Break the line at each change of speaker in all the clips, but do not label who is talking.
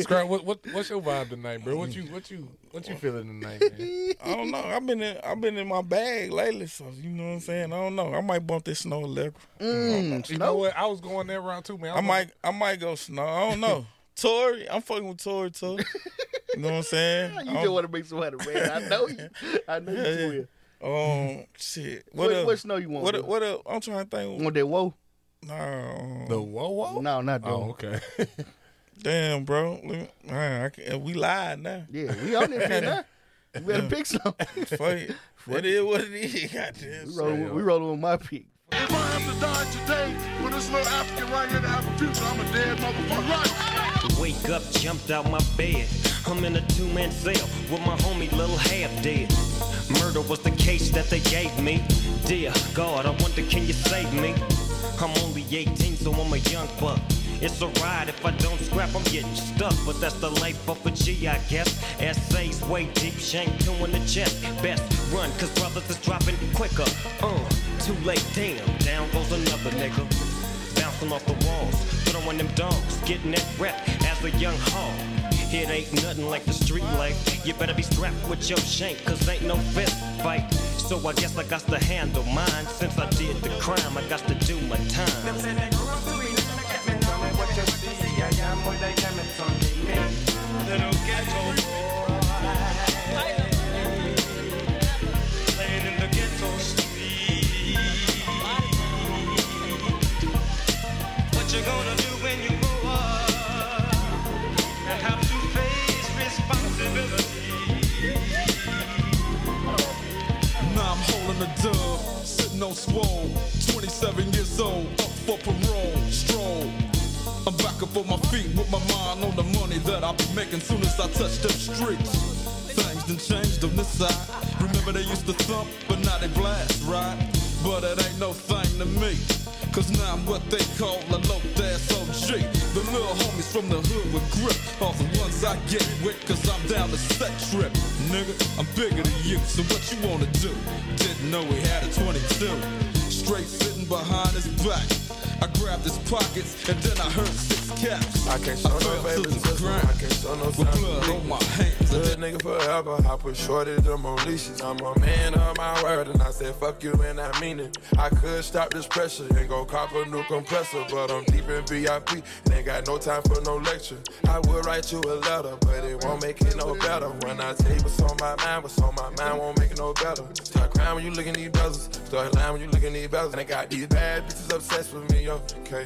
Scrap, what, what what's your vibe tonight, bro? What you what you what you feeling tonight, man?
I don't know. I've been in I've been in my bag lately, so you know what I'm saying. I don't know. I might bump this snow leopard.
Mm,
You know what? I was going that route too, man.
I might I might go snow. I don't know. Tory, I'm fucking with Tory too. You know what I'm saying?
You
I
just want to make somebody red. I know you. I know you
Yeah,
will.
don't- um shit. What,
What-
up?
what snow you want,
What
bro?
up? What up? I'm trying to think.
Want that woe?
Nah. um,
the whoa whoa.
No, not that.
Oh, okay.
Damn, bro. Let me- Man, I can, we lied now.
Yeah, we on that shit now. You better pick some.
Fuck it. That is what it is. Goddamn.
we
son.
rolling with, we rolling with my pick.
If I have to die today with this little African right here to have a future, I'm a dead motherfucker.
Wake up, jumped out my bed. I'm in a two man cell with my homie Lil Half dead. Murder was the case that they gave me. Dear God, I wonder can you save me? I'm only 18, so I'm a young buck. It's a ride, if I don't scrap, I'm getting stuck. But that's the life of a G, I guess. Essays way deep, shank two in the chest. Best run, cause brothers is dropping quicker. Uh, too late, damn, down goes another nigga bouncing off the walls, throwing them dogs, getting that rep as a young hog. It ain't nothing like the street life. You better be strapped with your shank, cause ain't no fist fight. So I guess I got to handle mine. Since I did the crime, I got to do my time. What you gonna do when you grow up and have to face responsibility?
Now I'm holding a dub, sitting on swole. 27 years old, up for parole, stroll. I'm back up on my feet with my mind on the money that I'll be making soon as I touch them streets. Things done changed on this side. Remember they used to thump, but now they blast, right? But it ain't no thing to me. Cause now I'm what they call a low ass OG. The little homies from the hood with grip are the ones I get with, cause I'm down the set trip. Nigga, I'm bigger than you, so what you wanna do? Didn't know he had a 22. Straight sitting behind his back. I grabbed his pockets and then I heard six caps.
I can't show no
fell to
baby
the
sister.
ground
I can't show no
with
signs of
blood on
weakness.
my hands. And
Hood
then
nigga forever. I put shorter than more leashes. I'm a man of my word, and I said fuck you, and I mean it. I could stop this pressure and go cop a new compressor, but I'm deep in VIP and ain't got no time for no lecture. I would write you a letter, but it won't make it no better. When I tell you what's on my mind, what's on my mind won't make it no better. Start crying when you look at these buzzers. Start lying when you look at these buzzers. And I got these bad bitches obsessed with me, okay?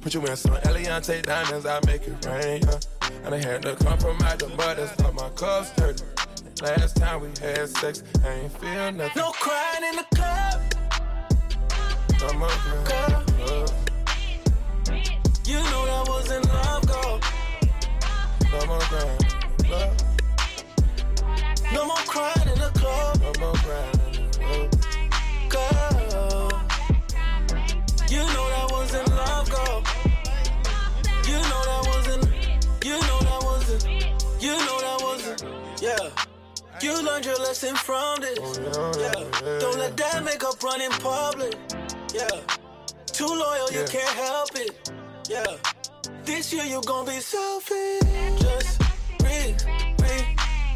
Put you in some Eliante diamonds, I make it rain, yeah. And I had to compromise the mud, that's why my cups dirty. Last time we had sex, I ain't feel nothing.
No crying in the club.
I'm a girl,
You know that wasn't love, girl.
I'm a girl,
No more crying in the club,
I'm a girl.
girl. You know that wasn't love, girl. You know that wasn't. You know that wasn't. You know that wasn't. Yeah. You learned your lesson from this. Oh, Yeah. Don't let that make up run in public. Yeah. Too loyal, you
Yeah.
can't help it. Yeah. This year you gon' be selfish. Just re,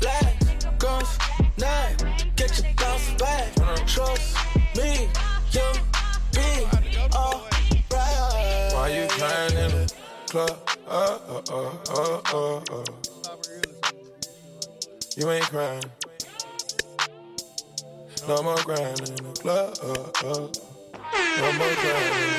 relax. Girls, night. Get your bounce back. Trust me, you'll be alright.
Why you crying in the club? Uh, uh, uh, uh, uh, uh. You ain't crying. No more crying in the club. Uh, uh. No more crying.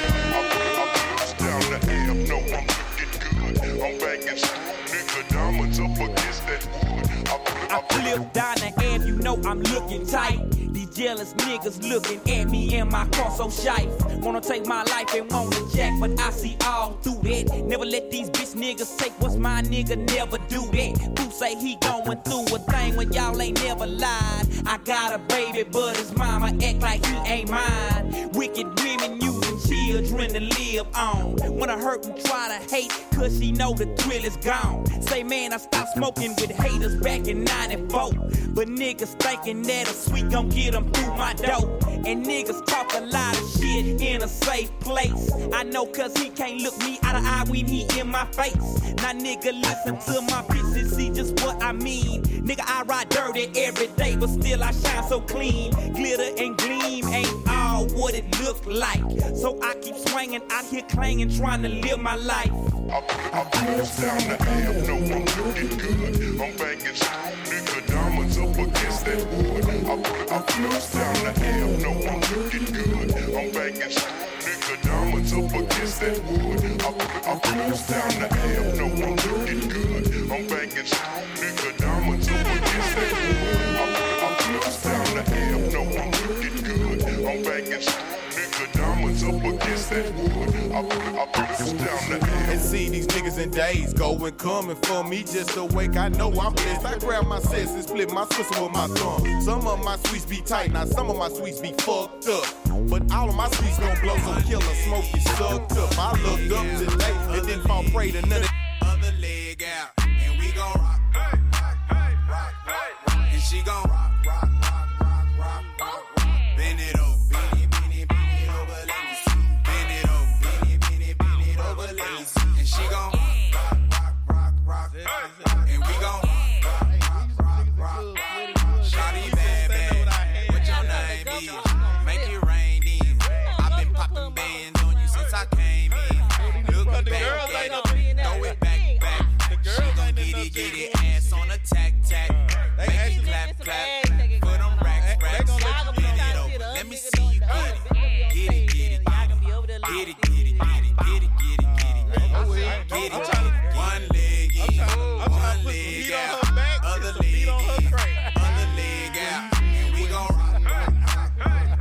down the M, no, I'm looking good. I'm banging smooth, nigga, diamonds up against that wood. I flip,
I flip down the Ave, you know I'm looking tight. These jealous niggas looking at me in my car so shy. Wanna take my life and want it jack, but I see all through that. Never let these bitch niggas take what's my nigga, never do that. Who say he going through a thing when y'all ain't never lied? I got a baby, but his mama act like he ain't mine. Wicked women using children to live on. When I hurt and try to hate, cause she know the thrill is gone. Say, man, I stopped smoking with haters back in 94.
folk. But niggas thinking that a sweet gon' get them through my dope. And niggas talk a lot of shit in a safe place. I know cause he can't look me out of eye when he in my face. Now nigga listen to my bitch and see just what I mean. Nigga I ride dirty every day but still I shine so clean. Glitter and gleam ain't all what it look like. So I keep swinging out here clanging trying to live my life.
I I press down the AM, no, I'm looking good. I'm banging strong, nigga, diamonds up against that wood. I I press down the AM, no, I'm looking good. I'm banging strong, nigga, diamonds up against that wood. I I press down the AM, no, I'm looking good. I'm banging strong, nigga, diamonds up against that wood. I I press down the AM, no, I'm looking good. I'm banging strong, nigga, diamonds up against that wood. I I press down the AM.
And see these niggas in days going coming for me just awake. I know I'm blessed. I grab my sis and split my sister with my thumb. Some of my sweets be tight, now some of my sweets be fucked up. But all of my sweets gon' blow, so killer smoke is sucked up. I looked up today and then fall prey to nothing.
other leg out, and we gon' rock, rock, rock, rock, and she gon' rock, rock, rock, rock, rock, rock, rock. Bend it over, bend it, bend it, bend it over, let me see. Bend it over, bend it, bend it, bend it over, let me see. And she gon' rock, rock, rock, rock, rock, and we gon' rock, rock, rock, rock, rock. Shawty bad, bad, what your name is? Make it rain in. I've been popping bands on you since I came in. Look back,
girls ain't
at
no
it. Throw it back, back.
girls
She gon'
ain't in
get
no
it, get
thing.
it, ass on a tack, tack. Make
actually-
it clap, clap. Put them racks, racks. Bend it over. Let me see you get it. Get it, get it, get it. Get it, get it, get it, get it, get it, get it. Get
I'm
it.
trying to-
One leg in,
I'm trying to
one
put some
leg
heat on
out.
her back,
Other
some
leg
heat on her
in,
crack.
other leg out. And we gon' rock, rock, rock,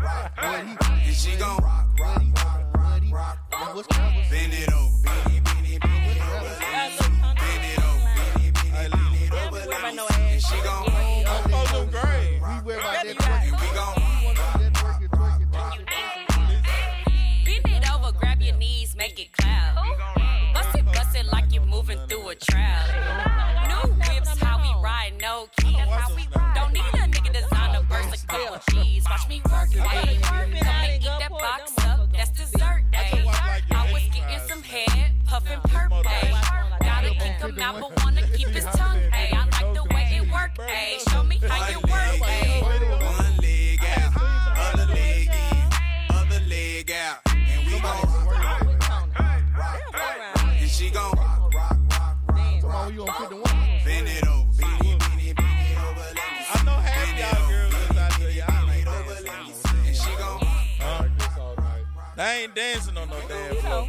rock, rock. And she gon' rock, rock, rock, rock, rock, rock. Bend it over, bend it, bend it, bend it over. Bend it over, bend it, bend it, bend it over. And she gon' rock,
I'm on them grades.
We worry about that
and
twerking,
we gon' rock.
that twerking, twerking, twerking.
Bend it over, grab your knees, make it cloud. Bust it, bust it like you're moving through a crowd. New whips, how we ride, no keys. Don't need a nigga designer, burst a couple G's. Watch me work, ayy. Come and eat that box up, that's dessert, ayy. I was getting some head, puffin' purple, ayy. Gotta kick him out, but wanna keep his tongue, ayy. I like the way it work, ayy. Show me how you work, ayy.
One leg out, other leg in, other leg out, and we gon' rock, rock, rock, and she gon' rock, rock, rock, rock,
Come on,
rock.
we gonna fit the one.
Bend it over, bend it, bend it, bend it over, let me see.
I know half y'all girls is out there. Y'all ain't
Over,
dancing.
let me see. And she gon'
They ain't dancing on no damn floor.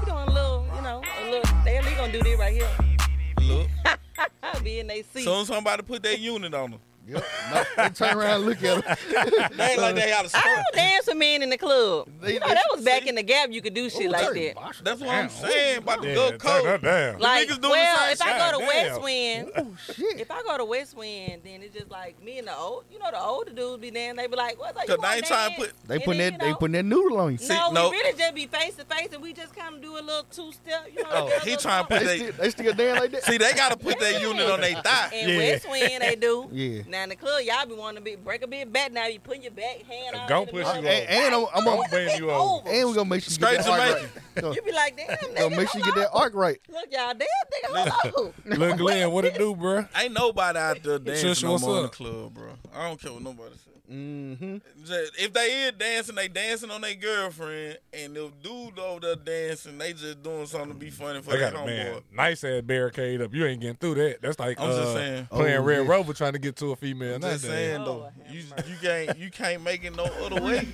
We doing a little, you know, a little. They they gonna do this right here.
Look,
I'll be in they seat.
soon somebody put that unit on them.
Yep. No, they turn around and look at him.
They ain't like they out of
I
skirt.
don't Oh, dance with men in the club.
They-
you know,
they-
that was back in the gap. You could do shit like that.
That's what I'm saying about the
Yeah,
good
turn her
coat.
down.
Like,
niggas doing the
well,
same
if I go to
shit.
West
Damn.
Wind,
Oh shit.
if I go to West Wind, then it's just like me and the old, you know, the older dudes be dancing. They be like, "What's up?"
Cause they ain't trying to put.
They putting that they putting that noodle on you.
See,
No,
no.
we really just be face to face, and we just kind of do a little two step. You know,
Oh,
just a
he
little
trying to
something.
put
They
they-
still, they still dance like that.
See, they gotta put that unit on their thigh.
In
Yeah.
West Wind, they do.
Yeah.
Now in the club, y'all be wanting to be break a bit back. Now you putting your back hand out.
Don't
in the
push
middle.
you
And, and I'm, I'm
Don't
gonna,
bend you over.
and we gonna make sure you
Straight
get that arc
Jamaican.
right. Gonna,
You be like, damn, nigga,
gonna make sure you get
hold
that
on.
arc right.
Look, y'all, damn, nigga, hold on.
Look, Glenn, what it do, bruh?
Ain't nobody out there dancing
Sister,
no
what's
more in the
up?
club, bro. I don't care what nobody says.
Mm-hmm.
Just- if they is dancing, they dancing on their girlfriend, and if dude over there dancing, they just doing something to be funny for
I
their
got a man,
homeboy.
nice ass barricade up. You ain't getting through that. That's like
I'm
uh,
just saying.
playing
Oh,
Red
yeah.
Rover trying to get to a female.
I'm
Not
just
that.
saying
Oh,
though, you you can't you can't make it no other way.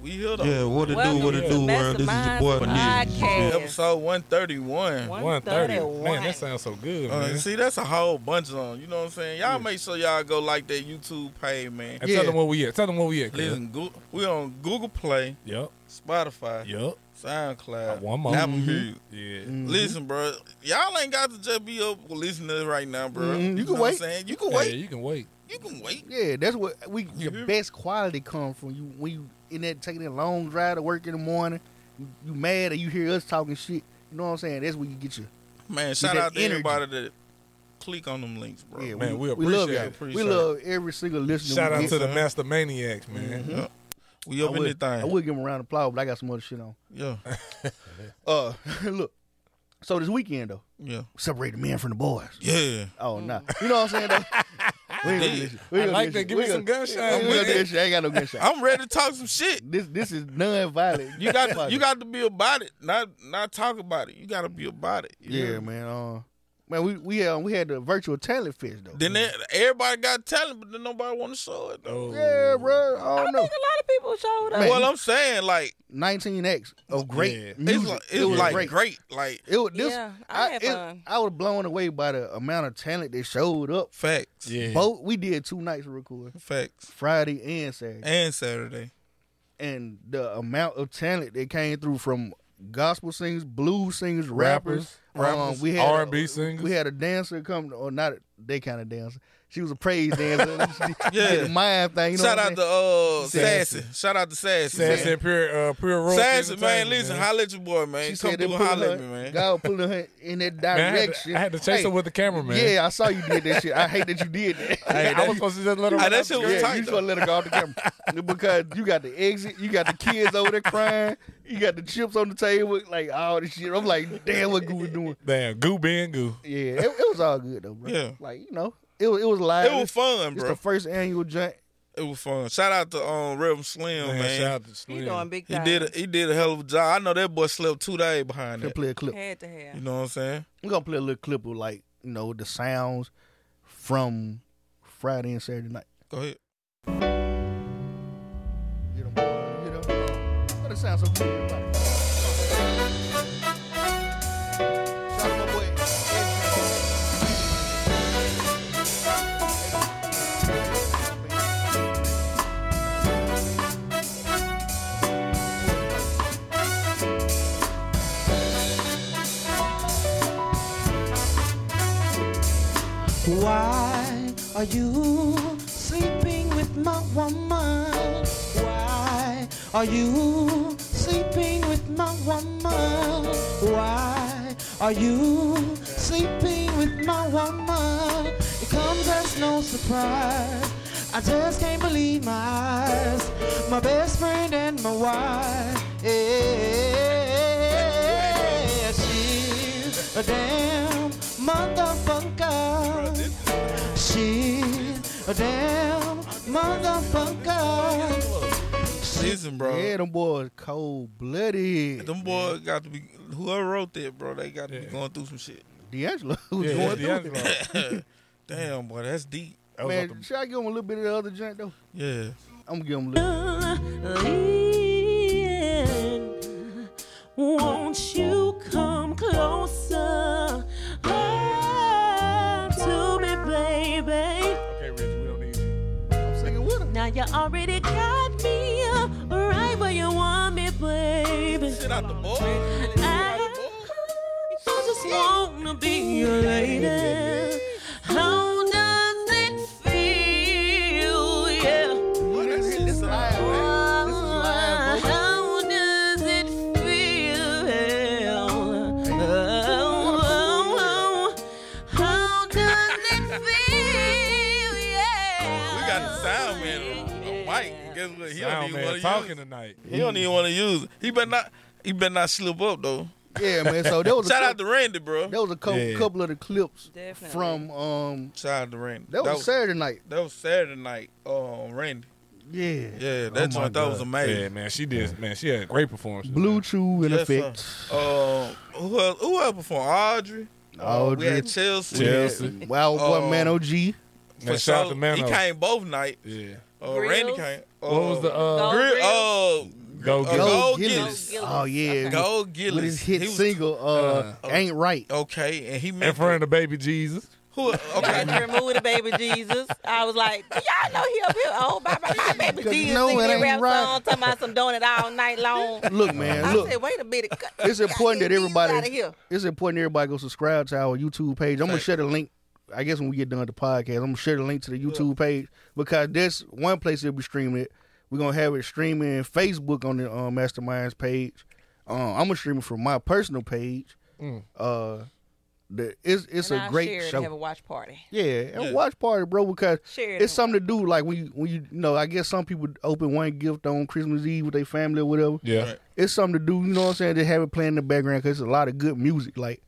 we here though.
Yeah, what it do,
Welcome
what it
to
do,
the
world. This is your boy,
Masterminds Podcast.
Episode one thirty one.
130.
131.
Man, that sounds so good, man.
Uh, see, that's a whole bunch of them. You know what I'm saying? Y'all make sure y'all go like that YouTube page, man.
and
Yeah.
tell them where we at. Tell them where we at. kid.
Listen, Goo we on Google Play,
Yep.
Spotify,
Yep.
SoundCloud,
One more.
Apple Music.
Yeah.
Mm-hmm.
Listen, bro, y'all ain't got to just be up listening to it right now, bro.
Mhm, you can
know what I'm
wait.
saying? You can
Yeah,
wait.
you can wait.
You can wait.
Yeah, that's what we
You
the
hear?
best quality come from you when you in that taking that long drive to work in the morning. You, you mad or you hear us talking shit. You know what I'm saying? That's where you get your
Man, shout
that
out to
energy.
everybody that click on them links, bro.
Yeah, Man, we- we
We love
Appreciate it.
y'all. We
Appreciate
love every single listener.
Shout
we
out
get.
to the Master Maniacs, man.
Mhm.
Mm-hmm. We up
I
in
would-
this thing.
I would give him a round of applause, but I got some other shit on.
Yeah.
uh, look. So this weekend though.
Yeah.
Separate the men from the boys.
Yeah.
Oh no. You know what I'm saying though? We ain't gonna do this shit. We ain't
I
gonna
like
do this
that. Give
shit.
me some
We ain't
gunshots,
gonna- we ain't gonna do
man.
this shit. I ain't got no gunshot.
I'm ready to talk some shit.
This this is non-violent.
You got you got to be about it, not not talk about it. You got to be about it. you
Yeah,
know?
man. Uh, man, we we uh, we had the virtual talent fest though.
Then that, everybody got talent, but then nobody want to show it though.
Yeah, bro. I don't know.
a lot of people showed up.
Man,
well, I'm saying like
19 acts of great
Yeah.
music.
It's like, it's like great. like
It was this.
Yeah, I
I,
had
it-
fun.
I was blown away by the amount of talent that showed up.
facts.
Yeah.
Both we did two nights of record,
Facts
Friday and Saturday,
and Saturday.
and the amount of talent that came through from gospel singers, blues singers, rappers.
Rappers,
Um, we had
R&B
a-
singers.
We had a dancer come, or not that kind of dancer. She was a praise dancer. She
Yeah.
did the mind thing. You know
Shout
what
out
I'm
to uh
Sassy.
Sassy. Shout out to Sassy.
Sassy
man.
and pure, uh, pure Royalty
Sassy man,
Entertainment,
listen,
man.
holla at your boy, man.
She
Come
said they
through,
pulling
holla
her,
at me, man.
God pulling her in that
Man, I had to-
direction.
I had to chase her with the cameraman.
Yeah, I saw you did that shit. I hate that you did that.
Hey, I was supposed to just let her
Hey,
run
that
out
shit
the
was
yeah,
gate.
tight,
you
though.
just let her go off the camera because you got the exit, you got the kids over there crying, you got the chips on the table, like all this shit. I'm like, damn, what Goo was doing?
Damn, goo being goo.
Yeah, it, it was all good though, bro.
Yeah.
like you know, it was it was live.
It was fun,
It's
bro.
the first annual joint.
It was fun. Shout out to um Reverend Slim, man.
Man, shout out to Slim.
You doing big
He
time.
did a, he did a hell of a job. I know that boy slept two days behind
Gonna
that.
play a clip.
Head to head.
You know what I'm saying?
We're gonna play a little clip of like you know the sounds from Friday and Saturday night.
Go ahead.
Get 'em, boy. Get 'em. Oh, that sounds so good. everybody. Shout out to my boy.
Why are you sleeping with my woman? Why are you sleeping with my woman? Why are you sleeping with my woman? It comes as no surprise. I just can't believe my eyes. My best friend and my wife. Yeah, she's a damn motherfucker. She's a damn motherfucker.
Listen, bro.
Yeah, them boys cold blooded.
Them boys got to be whoever wrote that, bro. They got to be going through some shit.
D'Angelo was
Yeah,
going
yeah,
through
D'Angelo.
Damn, boy, that's deep.
That was
it.
out
Man, should I give him a little bit of the other joint though?
Yeah.
I'm gonna give him a little.
Lean, Won't you come closer up to me, baby?
the- okay, Rich, we don't need you.
I'm singing with him.
Now you already got me uh, right where you want me, baby.
Shit out the boy.
I, I just wanna be your lady. How does it feel? Yeah.
Boy, that shit is live, man. This is live, bro.
How does it feel? How does it feel? Yeah.
We got the sound man on, on mic. And guess what? He don't
Sound
even want
man
to
talking
use.
tonight.
He don't even want to use. it. He better not. He better not slip up though.
Yeah, man. So there was a
Shout out
couple,
to Randy, bro.
there was a couple,
Yeah.
couple of the clips
Definitely.
from um
Shout out to Randy.
that, was, Saturday night.
That was Saturday night. Uh, Randy.
Yeah.
Yeah, that
my
joint. That was
God.
Oh Yeah,
amazing.
man, she did. Man, she had great performance.
Blue Chew in
Yes, sir.
effect.
Uh, who else? Who else before Audrey? Uh, we
Audrey.
had Chelsea.
Chelsea.
Wild boy
Uh,
Man OG.
For
Man, shout out to
sure.
Mano.
He came both night.
Yeah.
Uh, Randy
Grills.
came. Uh,
What was the uh,
Gold
Grill,
Grills.
uh,
go
Uh, Gold
get?
Gold
Gillis.
Oh, Gillis. Oh yeah.
Go
With,
Gillis.
with his hit
He was-
single, uh,
uh,
Ain't Right.
Okay, and he meant
In front of the baby Jesus.
who? Okay,
After moving the baby Jesus, I was like, "Do y'all know he up here all by my baby
Cause you
Jesus
know
singing
it
that
ain't
rap
right.
song, talking about some donut all night long.
Look, man,
I
look.
said, wait a minute. cut-
It's
y'all
important
get
that
these
everybody-
outta here.
it's important everybody go subscribe to our YouTube page. I'm gonna share the link. I guess when we get done with the podcast, I'm gonna share the link to the YouTube page because that's one place they'll be streaming it. We're gonna have it streaming Facebook on the um, Masterminds page. Um, I'm gonna stream it from my personal page. Uh, the, it's it's
and
a
I'll
great
share it and
show.
Have a watch party.
Yeah, and watch party, bro, because
Share it
it's something to do. Like when you when you, you know, I guess some people open one gift on Christmas Eve with their family or whatever.
Yeah. Right.
it's something to do. You know what I'm saying? They have it playing in the background because it's a lot of good music. Like,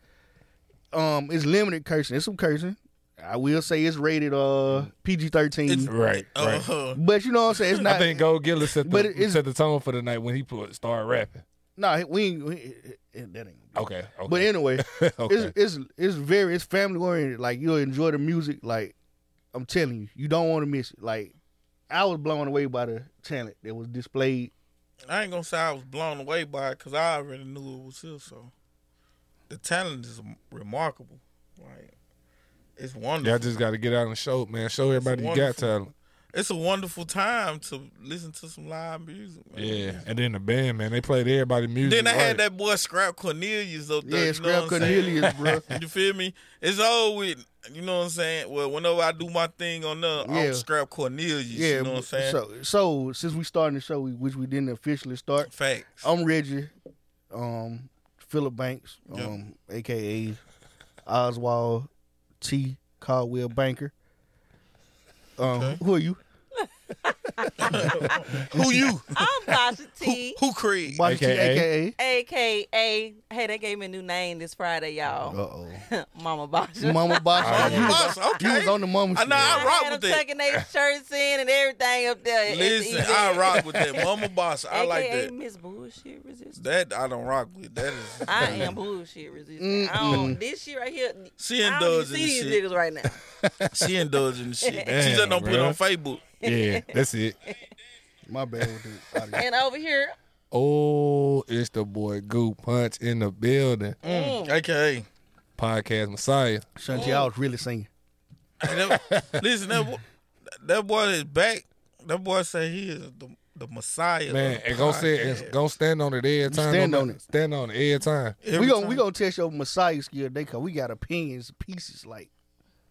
um, it's limited cursing. It's some cursing. I will say it's rated uh PG thirteen.
Mm. Right, right.
But you know what I'm saying? It's not.
I think Gold Gillis set
but
the,
it is-
set the tone for the night when he put, started rapping.
Nah, we ain't. We, it- it- that ain't.
Okay, okay.
But anyway,
Okay.
it's, it's it's very it's family oriented. Like you'll enjoy the music. Like I'm telling you, you don't want to miss it. Like I was blown away by the talent that was displayed.
I ain't gonna say I was blown away by it because I already knew it was him. So the talent is remarkable. Like it's wonderful.
Y'all just got to get out and show, man. Show everybody you got
wonderful.
talent.
It's a wonderful time to listen to some live music. Man.
Yeah, and then the band, man, they played everybody music.
Then I had
right.
that boy Scrap Cornelius though.
Yeah, Scrap Cornelius,
bro.
bruh.
you feel me? It's always you know what I'm saying. Well, whenever I do my thing on the
Yeah.
I'm Scrap Cornelius. you know what I'm saying.
So so since we starting the show, we, which we didn't officially start.
Facts.
I'm Reggie, um, Philip Banks, um, aka Oswald T. Caldwell Banker. Um, who are you?
who you?
I'm Basha T.
Who Creed?
Basha T, AKA.
AKA, hey, they gave me a new name this Friday, y'all.
Uh-oh.
Oh.
Mama Basha.
Mama Boss.
Mama
you, was-
Boss,
you was on the mama. shit.
had them tucking their shirts in and everything up there. It's
Listen,
easy.
I rock with that mama boss. I like
AKA
that.
Miss Bullshit Resistance.
That I don't rock with. That is.
I am bullshit resistant. I don't,
Mm-mm.
this shit right here.
She
I don't even
indulging
see
in
these
shit.
niggas right now.
she indulged in the shit.
Damn,
she just don't put it
bruh.
on Facebook.
Yeah, that's it.
My bad. Dude.
And over here,
Oh, it's the boy Goo Punch in the building.
Mm, AKA
Podcast Messiah.
Shanti, I was really singing.
And that- listen, that boy, that boy is back. That boy say he is the, the messiah.
Man,
of the
and gonna say it's
podcast.
gonna stand on it every time.
stand
no
on
matter- Stand on it every time.
we gonna we gonna test your Messiah skill today because we got opinions, pieces like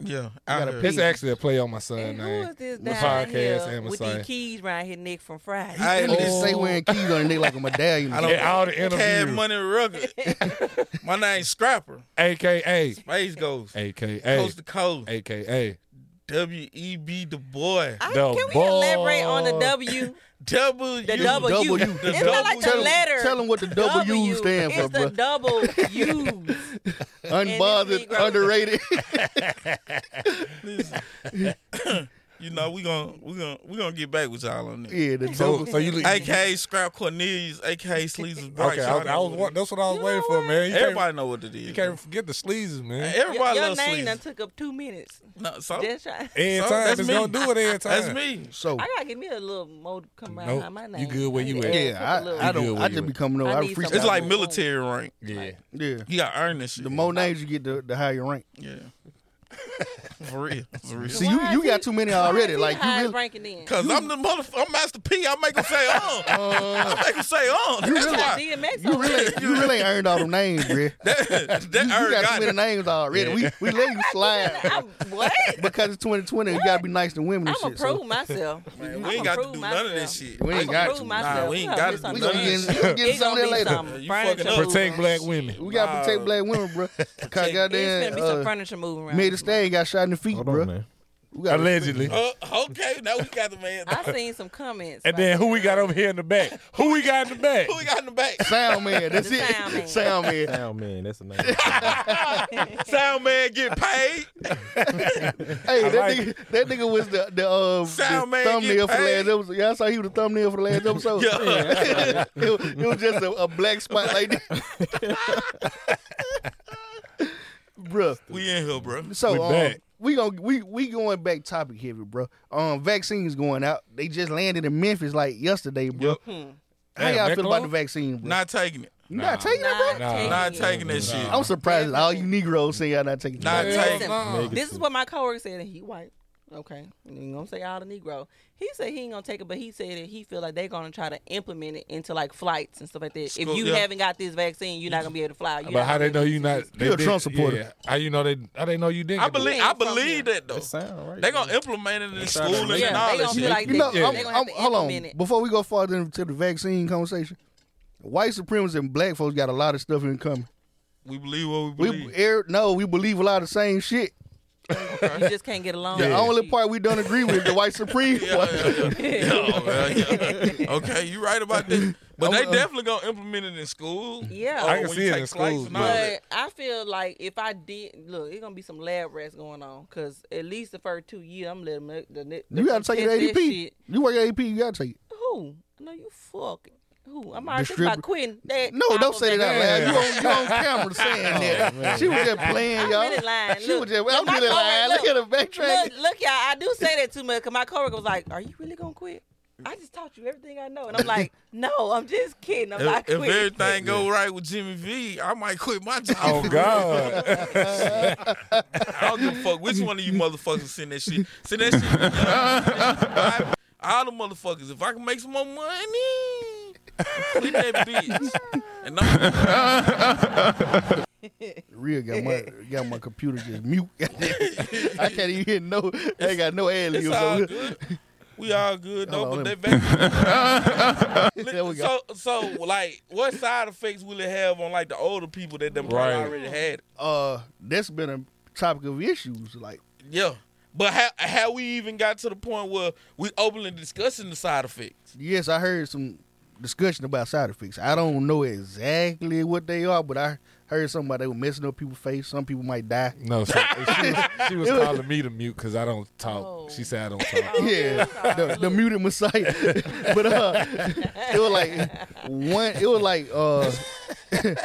Yeah,
got a
It's
piece.
actually a play on my son name.
who is this
The Oh.
down here
podcast and
with
Messiah.
these keys right here, Nick from Friday?
I ain't just say wearing keys on it like a medallion.
I don't Cad
interviews.
Money Rugged. My name's Scrapper.
AKA
Space Ghost.
AKA
Coast to Coast.
AKA
W E B the boy.
I- The can we elaborate
on the boy.
Oh.
W?
W.
The W.
The
It's not like the
W.
letter.
Tell them what the W, stand for,
It's the
bro.
double U.
Unbothered, underrated.
you know, we gon' we gon' we gonna get back with y'all on this.
Yeah, the So- double- so you-
AKA Scrap Cornelius, AKA Sleezes Bright.
Okay, I, I was wa- that's what I was waiting for, man. You
Everybody
can't-
know what it is.
You can't forget the sleezes, man.
Everybody
your
loves
name done
sleezes.
took up two minutes.
No, so
Just try-
Every
So,
time
that's
it's
me.
gonna do it every time.
That's me.
So
I gotta give me a little more to come around
Nope.
my name.
You good where you
need
at?
to add
Yeah,
a little-
I, I don't. I just be coming over.
I
I,
need
freestyle.
some
It's like military rank.
Yeah.
yeah.
You gotta earn this shit.
The more names you get, the, the higher your rank.
Yeah. For real. For real.
See, you you got too many already. Like you really,
ranking in.
Cause I'm the motherfucker. I'm Master P. I make him say on. I make him say on.
you
That's
really-
why.
you really you really ain't earned all them names, bro.
that,
you, you got too many names already.
Yeah.
We we let you slide
What?
because it's 2020. You gotta be nice to women and
I'm
shit.
gonna
so-
prove myself.
Man,
I'ma
we ain't got to
prove
do
myself.
none of this shit.
We ain't
I'ma
got
prove
to.
myself.
Nah, we ain't
I'ma
got to do
get some
none
We
of
gonna
this
get,
shit.
we gonna get
It's
some
gonna
of that
be
later.
some
You
furniture
fucking up.
Protect black women.
We gotta protect black women, bro. Cause goddamn,
It's gonna be some furniture moving around.
Made the stain got shot in the feet, bro. We gotta-
Allegedly.
Uh, okay, now we got the man.
I seen some comments.
And then who we got over here in the back? Who we got in the back?
Who we got in the back?
Sound man, that's
The
it. Sound man.
Sound man, that's the name.
Sound man get paid.
Hey, that, nigga, that nigga was the the, uh,
Sound
the
man
thumbnail
get
for the
paid.
last episode. Y'all saw he was the thumbnail for the last episode.
Yeah.
it, was, it was just a, a black spot like that, bruh.
We in here, bro.
So
We
um,
back.
we going we we going back topic heavy, bro. Um, vaccines going out. They just landed in Memphis like yesterday, bro.
Hmm.
How
Damn,
y'all
that
feel about
close?
the vaccine, bro?
Not taking it.
You not taking it, bro.
Not taking that shit.
I'm surprised that all you Negroes say y'all not taking it.
Not
Listen,
taking it.
this is what my coworker said, and he white. Okay, you ain't gonna say all the Negro. He said he ain't gonna take it, but he said that he feel like they gonna try to implement it into like flights and stuff like that.
School,
if you
yeah.
haven't got this vaccine, you're not gonna be able to fly. You're
But
not
how
gonna
they know you not? They
You a
did-
Trump supporter.
Yeah. How you know they? How they know you didn't?
I
get the
believe.
vaccine?
I believe that though. They gonna implement it in
sound
schooling
right.
and all that shit.
you know,
Yeah.
I'm,
They
gonna have
I'm-
to
hold on.
implement it.
Before we go farther into the vaccine conversation, white supremacists and black folks got a lot of stuff in common.
We believe what we believe.
We er, no, we believe a lot of the same shit.
You just can't get along.
The only part we don't agree with is the white supreme. part.
Yeah, well, yeah. Okay, you right about that. But
uh,
they definitely gonna implement it in school.
Yeah.
Or
I can
when
see
you
it
take
in
flights
schools,
and all that.
But I feel like if I did look, it's gonna be some lab rats going on. Cause at least the first two years, I'm letting them- the, the,
You gotta take
that
your ADP.
shit.
You work at ADP, you gotta take it.
Who? No, you fucking. Who? I'm already thinking
Distrib-
about quitting. That
No, don't say that out loud. You on, you on
Yeah.
camera saying that.
Oh, man.
She was just playing,
I'm
y'all.
really lying.
She was just,
Look,
I'm
my
really lying. Look,
coworker-
at her back
Look,
track.
look, y'all, I do say that too much because my coworker was like, "Are you really gonna quit?" I just taught you everything I know, and I'm like, "No, I'm just kidding. I'm not
If, if
quitting."
everything go right with Jimmy V, I might quit my job.
Oh, God.
I don't give a fuck which one of you motherfuckers send that shit. Send that shit. I, all the motherfuckers. If I can make some more money, quit that bitch. And I'm,
Real got my got my computer just mute. I can't even hear no. I ain't got no ad libs.
It's all good. We all good though, but that vaccine.
There we
so,
go.
so like, what side effects will it have on like the older people that them probably
Right.
already had? it?
Uh, that's been a topic of issues. Like,
Yeah, but how how we even got to the point where we openly discussing the side effects?
yes, I heard some discussion about side effects. I don't know exactly what they are, but I heard something about they were messing up people's face. Some people might die.
No, so she was, she was
It was-
calling me to mute because I don't talk.
Oh.
She said I don't talk.
yeah, the, the muted messiah. but uh, it was like one. It was like uh,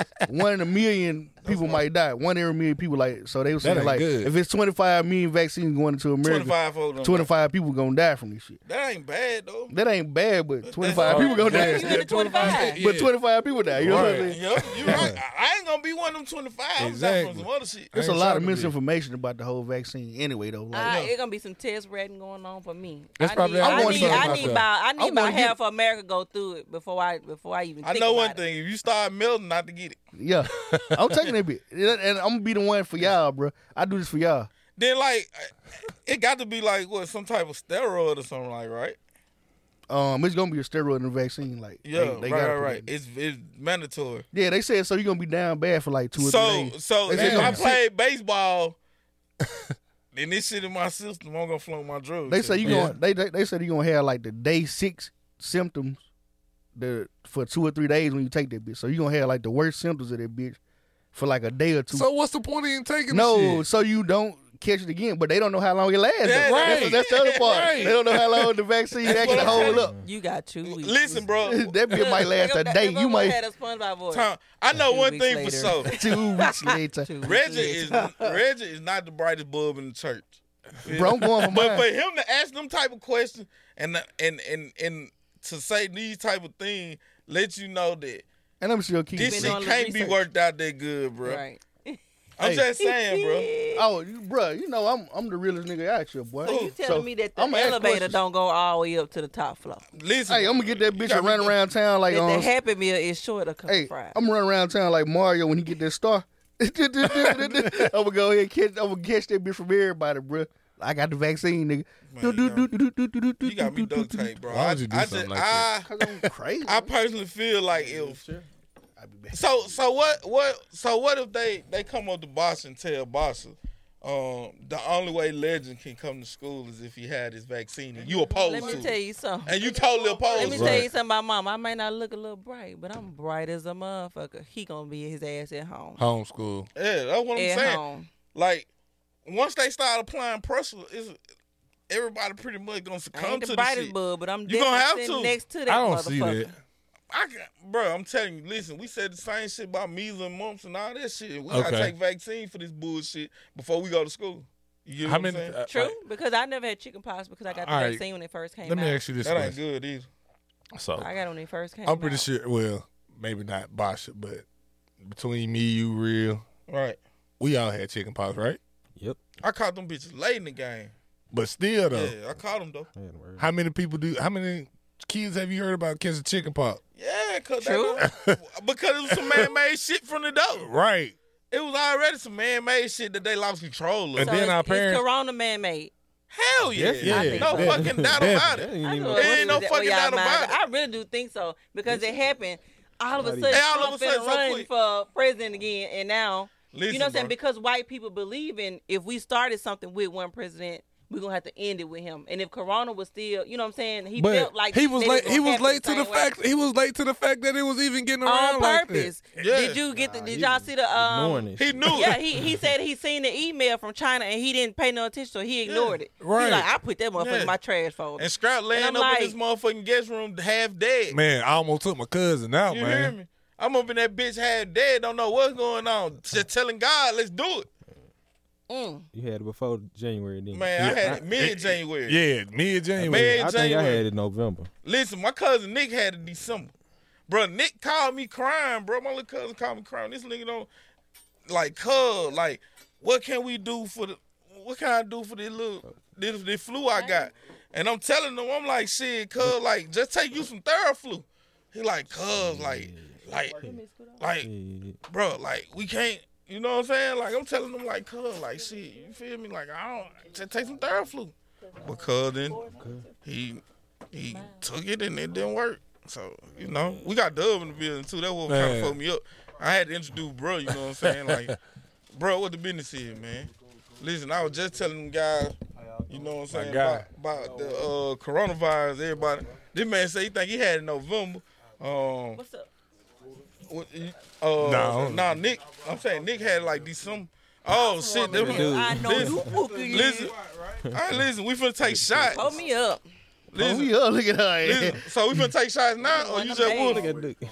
one in a million people might die. One in a million people like so they were
That
saying
ain't
like
good.
if it's twenty five million vaccines going into America,
25 of them.
25 people gonna die from this shit.
That ain't bad though.
That ain't bad, but twenty five people gonna
Yeah,
die.
you in the 25.
But
Yeah.
twenty five people die. You know what I'm saying?
Yeah, you right. I- I ain't gonna be one of them twenty five. Exactly. I'm from some other shit.
There's a lot of misinformation about the whole vaccine anyway, though. Like,
Uh, it's gonna be some test ratting going on for me.
That's
I
probably-
need,
I
I,
want
need,
some
I need
myself.
about I need
I
about
wanna get-
half of America go through it before I before I even.
I
think
know
about
one thing. If you start melting, not to get it.
yeah, I'm taking that bit, and and I'm gonna be the one for y'all, bro. I do this for y'all.
Then like, it got to be like what some type of steroid or something like right.
Um, it's gonna be a steroid in the vaccine. Like,
Yeah,
they, they
right,
gotta
right,
put
right.
it
It's it's mandatory.
in. Yeah, they said so. You're gonna be down bad for like two or
So
three days.
so
They said
if
you're
I
gonna be
played baseball, then this shit in my system, I'm gonna float my drugs.
They say you
Yeah.
going. They, they they said you gonna have like the day six symptoms, the for two or three days when you take that bitch. So you gonna have like the worst symptoms of that bitch for like a day or two.
So what's the point of even taking the
no,
shit?
so you don't catch it again. But they don't know how long it lasts. though.
Yeah,
That's-
right.
That's, the other part.
Right.
They don't know how long the vaccine
That's
actually
what I'm
hold
saying.
up.
You got two weeks.
Listen, bro.
That bitch might last a day. You might
had a SpongeBob voice.
Tom, I know one thing for sure.
two weeks later.
Reggie is Reggie is not the brightest bulb in the church.
Bro, I'm going for
but
mine.
for him to ask them type of questions and and and and to say these type of things lets you know that
And I'm still keeping
this shit can't be worked out that good, bro.
Right.
I'm
Hey.
just saying, bro.
Oh, you, bro, you know I'm I'm the realest nigga out here, boy.
So you telling me that the
I'ma ask
elevator
questions.
don't go all the way up to the top floor?
Listen,
hey, I'm gonna get that bitch
gotta
and run
be-
around town like
that the
um,
Happy Meal is short of
Hey,
fried.
I'm running around town like Mario when he get that star. I'm gonna go ahead and catch. I'm gonna catch that bitch from everybody, bro. I got the vaccine, nigga. Do, do, do, do, do, do, do, do,
You got me
do, do,
duct
do, do.
tape, bro.
Why
I,
would you do
I just,
something like
I,
that?
I'm crazy.
I personally feel like if so, so what, what, so what if they they come up to boss and tell boss, um, the only way Legend can come to school is if he had his vaccine, and you opposed
Let
to
me
it.
tell you something.
and you totally opposed.
Let me
to
tell
it.
you something about mom. I may not look a little bright, but I'm bright as a motherfucker. He gonna be his ass at home.
Homeschool.
Yeah, that's what I'm
At
saying.
home.
Like, once they start applying pressure, is everybody pretty much gonna
I
succumb
ain't
to
the
the
brightest
shit.
bud, but I'm
you gonna
definitely
have
sitting
to
next to that motherfucker.
I can, bro. I'm telling you. Listen, we said the same shit about measles and mumps and all that shit. We gotta
Okay.
take vaccine for this bullshit before we go to school. You know
How
what I'm
many-
saying?
uh,
True, because I never had chicken pox because I got the
All right.
vaccine when it first came
Let
out.
me ask you this
That ain't
question.
good either.
So
I got it when it first came.
I'm pretty
out.
sure. Well, maybe not Basha, but between me, you, real,
Right.
we all had chicken pox, right?
Yep.
I caught them bitches late in the game.
But still, though,
Yeah, I caught them though.
how many people do? How many kids have you heard about catching chicken pox?
Yeah, cause they don't- because it was some man made shit from the dope.
Right.
It was already some man made shit that they lost control of.
And then our
It's Corona man made.
Hell Oh, yeah.
Yes, yeah.
No
Definitely.
fucking doubt about it.
Definitely.
It ain't no fucking doubt about it.
I really do think so because it happened. all of a
Not
sudden,
even. All of a
Trump finna
sudden, so
run
quick.
for president again, and now you
Listen,
know what I'm saying?
bro.
Because white people believe in if we started something with one president, we're gonna have to end it with him. And if Corona was still, you know what I'm saying? He
but
felt like
he was
that it
late. He
gonna
was
happen
late to the
same way.
fact. He was late to the fact that it was even getting around
on
like that.
purpose. Did you get the? Did y'all see the?
ignoring
Um,
this He shit. knew
Yeah,
it.
he he said he seen the email from China and he didn't pay no attention, so he ignored it.
right.
He like I put that motherfucker
Yeah.
in my trash folder.
And Scrap laying
I'm
up
like,
in this motherfucking guest room half dead.
Man, I almost took my cousin out,
you
Oh, man.
hear me? I'm up in that bitch half dead, don't know what's going on. Just telling God, let's do it.
You had it before January, then.
Man, I had it mid January.
Yeah, mid January.
I think I had it in November.
Listen, my cousin Nick had it December. Bro, Nick called me crying, bro. My little cousin called me crying. This nigga don't like cuz, like, what can we do for the what can I do for this little this, this flu I got? And I'm telling him, I'm like, shit, cuz, like, just take you some Theraflu. He like, cuz, like, like, like, bro, like, we can't, you know what I'm saying? Like, I'm telling him, like, cuz, like, shit, you feel me? Like, I don't, just take some Theraflu. But cuz then he he took it and it didn't work. So you know, we got Dub in the building too. That what kind
Man.
of fucked me up. I had to introduce bro. You know what I'm saying? Like, bro, what the business is, man. Listen, I was just telling them guys, you know what I'm saying
guy.
about, about the uh, coronavirus. Everybody, this man say he think he had it in November. Um,
What's up?
what, he- uh,
No.
no, nah, Nick. I'm saying Nick had like December. Oh shit! That
Dude. I know you
listen, listen, All right, listen. We finna take shots.
Hold me up.
Listen,
Hold me up. Look at her.
Listen, so we finna take shots now, or you just would?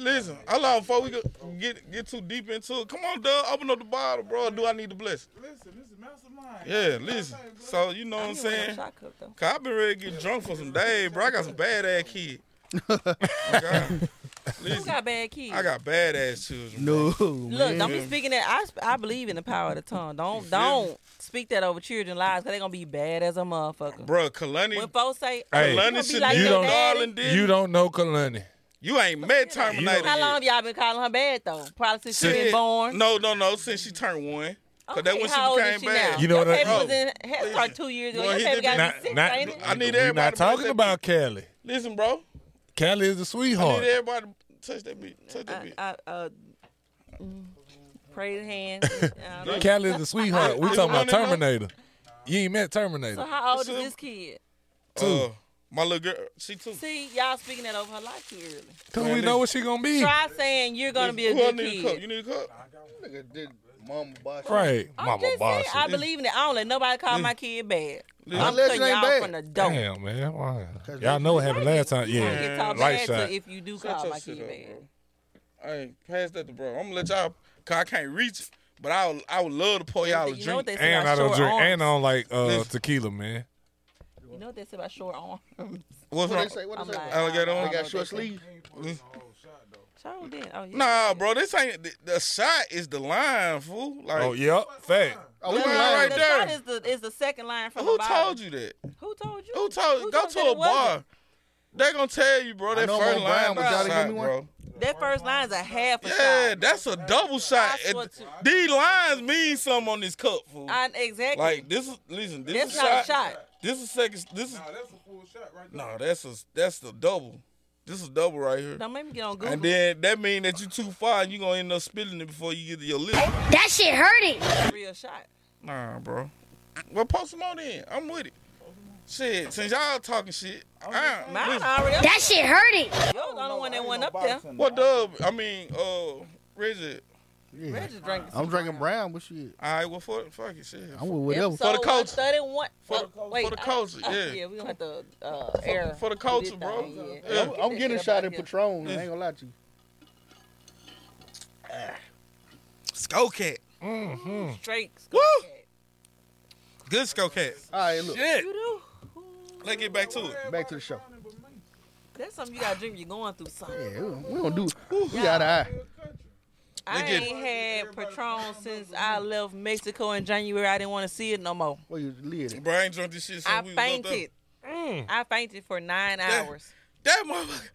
Listen, I love before we go, get get too deep into it. Come on, Doug, open up the bottle, bro. or Do I need the blessing?
Listen, this is mastermind.
Yeah, listen. So you know what I'm saying? Cause I've been ready to get drunk for some days, bro. I got some bad ass kids.
Who got bad kids?
I got bad ass children.
No,
Look, don't be speaking that. I sp- I believe in the power of the tongue. Don't don't speak that over children's lives because they gonna be bad as a motherfucker.
Bro, Kalani.
When folks say, "Oh,
Hey,
"You gonna be like
you
your
don't,
daddy,"
you don't know Kalani.
You ain't met Terminator
How
yet.
long have y'all been calling her bad though? Probably since she
Since-
been born.
No, no, no. Since she turned one. Cause that
Okay,
when she
how old is
became
she
bad.
now? your baby
Oh.
was in Head Start two years ago.
Well, he
your baby
did
got
not-
to be six,
not-
ain't it?
I need
We're
everybody
not
to
talking about Kelly.
Listen, bro.
Kelly is the
I
sweetheart.
need everybody to touch that beat. Touch that beat.
I, uh, mm, praise hand. I don't know.
Kelly is the sweetheart. We
Is
talking
one
about
of them?
Terminator. You ain't met Terminator.
So how old is this kid?
Two.
Uh, my little girl, she too.
See, y'all speaking that over her life too early.
Cause we know what she gonna be.
Try saying you're gonna be a
Who I
good
need
kid.
A cup? You need a cup?
Nigga did mama boss.
Right,
I'm
Mama
just
boss.
saying, I believe in it. I don't let nobody call my kid bad. I'm
Unless it
cutting
ain't
y'all
bad.
from the dope.
Damn, man. Why? Y'all know what happened last time.
You don't get
Oh, Yeah,
called
light
bad till
shot.
if you do
Shut
call
your
my
shit
kid
up,
bad.
I ain't pass that to bro. I'm gonna let y'all. Cause I can't reach it, but I would, I would love to pour y'all a drink.
You know what they say
And I
about
don't
short
drink.
arms.
And I don't like uh, tequila, man.
You know what they say about short arms.
What's
What
wrong?
they say? What they say?
Alligator on? Mm.
They got short sleeve.
So then, oh yeah.
Nah, bro, this ain't the, the shot. Is the line, fool? Like,
Oh, yep. Fact.
Oh,
The
line
line-
right
the
there.
shot is the is the second line from
Who
the Bible.
told you that?
Who told you?
Who told?
Who
go
told
to
you
a
that it wasn't?
bar. They gonna tell you, bro. That
know I'm
first
on
line,
Brian, but y'all
was a
didn't give
shot,
me one?
bro.
That first line is a half a
Yeah,
shot.
that's a double shot.
I swear to-
These lines mean something on this cup, fool.
I, exactly.
Like this is listen. This
That's
is
not a shot.
This is second. This is. Nah, that's a full shot right there. Nah, that's a that's the double. This is double right here.
Don't make me get on Google.
And then that mean that you too far. You gonna end up spilling it before you get to your lip.
that shit hurting. Real shot.
Nah, bro. Well, post them on in. I'm with it. Shit, since y'all talking shit, I,
Oh, Mine
listen.
already up there. Yours the only one that went up there.
What dub? I mean, uh, Reggie.
Reggie drinking.
I'm drinking brown. What shit?
All right, well, for, fuck it, shit.
I'm with whatever.
Episode
For the culture.
131.
For
Oh, wait,
for the
I-
culture,
oh,
yeah.
yeah, we gonna have to uh,
For-
air
for the
this
culture,
thing,
bro.
yeah.
Yeah.
I'm, I'm getting a shot at Patron. I
Yeah.
ain't gonna lie to you.
Skullcat.
Mm-hmm. Straight.
Woo! Good Skullcat.
All right, look.
Shit.
You do.
Let's get back to it.
Back to the show.
That's something you gotta drink. You're going through something.
Yeah, we don't do. We got eye.
I
They get-
ain't had Patron since I left Mexico in January. I didn't want to see it no more.
Where you live?
Bro, I ain't drunk this shit since
I
we was up Hmm.
fainted. Mm, I fainted for nine hours.
That motherfucker.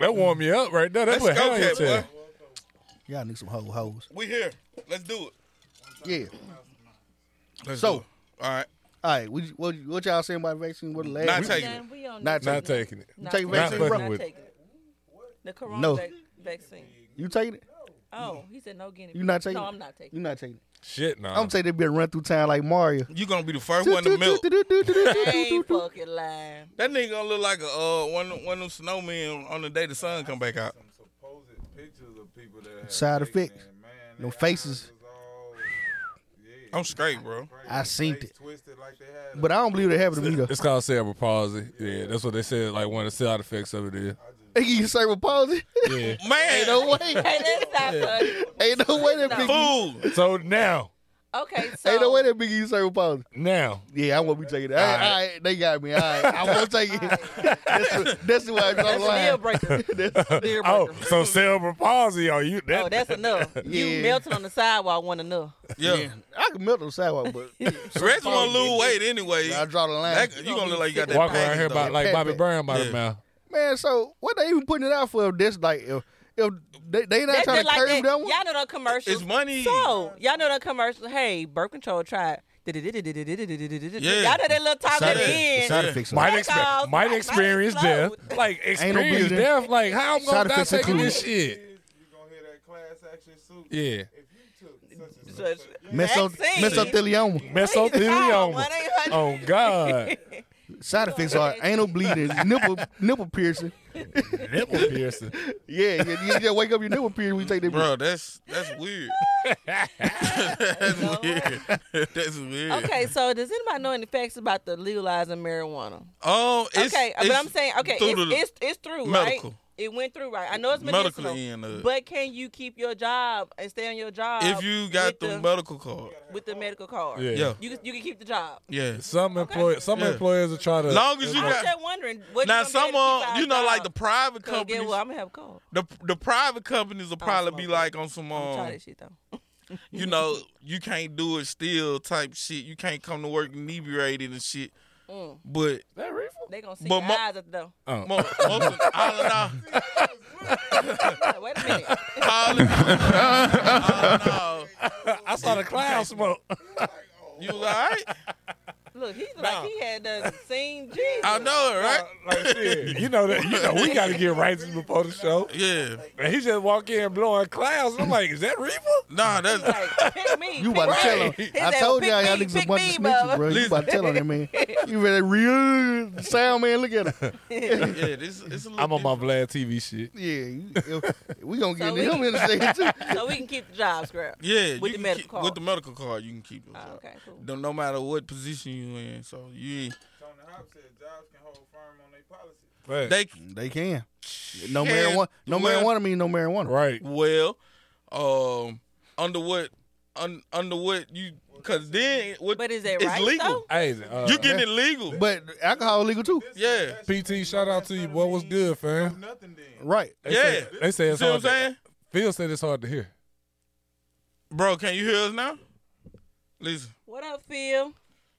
That warmed me up right there. That's what
Let's go,
hell you
Cat,
tell.
boy.
Y'all need some hoe hoes.
We here. Let's do it.
Yeah.
Let's
so,
all right,
all right. We, what, what y'all saying about vaccine? What the last?
Not taking it.
We don't
Not
Not
taking
taking it.
You take
Not
vaccine, bro?
fucking with it.
The corona
No.
vac- vaccine.
You taking it?
Oh, he said no guinea.
You not taking?
No,
it?
I'm not taking.
You not taking? it?
Shit,
I'm saying they been run through town like Mario.
You gonna be the first one to milk.
I ain't fucking lying.
That nigga gonna look like a uh, one of- one of them snowmen on the day the sun come back out.
Side effects. No faces.
I'm straight, bro.
I seen it. But I don't believe it happened to me though.
It's called cerebral palsy. Yeah, that's what they said. Like one of the side effects of it is.
They give you cerebral palsy.
Yeah.
Man,
ain't no way.
Hey, that's not funny.
Ain't no way that big
fool.
So now,
Okay, so
ain't no way that big you cerebral palsy.
Now,
yeah, I won't be taking that. All right,
All right.
they got me. All right, I won't take it. That's, that's why I'm
That's a
lying.
deal breaker. Deal
oh,
breaker.
so cerebral palsy on you? That,
Oh, that's enough. You
Yeah.
melting on the sidewalk one enough.
Yeah.
I can melt on the sidewalk, but
Reds gonna lose weight anyway.
I draw the line.
That, you gonna look like Oh, you got that
Walk around
package,
here about
though.
like Bobby Brown by
Yeah.
the mouth.
man, so what they even putting it out for? If this like if, if they, they not trying to curb
that.
that one.
Y'all know the commercial.
It's money.
So y'all know the commercial. Hey, birth control. Try it.
Yeah.
Y'all know that little talk at
Side
the
effects-
end.
side
effects
Might,
That
expe-
cause-
might
might
experience death.
explode.
Like experience
bleeding.
death. Like how I'm
Side
gonna die
effects
taking
included.
this shit? Yeah.
Meso-
Vaccine.
mesothelioma.
Mesothelioma.
Mesothelioma.
Oh God.
Side effects are anal bleeding, nipple nipple piercing.
Nipple piercing.
Yeah, you, you just wake up your nipple piercing. We take that.
Bro, that's that's weird. that's weird. that's weird.
Okay, so does anybody know any facts about the legalizing marijuana?
Um, it's,
okay,
it's
but I'm saying okay,
through
it's,
the-
it's it's through
medical.
right. It went through right. I know it's
Medical
medicinal,
end of it.
but can you keep your job and stay on your job
if you got
Uh, with
the, medical card.
with the medical card?
Yeah.
Yeah.
you can- you can keep the job.
Yeah.
Some employ some
Yeah.
employers are trying to
Long as you
I was
got-
just wondering. What
now
you gonna
some
pay to keep
uh,
our
you know like
job?
the private
'Cause
companies
Get what? I'm gonna have a call.
the the private companies will probably be like on some
I'm trying
um,
this shit though.
you know, you can't do it still type shit. You can't come to work inebriated and shit.
Mm.
But
that reefer?
They gonna see
But
your
mo-
eyes at the door.
Oh.
mo- most of, I don't know.
Like, Wait a minute.
All in- all in all,
I saw the cloud smoke.
You was all right?
Look, he look like he had done seen Jesus.
I know it, right?
Like shit. You know that you know we gotta get righteous before the show.
Yeah.
And he just walk in blowing clouds. I'm like, is that reefer?
Nah, that's
Like, pick me.
You
pick
about to tell
me.
him?
His
I
ass,
told
pick
y'all y'all
me,
niggas a
pick
bunch
me,
of
Bubba.
snitches, bro. You about to tell on that man? You ready? Real sound man, look at him.
yeah, this it's a little
I'm on my Vlad TV shit.
Yeah, you, if- we gonna get
So
him
we-
in a second too.
so we can keep the job scrap.
Yeah, you
with the
can
medical
keep-
card.
With the medical card, you can keep it.
Ah, okay, cool.
no, no matter what position you in, so you ain't-
Right.
they
They can. No
Yeah,
marijuana. No
well-
marijuana mean no marijuana.
right.
well, um, under what un, under what you because then what?
But is that
it's
right,
legal.
Hey, uh,
You getting it legal?
But alcohol illegal too.
yeah,
PT, shout out to you, boy. What's good, fam?
Right.
They
yeah.
Say, they say
you
it's
see what I'm
hard.
saying,
To, Phil said it's hard to hear.
bro? Can you hear us now? Listen,
What up, Phil?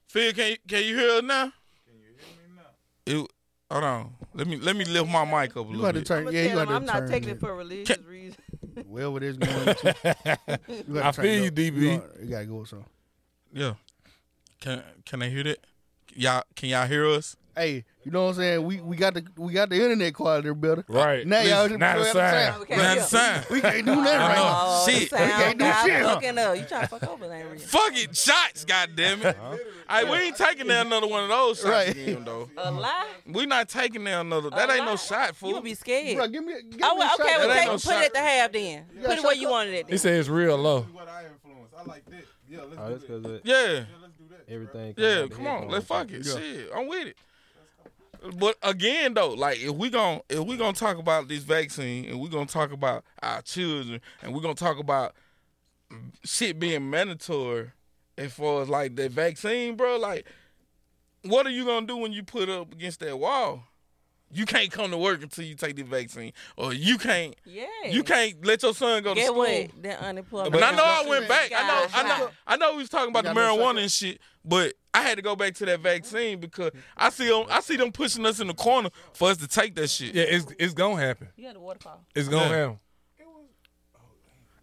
Phil, can you, can you hear us now? Can you hear me now? It, hold on. Let me let me lift my mic up a
You
little
got to
bit.
turn.
I'ma
Yeah, you
tell
got
him
to
I'm
turn.
not taking it for religious reasons.
Well, it is going to. You gotta
I
turn
feel
it
you,
up.
DB.
gotta- You got to go with something.
yeah. Can can they hear that? Y'all can y'all hear us?
Hey, you know what I'm saying? We we got the we got the internet quality better.
Right.
Now y'all
Listen,
just
not a
throw out the
sign.
sound.
Man,
We can't
sign.
hear.
We can't do nothing right
know.
now.
Oh,
Shit.
the sound
do
guy
shit.
fucking up. You trying to fuck over? It ain't real.
Fuck it, shots, goddammit. Hey, we ain't taking down another one of those shots
Right.
again, though.
A lie.
We not taking down another. That
A
ain't no
lie?
shot,
You
fool.
would be scared.
Bro, give me, give me
oh,
a
well,
shot.
okay.
That
Well,
ain't
take,
no
put it
shot.
at the half then. Put it where you wanted it.
He
Then.
said it's real low.
Oh, that's because
yeah,
everything. comes
yeah.
out the
Come on,
headphones.
let's fuck it. Shit, I'm with it. But again, though, like if we gon' if we gonna talk about this vaccine and we gonna talk about our children and we gonna talk about shit being mandatory as far as like the vaccine, bro, like what are you gonna do when you put up against that wall? You can't come to work until you take the vaccine, or you can't
Yeah.
You can't let your son go to
Get
school.
what? That unemployment.
But I know I
insurance
went back. I know, I
got
know,
high.
I know. We was talking about the
You got no
marijuana and shit, but I had to go back to that vaccine because I see them. I see them pushing us in the corner for us to take that shit.
Yeah, it's it's gonna happen.
You had a waterfall.
It's gonna
Yeah.
happen.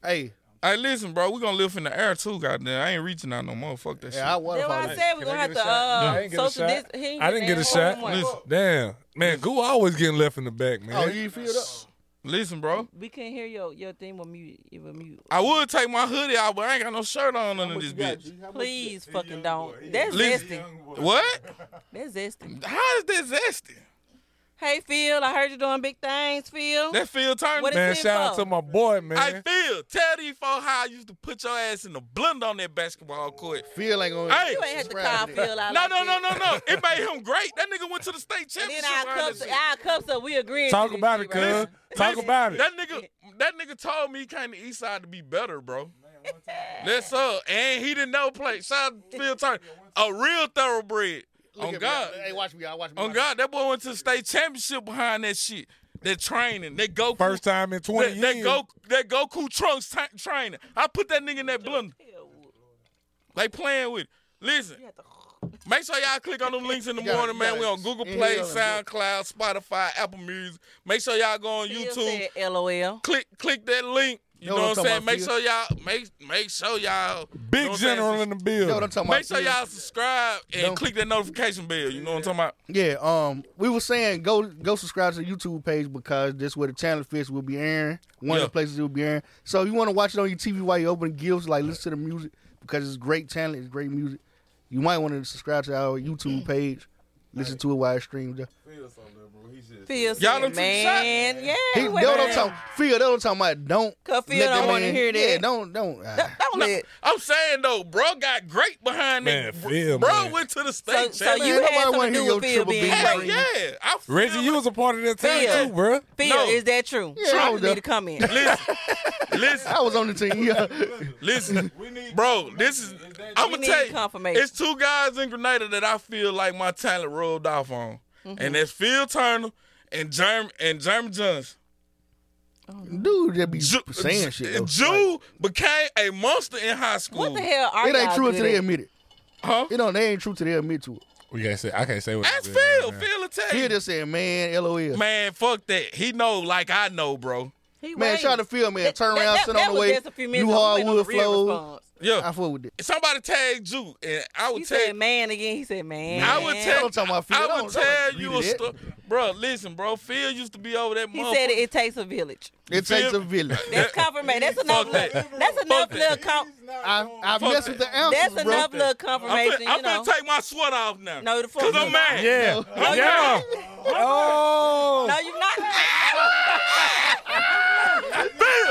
Hey,
Hey, listen, bro, we gonna live in the air too. Goddamn, I ain't reaching out no more. Fuck that shit.
yeah, I water
That's why I
follow.
said we're
Can
gonna
I
have
get
to
a shot? No, I
uh,
didn't get a
social
shot.
distance.
I didn't get a shot.
Listen.
Damn, man, Goo always getting left in the back, man.
Oh, you ain't Oh, filled up?
Listen, bro.
We couldn't hear your your thing with mute. It was mute.
I would take my hoodie out, but I ain't got no shirt on under this bitch.
Please fucking don't. That's
Listen-
zesty.
What?
That's zesty.
How is that zesty?
Hey Phil, I heard you doing big things, Phil.
That Phil Turner.
What is
man,
it
shout out
for?
to my boy, man.
Hey Phil, tell these folks how I used to put your ass in the blender on that basketball court.
Phil ain't gonna.
Hey,
You ain't had to call Phil out.
no,
like
no, no,
that.
no, no. It made him great. That nigga went to the state
And
championship.
then our
around
cups,
that shit.
our cups up. We agreeing.
Talk
to this
about
shit
it,
right
cuz. Talk about it.
That nigga, that nigga told me he came to East Side to be better, bro. That's up. And he didn't know play. Shout out to Phil Turner, a real thoroughbred.
Look
on
at me.
God,
Hey, watch me, y'all. Watch me.
on Oh, God, that boy went to the state championship behind that shit. That training, that Goku.
First time in 20
that, that
years.
Goku, that Goku trunks t- training. I put that nigga in that blender. They playing with. It. Listen, make sure y'all click on them links in the
You gotta-
morning,
you
man. We
gotta
on Google
inhale
Play,
and go.
SoundCloud, Spotify, Apple Music. Make sure y'all go on
Phil
YouTube.
said LOL.
Click, click that link. You
Know
know,
what I'm
what I'm
talking
saying?
about,
Make
Phil?
sure y'all make make sure y'all
Big
know what I'm saying?
General in the building.
Make sure y'all subscribe and click that notification bell. You know what I'm talking about?
Yeah, um, we were saying go go subscribe to the YouTube page because this where the channel fits will be airing. One
Yeah.
of the places it will be airing. So if you want to watch it on your TV while you open gifts, like listen to the music because it's great talent, it's great music. You might want to subscribe to our
Mm.
YouTube page, listen to it while it streams. there.
Phil
Y'all
said,
done took a shot?
man, yeah.
He,
we went
that what I'm
back.
talking. Phil, that what I'm talking about. Don't.
'Cause Phil
let that
don't wanna
man-
hear that.
Yeah, don't don't.
uh,
ah.
No, I'm saying though, bro got great behind
Man,
that.
Phil,
bro
man.
went to the state.
So- so you
championship.
had Man, nobody wanna something to hear do your with Phil triple being beam
Hell
great.
yeah. I
Reggie, you was a part of that team
Phil.
too, bro.
Phil,
No.
is that true?
Yeah,
Trump
I was
need
there.
to come in.
Listen,
I was on the team. Yeah.
Listen, bro, this is. I'm gonna
need
tell you,
confirmation.
it's two guys in Grenada that I feel like my talent rolled off on,
Mhm.
and that's Phil Turner and Germ and Germ Johnson.
Oh,
Dude, that be saying shit. Though.
Jew became a monster in high school.
What the hell are
it ain't
y'all
true
good
until they
at?
admit it.
Huh?
You know, they ain't true until they admit to it.
We can't say. I can't say what.
That's Phil. Phil will tell
Phil
you.
just said, man, LOL.
Man, fuck that. He know like I know, bro.
Man, try to feel man. Turn
that-
around,
that-
sit
that
on
was
the way.
just a few minutes
New
ago. We went on
hardwood
the real
flow.
response.
Yeah.
I fuck with it.
Somebody tagged you, and I would
He
tag.
said man again. He said man.
I would tell.
I'm talking about Phil.
I
Don't-
would
don't
tell
agree
you
to
a
that.
story, bro. Listen, bro. Phil used to be over that.
He said
motherfucker.
it, it takes a village.
It
Phil-
takes a village.
That's confirmation. That's enough.
that.
Little, that's enough little. Com-
I, I
Fuck
messed with the answers,
that's
bro.
enough little
I'm
confirmation.
finna
you know.
take my sweat off now.
No, the fuck
Cause
you
I'm mad.
Yeah.
No, you're
Yeah.
not.
Oh.
No, you're not.
Phil,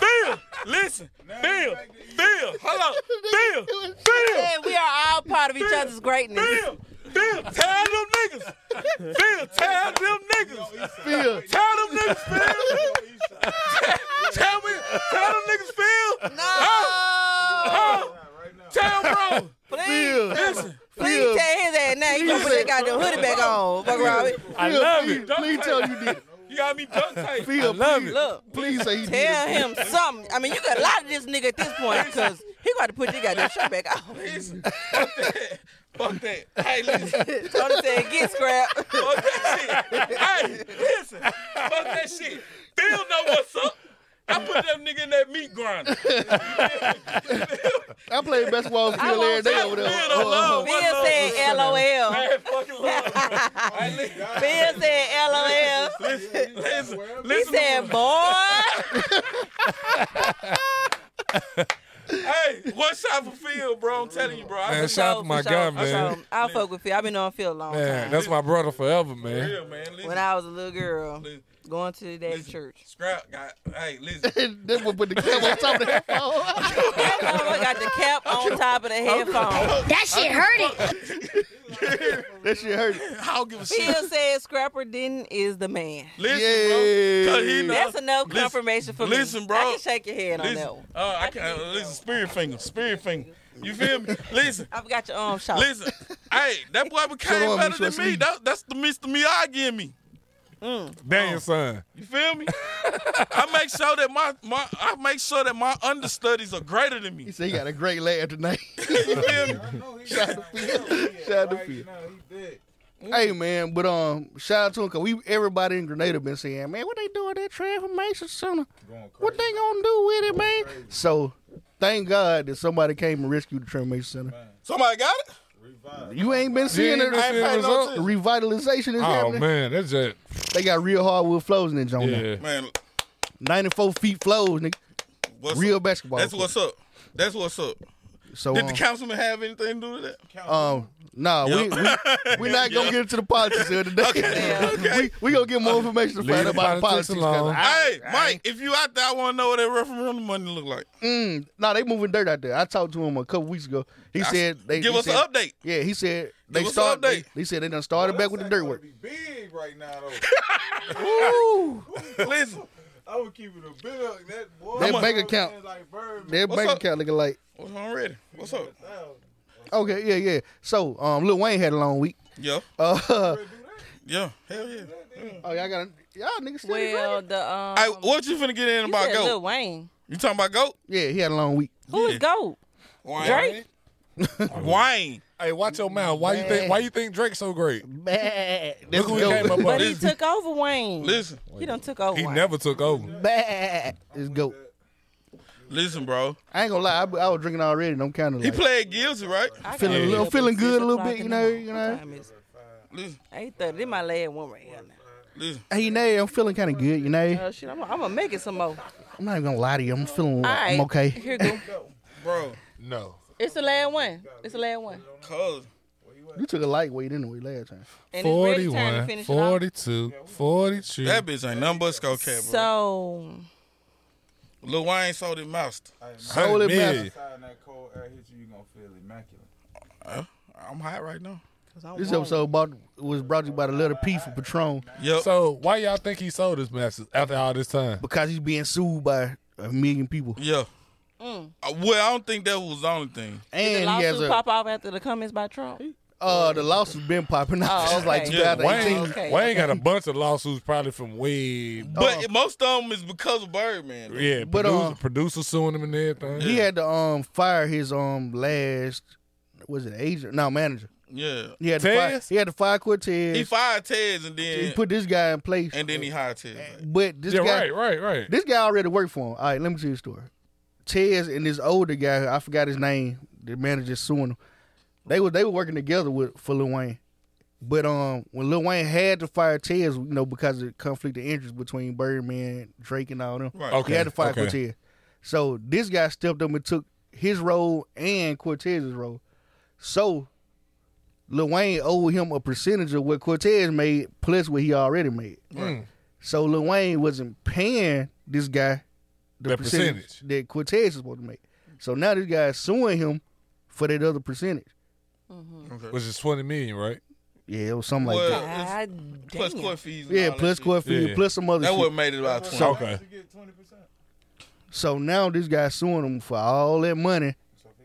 Phil, listen, Phil, Phil, hello, Phil, Phil,
Hey, we are all part of each other's greatness.
Phil, Phil, tell them niggas, Phil, tell them niggas,
Phil.
tell them niggas, Phil, tell me, tell them niggas, Phil,
No.
Oh, tell bro,
Please,
Phil.
listen,
please tell his ass now. You gonna put that goddamn hoodie back on. Fuck around with it.
I
love
please,
it.
Please tell you did it.
you got me duct tape.
Phil,
love
please,
it.
Look.
Please say you did
Tell
it.
him something. I mean, you got a lot of this nigga at this point because he got to put this goddamn shirt back on.
Listen, fuck that, fuck that, hey, listen.
Tony said, "Get scrap."
Fuck that shit. hey, listen. Fuck that shit. Phil know what's up. I put that nigga in that meat grinder.
I played basketball with
I
Phil every
won't
day
tell
over there. Uh-huh.
Phil don't love.
Bill
What love is
said, "LOL."
Man, fucking love. Hey, listen,
Bill said, "LOL."
listen, listen,
He
listen.
said, "Boy."
hey, one shot for Phil, bro. I'm telling you, bro. I
Man,
just
shout out to my guy, man.
I fuck with Phil. I've been on Phil a long
Man,
time.
that's my brother forever,
for
man.
real, man. Listen,
when I was a little girl, going to that church.
scrap got. Hey, listen.
Then we put the cap on top of the headphone.
That motherfucker got the cap on top of the headphone.
That shit hurt it.
that shit hurt.
I don't give a shit.
Phil said, "Scrapper Denton is the man."
Listen, bro. Cause he
Yeah.
know.
That's enough
Listen-
confirmation for
listen,
me.
bro.
I can shake your head on
listen,
that one.
uh, I can't. Listen, spirit finger, spirit finger. You feel me? Listen,
I've got your arm shot.
Listen, hey, that boy
Hold
became
on,
better
Mr.
than me.
Steve.
That, that's the Mr. Miyagi in me.
Mm.
Oh.
Oh.
Damn son.
You feel me? I make sure that my, my I make sure that my understudies are greater than
He
me.
said he got a great laugh tonight.
You feel me?
Shout out to Phil. Shout out to Phil.
Mm.
Hey man, but um, shout out to him because we everybody in Grenada been saying, man, what they doing at that transformation center? What they gonna do with it, man? So, thank God that somebody came and rescued the transformation center.
Somebody got it?
You ain't been
You
seeing
ain't
it.
been seeing
The
results?
revitalization is
Oh
happening.
man, that's just
They got real hardwood flows in that joint.
Yeah.
now.
Man.
ninety-four feet flows, nigga.
What's
real
up?
basketball.
That's what's up. That's what's up.
So,
Did the
um,
councilman have anything to do with that?
Um, nah, we,
Yep.
we we're not gonna
Yep.
get into the politics of the day. we we gonna get more information to find out about the politics. 'cause I-
Hey, Mike, if you out there, I want to know what that referendum money look like.
Mm, nah, they moving dirt out there. I talked to him a couple weeks ago. He
I-
said they
give
he
us an
said-
update.
Yeah, he said they
Give us an
start.
update.
They, he said they done started back with the dirt work.
Big right now,
Ooh,
though. Listen,
I would keep it a bit up. That boy,
their bank account, their
What's
bank
up?
account looking like.
What's on ready? What's up?
Okay, yeah, yeah. So, um, Lil Wayne had a long week.
Yeah.
Uh,
Yeah, hell yeah.
Oh, y'all got y'all niggas.
Well, the um,
Hey, what you finna get in
you
about
said
Goat?
Lil Wayne.
You talking about Goat?
Yeah, he had a long week.
Who is Goat? Drake?
Wayne.
Hey, watch your mouth. Why you think? Why you think Drake's so great?
Bad.
Look who he came up
But he
on.
took over Wayne.
Listen.
He done took over
He
Wayne.
never took over.
Bad. It's goat.
Listen, bro.
I ain't gonna lie. I, be- I was drinking already. and I'm kind of
He
like
played Gilsey, right?
feeling a little, feeling good a little bit. You know, you know.
Eight thirty. This my last one right here.
Hey, you know, I'm feeling kind of good. You know,
Oh shit, I'm, I'm gonna make it some more.
I'm not even gonna lie to you. I'm feeling.
All right,
I'm okay.
Here go.
Bro.
No.
It's the last one. It's the last one.
Cause
You took a lightweight in the way last time.
And it's ready
41,
time to finish it off.
42, 42.
That bitch ain't nothing but skull cat, bro.
So
Lil Wayne sold his master.
Sold his Hundred master.
that cold air hit you, you gonna feel immaculate.
I'm hot right now.
This episode bought, was brought to you by the letter P for Patron
So why y'all think he sold his masters after all this time?
because he's being sued by a million people.
Yeah. Uh, Well, I don't think that was the only thing.
did the
And he has
lawsuit
a
pop off after the comments by Trump?
uh, the lawsuit's been popping up
Oh,
since like
okay.
Yeah,
2018.
Wayne,
Okay,
Wayne
okay.
got a bunch of lawsuits probably from way back.
But most of them is because of Birdman. though.
yeah,
But,
producer,
uh,
producer suing him and everything.
He had to um fire his um last was it agent? No, manager.
Yeah.
He had to fire,
Tez?
he had to fire Cortez.
He fired Tez and then
He put this guy in place.
and then he hired Tez.
But this
Yeah,
guy,
right, right, right.
This guy already worked for him. All right, let me tell you a story. Tez and this older guy, I forgot his name, the manager suing him. They were they were working together with for Lil Wayne. But um, when Lil Wayne had to fire Tez, you know, because of the conflict of interest between Birdman, Drake, and all them,
Right.
he had to fire
Okay, okay.
Cortez. So this guy stepped up and took his role and Cortez's role. So Lil Wayne owed him a percentage of what Cortez made plus what he already made.
Right.
So Lil Wayne wasn't paying this guy the
That
percentage, that Cortez is supposed to make. So now this guy is suing him for that other percentage.
Which is twenty million, right?
Yeah, it was something
Well,
like that.
it's plus court fees. and
Yeah,
all that
plus
shit.
court fee, plus some other
That
shit.
would made it about twenty.
So- So now this guy suing him for all that money.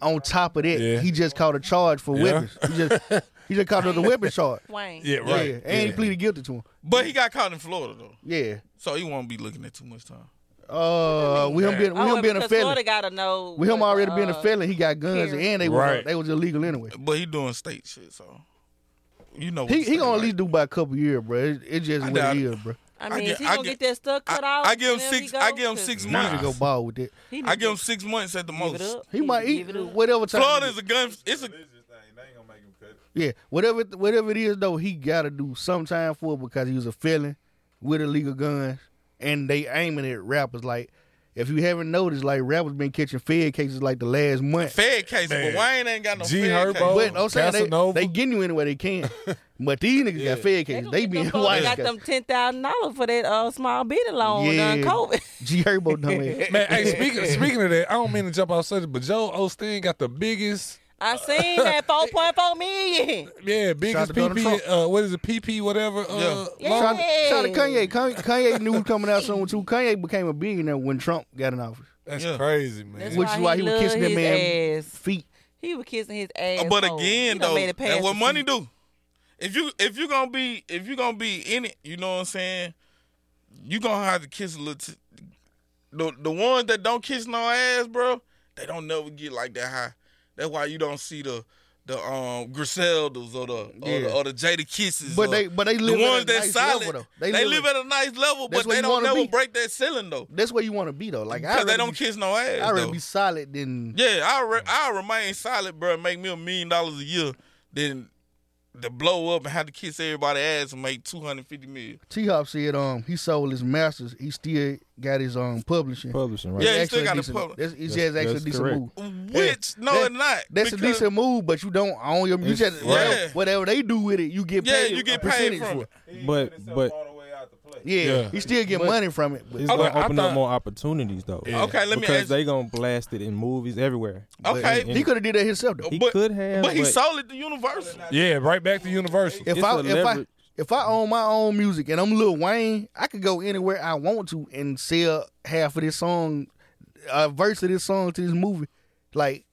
On top of that, he just caught a charge for
Yeah.
weapons. He just he just caught another weapon charge.
Wayne.
Yeah, right.
and he
Yeah.
pleaded guilty to him.
But he got caught in Florida though.
Yeah.
So he won't be looking at too much time.
Uh, we him being we
Oh,
him being a
because
felon.
Florida gotta know.
We him
what,
already being a
uh,
felon. He got guns
period.
and they were
Right.
they was illegal anyway.
But he doing state shit, so you know. what
He
the
he
state
gonna
like.
at least do by a couple years, bro. It, it just
I
what
doubt
it
it.
is, bro.
I
I
mean,
get-
is he
I
gonna
get-
get, that stuff cut
I,
off?
I give him
whenever he
six.
go?
I give him
'Cause
six
Nah.
months.
He need to go ball with that.
He
I give him six months at the most.
He might eat whatever time.
Florida is a gun. It's a.
Yeah, whatever whatever it is though, he gotta do some time for it because he was a felon with illegal guns, and they aiming at rappers like. If you haven't noticed, like rappers been catching Fed cases like the last month.
Fed case,
Man.
but Wayne ain't got no
G
Fed case.
Herbo, but I'm saying they, they getting you anywhere they can. but these niggas got Fed cases. They, been
Florida
white.
Oh, got them ten thousand dollars for that uh, small business loan during COVID.
G Herbo dumbass.
Man, hey, speaking speaking of that, I don't mean to jump off subject, but Joe Osteen got the biggest,
I seen that four point four million.
yeah,
Shout
biggest
to Donald
PP. Uh, what is it, PP? Whatever. Uh,
Yeah.
loan.
Shout, shout to Kanye. Kanye. Kanye knew was coming out soon too. Kanye became a billionaire when Trump got in office.
That's crazy, man.
That's
Which is why he was
love
kissing that
his
man feet.
He was kissing his ass.
Uh, But again, though, and what money do? If you if you gonna be if you gonna be in it, you know what I'm saying. You gonna have to kiss a little. T- the the ones that don't kiss no ass, bro, they don't never get like that high. That's why you don't see the the um Griseldas or the or,
Yeah.
the, or the Jada Kisses.
But
or
they- but they live
the
at a
ones that
nice
solid.
level, though.
they,
They
live,
live
at a nice level,
That's
but they
where you
don't
wanna
never
be.
break that ceiling though.
That's where you want to be though. Like I
Because they don't kiss no ass.
I'd rather
though.
be solid than
Yeah, I re- I remain solid, bro. Make me a million dollars a year, then to blow up and have to kiss everybody's ass and make two hundred fifty million.
T Hop said um he sold his masters. He still got his um publishing. Publishing,
right. Yeah, he still got a
decent,
pub-
That's,
That's-
it's just actually a
that's
decent
correct.
move.
Which- no,
that-
it's not,
That's a
because-
decte move, but you don't own your. You
It's-
just
Right.
whatever- whatever they do with it, you get
Yeah,
paid.
you
a
get paid
percentage
from
for
it.
But Uh, but
Yeah,
Yeah.
he still get
But-
money from it. but-
it's gonna open up more opportunities though.
Yeah. Okay, let me
because
ask-
they gonna blast it in movies everywhere.
Okay.
And-
He could have did that himself though.
He could have,
But he
but-
sold it to Universal.
Yeah, right back to Universal.
If I if I if I own my own music and I'm Lil Wayne, I could go anywhere I want to and sell half of this song, a verse of this song to this movie. Like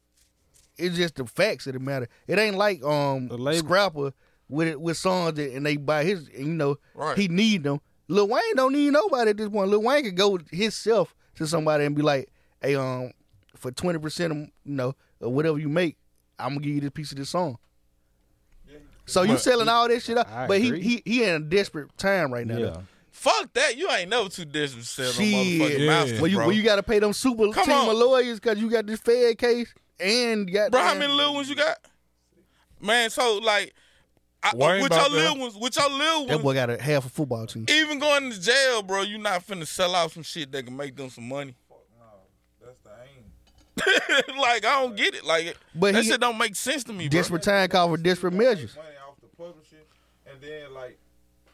it's just the facts of the matter. It ain't like um Scrapper with it with songs that, and they buy his. and, You know,
Right.
he need them. Lil Wayne don't need nobody at this point. Lil Wayne could go himself to somebody and be like, "Hey, um, for twenty percent of you know of whatever you make, I'm gonna give you this piece of this song." So you
But-
selling all this shit out,
I
but he,
agree.
he he in a desperate time right now. though.
Fuck that! You ain't never too disrespectful,
Shit,
motherfucking mouth.
Well, you
bro.
well, you got to pay them super team of lawyers because you got this Fed case and you got.
Bro, how many little ones you got? Man, so like, I,
Wayne
with your
about
little
to-
ones, with your little
That
ones,
boy got a half a football team.
even going to jail, bro, you not finna sell out some shit that can make them some money. That's the aim. like I don't get it. Like
But
that
he-
shit don't make sense to me, bro.
Desperate time call for desperate measures.
And then like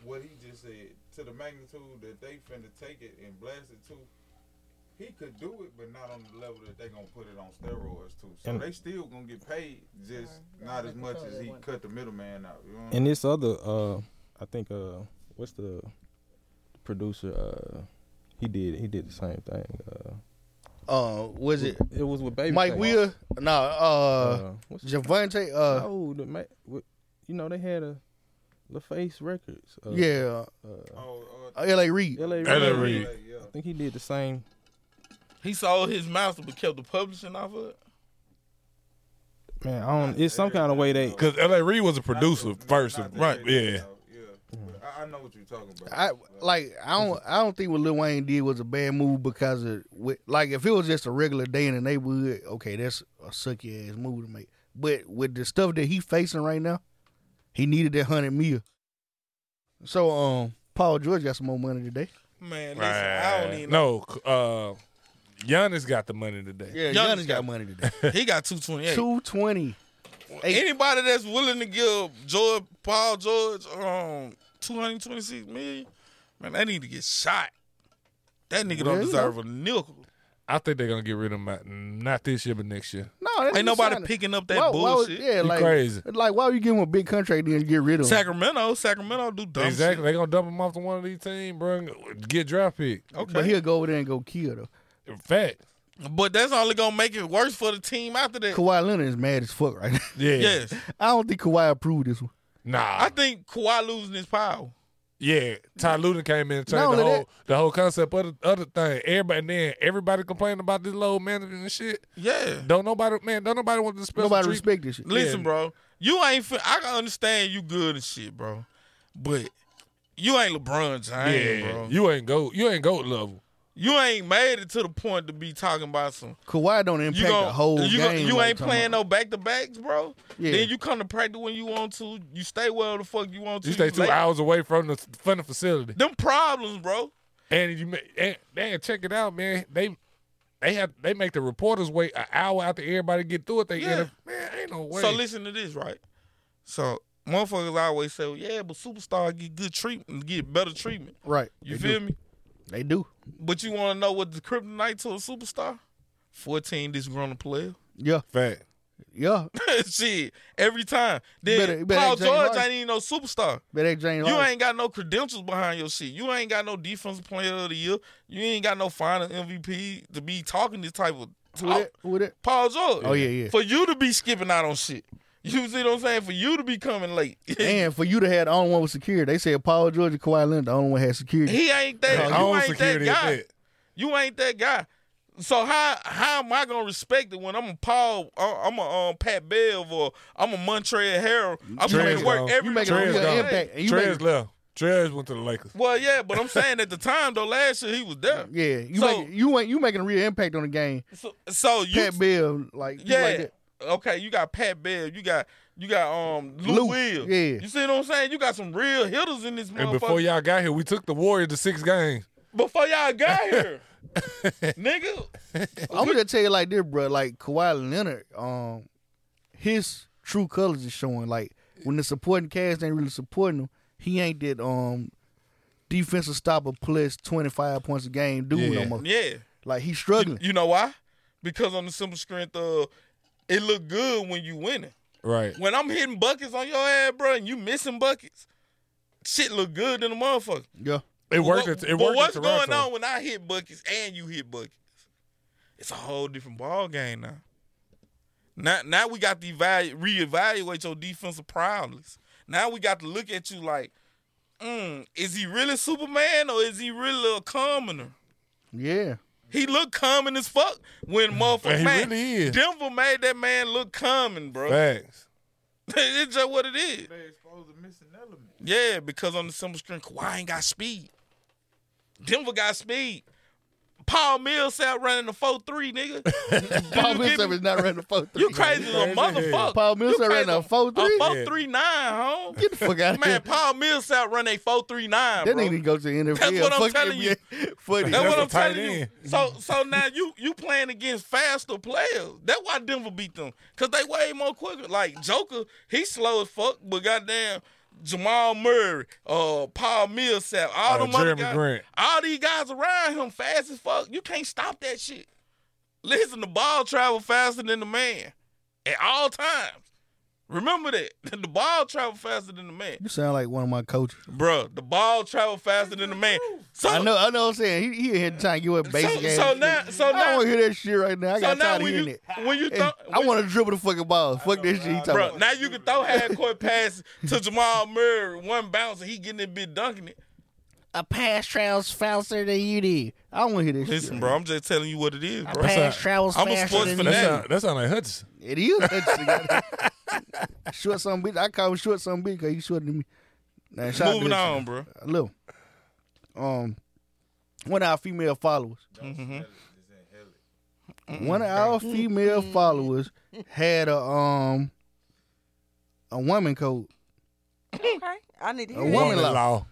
what he just said to the magnitude that they finna take it and blast it to. He could do it, but not on the level that they gonna put it on steroids too. So
And-
they still gonna get paid, just not as much as he cut the middleman out. You know what I'm
And this other, uh, I think, uh, what's the producer? Uh, he did he did the same thing. Uh,
Uh, was it?
It was with Baby.
Mike Will. No, uh,
what's-
Javante. Uh,
no, the, ma- what- you know they had a LaFace Records. Uh,
yeah.
uh,
uh, L.A. Reid.
L.A. Reid.
L.A. Reid.
I think he did the same.
He sold his master but kept the publishing off of it.
Man, I don't. It's some kind of way they.
Because L.A. Reid was a producer first, of, right? Yeah.
I like I don't I don't think what Lil Wayne did was a bad move because of with, like if it was just a regular day in the neighborhood, okay, that's a sucky ass move to make. But with the stuff that he facing right now, he needed that hundred mil. So um, Paul George got some more money today.
Man, listen, I don't
Right.
even
No, uh, Giannis got the money today.
Yeah, Giannis Giannis got got- money today.
he got two twenty eight.
Two twenty.
Anybody that's willing to give George Paul George um two hundred twenty six million, man, they need to get shot. That nigga
Well,
don't
you
deserve
know.
a nickel.
I think they're gonna get rid of him. uh, Not this year, but next year.
No, that's
Ain't
just
nobody
signing.
picking up that
Why- why would-
bullshit.
yeah,
You
like
crazy.
Like why would you give him a big contract then get rid of him?
Sacramento, Sacramento do dumb
exactly.
shit.
They gonna dump him off to one of these teams, bro. and Get draft pick.
Okay.
But he'll go over there and go kill though.
In fact,
But that's only gonna make it worse for the team after that.
Kawhi Leonard is mad as fuck right now.
Yeah.
Yes.
I don't think Kawhi approved this one.
nah.
I think Kawhi losing his power.
Yeah, Ty Luden came in and
Not
changed
only
the whole the whole concept of the other thing. Everybody and then everybody complaining about this low management and shit.
Yeah.
Don't nobody man, don't nobody want to special
Nobody
treatment.
respect this shit.
Listen, bro, you ain't. Fin- I can understand you good and shit, bro, but you ain't LeBron James,
Yeah,
bro.
you ain't go you ain't goat level.
You ain't made it to the point to be talking about some.
Kawhi don't impact
You gon-
the whole
you gon-
game.
you
like
ain't
talking
playing no back to backs, bro.
Yeah.
Then you come to practice when you want to. You stay where the fuck you want to.
You stay two
late.
hours away from the from the facility.
Them problems, bro.
And you ma- and, man, check it out, man. They they have they make the reporters wait an hour after everybody get through it. They
Yeah.
interv- man, ain't no way.
So listen to this, right? So motherfuckers always say, well, yeah, but superstars get good treatment, get better treatment.
Right.
You
They
feel
do.
me?
They do.
But you want to know what the kryptonite to a superstar? 14 disgruntled player.
Yeah.
Fact.
Yeah.
Shit, every time. Then
Better- better
Paul
ain't James
George
Harden.
ain't even no superstar.
But that James
You
Harden-
ain't got no credentials behind your shit. You ain't got no defensive player of the year. You ain't got no final MVP to be talking this type of
Who that-
talk.
Oh, who that?
Paul George.
Oh, yeah, yeah.
For you to be skipping out on shit. You see what I'm saying? For you to be coming late.
And for you to have the only one with security, they said Paul George and Kawhi Leonard the only one had security.
He ain't that.
Yeah,
you
own
ain't that
security
guy.
is that.
You ain't that guy. So how how am I gonna respect it when I'm a Paul, uh, I'm a um, Pat Bev, or I'm a Montreal Harrell? I'm
Trez
gonna work
gone.
every
Trez
day.
gone. Trez left. Trez went to the Lakers.
Well, yeah, but I'm saying at the time though, last year he was there.
Yeah, you
So-
make, you ain't you making a real impact on the game.
So you
Pat Bill, like you
Yeah,
like that.
okay, you got Pat Bell, you got you got um Lou,
Lou,
Will.
yeah.
You see what I'm saying? You got some real hitters in this
And
motherfucker.
before y'all got here, we took the Warriors to six games.
before y'all got here. nigga,
I'm gonna tell you like this, bro. Like Kawhi Leonard, um, his true colors is showing. Like when the supporting cast ain't really supporting him, he ain't that um defensive stopper plus 25 points a game dude no more.
Yeah.
Like he's struggling.
You know why? Because on the simple strength of it look good when you winning.
Right.
When I'm hitting buckets on your ass, bro, and you missing buckets, shit look good in the motherfucker.
Yeah.
It worked.
But,
at, it
but
worked.
what's
at
going
Toronto.
on when I hit buckets and you hit buckets? It's a whole different ball game now. Now, now we got to evalu- reevaluate your defensive prowess. Now we got to look at you like, mm, is he really Superman or is he really a commoner?
Yeah.
He looked common as fuck when motherfucker
he
man,
really is.
Denver made that man look common, bro.
Facts.
it's just what it is. They exposed a missing element. Yeah, because on the simple string, Kawhi ain't got speed. Denver got speed. Paul Millsap running the four three, nigga.
Paul Millsap is not running the four three.
You crazy as a motherfucker.
Paul Millsap ran a four three.
A four three nine, huh? Get
the fuck outta
Man,
here.
Paul Millsap run a four three nine,
That
bro.
nigga need to go to the NFL.
That's what I'm
Fuck
telling
NBA.
you.
Fuck it.
That's what I'm telling you. So so now you you playing against faster players. That's why Denver beat them because they way more quicker. Like Joker, he slow as fuck, but goddamn. Jamal Murray, uh, Paul Millsap, all
Uh,
them other
Jeremy
guys,
Grant.
all these guys around him fast as fuck. You can't stop that shit. Listen, the ball travel faster than the man at all times. Remember that the ball travel faster than the man.
You sound like one of my coaches.
Bruh, the ball travel faster than the man. So
I know, I know. What I'm saying he, he in here trying to get what basic. ass
so
shit.
now- so
I
now-
don't want to hear that shit right now. I
so
got
now
tired of
when
hearing
you-
it.
when you
And
thought-
I want to dribble the fucking ball. Fuck this shit. He talking
Bro,
about.
now you can throw half court pass to Jamal Murray, one bounce, and he getting that bit dunking it.
A pass travels faster than you did. I don't want to hear this.
Listen, bro, I'm just telling you what it is, bro.
pass That's how- travels
I'm a
faster
sports
than you. That's
fanatic.
how-
That sound like Hudson.
It is. That shit. short some bitch. I call him short some bitch because he's shorter than me. Now, shout out to
Moving
this-
on, bro.
A little. Um, one of our female followers.
Mm-hmm.
One of our female followers had a um a woman code.
Okay, I need to
A
hear
woman
it.
law.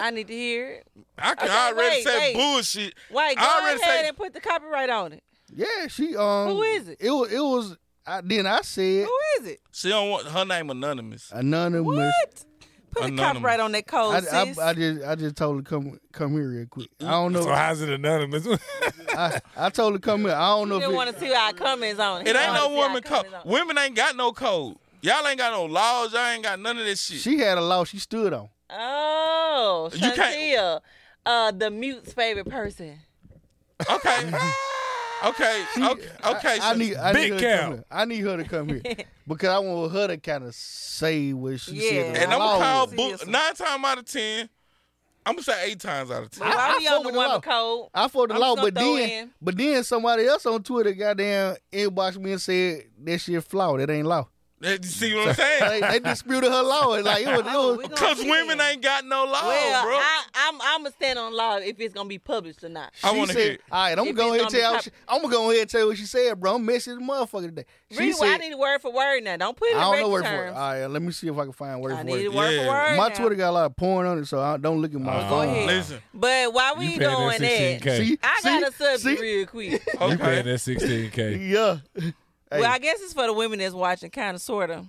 I need to hear it.
I
can
already said bullshit.
Wait, go
I already
ahead
said-
and put the copyright on it.
Yeah, she um
Who is it?
It was it was I, then I said
Who is it?
She don't want her name anonymous.
anonymous. What?
Put the copyright on that code,
I, I,
sis.
I just I just told her come come here real quick. I don't know.
So how's it anonymous?
I, I told her come here. I don't know
You
if
didn't
it,
want to see our comments on it.
It ain't
You
no
wanna see our
woman code.
comments on it.
Women ain't got no code. Y'all ain't got no laws. Y'all ain't got none of this shit.
she had a law she stood on.
Oh,
You can't-
Shantia, uh, the mute's favorite person.
Okay, okay, okay.
I
so-
need I
big
need her to
Cal.
come here. I need her to come here because I want her to kind of say what she said.
And I'm
law
gonna call
was.
book nine times out of ten. I'm gonna say eight times out of ten.
Why we on the
the
woman
law.
code?
I for the
I'm
law,
just
but
gonna throw
then
in-
but then somebody else on Twitter goddamn inboxed me and said that shit flawed. It ain't law.
That- you see what I'm saying?
they, they disputed her law. It's Like it was, it
Oh,
was
Cause women ain't got no law,
well,
bro.
I, I'm I'm gonna stand on law if it's gonna be published or not.
She said, All right, I'm
If
gonna go
it's
ahead and
gonna be
tell.
pop-
she, I'm gonna go ahead and tell you what she said, bro. I'm messy as a motherfucker today. She
Read it,
said,
I need word for word now. Don't put it in
I don't know
regular
word for it. All
terms.
right, let me see if I can find word
I
for
need
it.
it word for Yeah. word
My
now.
Twitter got a lot of porn on it, so I don't look at my phone.
Uh, Oh, Listen,
But while we
You
doing
paying that
that,
16K. See?
I got a subject
See?
real quick.
You paying that sixteen k?
Yeah.
Well, I guess it's for the women that's watching, kind of, sort of.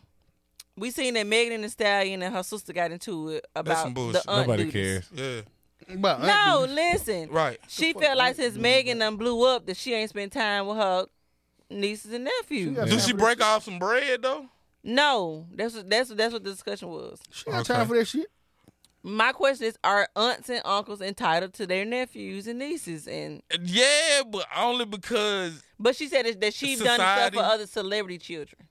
We seen that Megan and the Stallion and her sister got into it about the aunt
Nobody
duties.
cares.
Yeah.
No, listen.
Right.
She felt like since Megan done blew up that she ain't spent time with her nieces and nephews.
Do she break off some bread though?
No, that's what, that's what- that's what the discussion was.
She got time for that shit.
My question is: Are aunts and uncles entitled to their nephews and nieces? And
Yeah, but only because
but she said that- that she done stuff
Society-
for other celebrity children.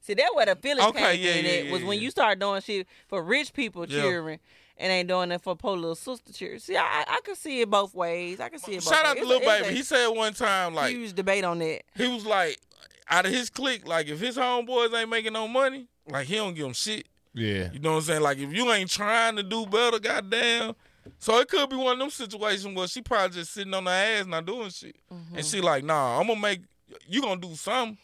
See, that where the feelings
Okay,
came
yeah,
in.
yeah,
it
yeah,
was when
yeah.
you start doing shit for rich people
Yeah.
children and ain't doing it for poor little sister children. See, I I I can see it both ways. I can see it. both
shout out
ways.
to
It's a-
Lil Baby. He
it's a
said one time like
huge debate on that.
he was like out of his clique, like if his homeboys ain't making no money, like he don't give them shit.
Yeah.
You know what I'm saying? Like if you ain't trying to do better, goddamn. So it could be one of them situations where she probably
Mm-hmm.
just sitting on her ass not doing shit, and she like, nah, I'm gonna make you gonna do something.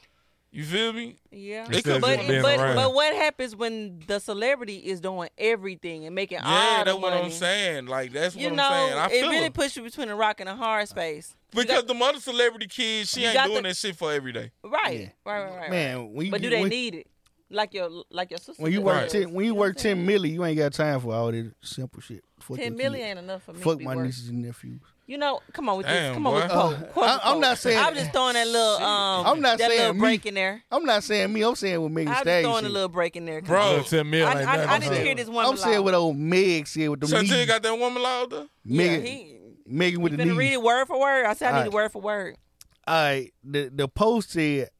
You feel me?
Yeah,
They
but
could-
but,
been around.
but what happens when the celebrity is doing everything and making all
yeah,
the
that's what
money?
I'm saying. Like that's
You
what
know,
I'm saying. I
it
feel
really
her.
puts you between a rock and a hard space. You
because the mother celebrity kids, she
You
ain't
got
doing
the-
that shit for every day.
got- right, right, right, right,
Man, when you
but do
get-
they
when-
need it? Like your like your sister.
When you
does.
work ten, when you work ten milli, you ain't got time for all this simple shit. Fuck
Ten
your
million
kids.
ain't enough for me.
Fuck
to be
my
worth.
nieces and nephews.
You know, come on with
Damn,
this. Come on with
boy.
quote.
Uh,
quote,
I- I'm
quote.
not saying-
I'm just throwing that little um.
I'm not
that
saying
little
me.
break in there.
I'm not saying me. I'm saying what Megan
I'm just
Stallion.
throwing a
said.
little break in there.
Bro,
Come on.
Tim
I,
Mill ain't
I, I,
nothing.
didn't hear this one.
I'm saying what old Meg said with the
So
knees.
you got that woman loud though?
Megan,
he-
Megan with
You
the
finna
knees.
read it word for word. I said I need
Alright.
it word for word.
All right, the the post said,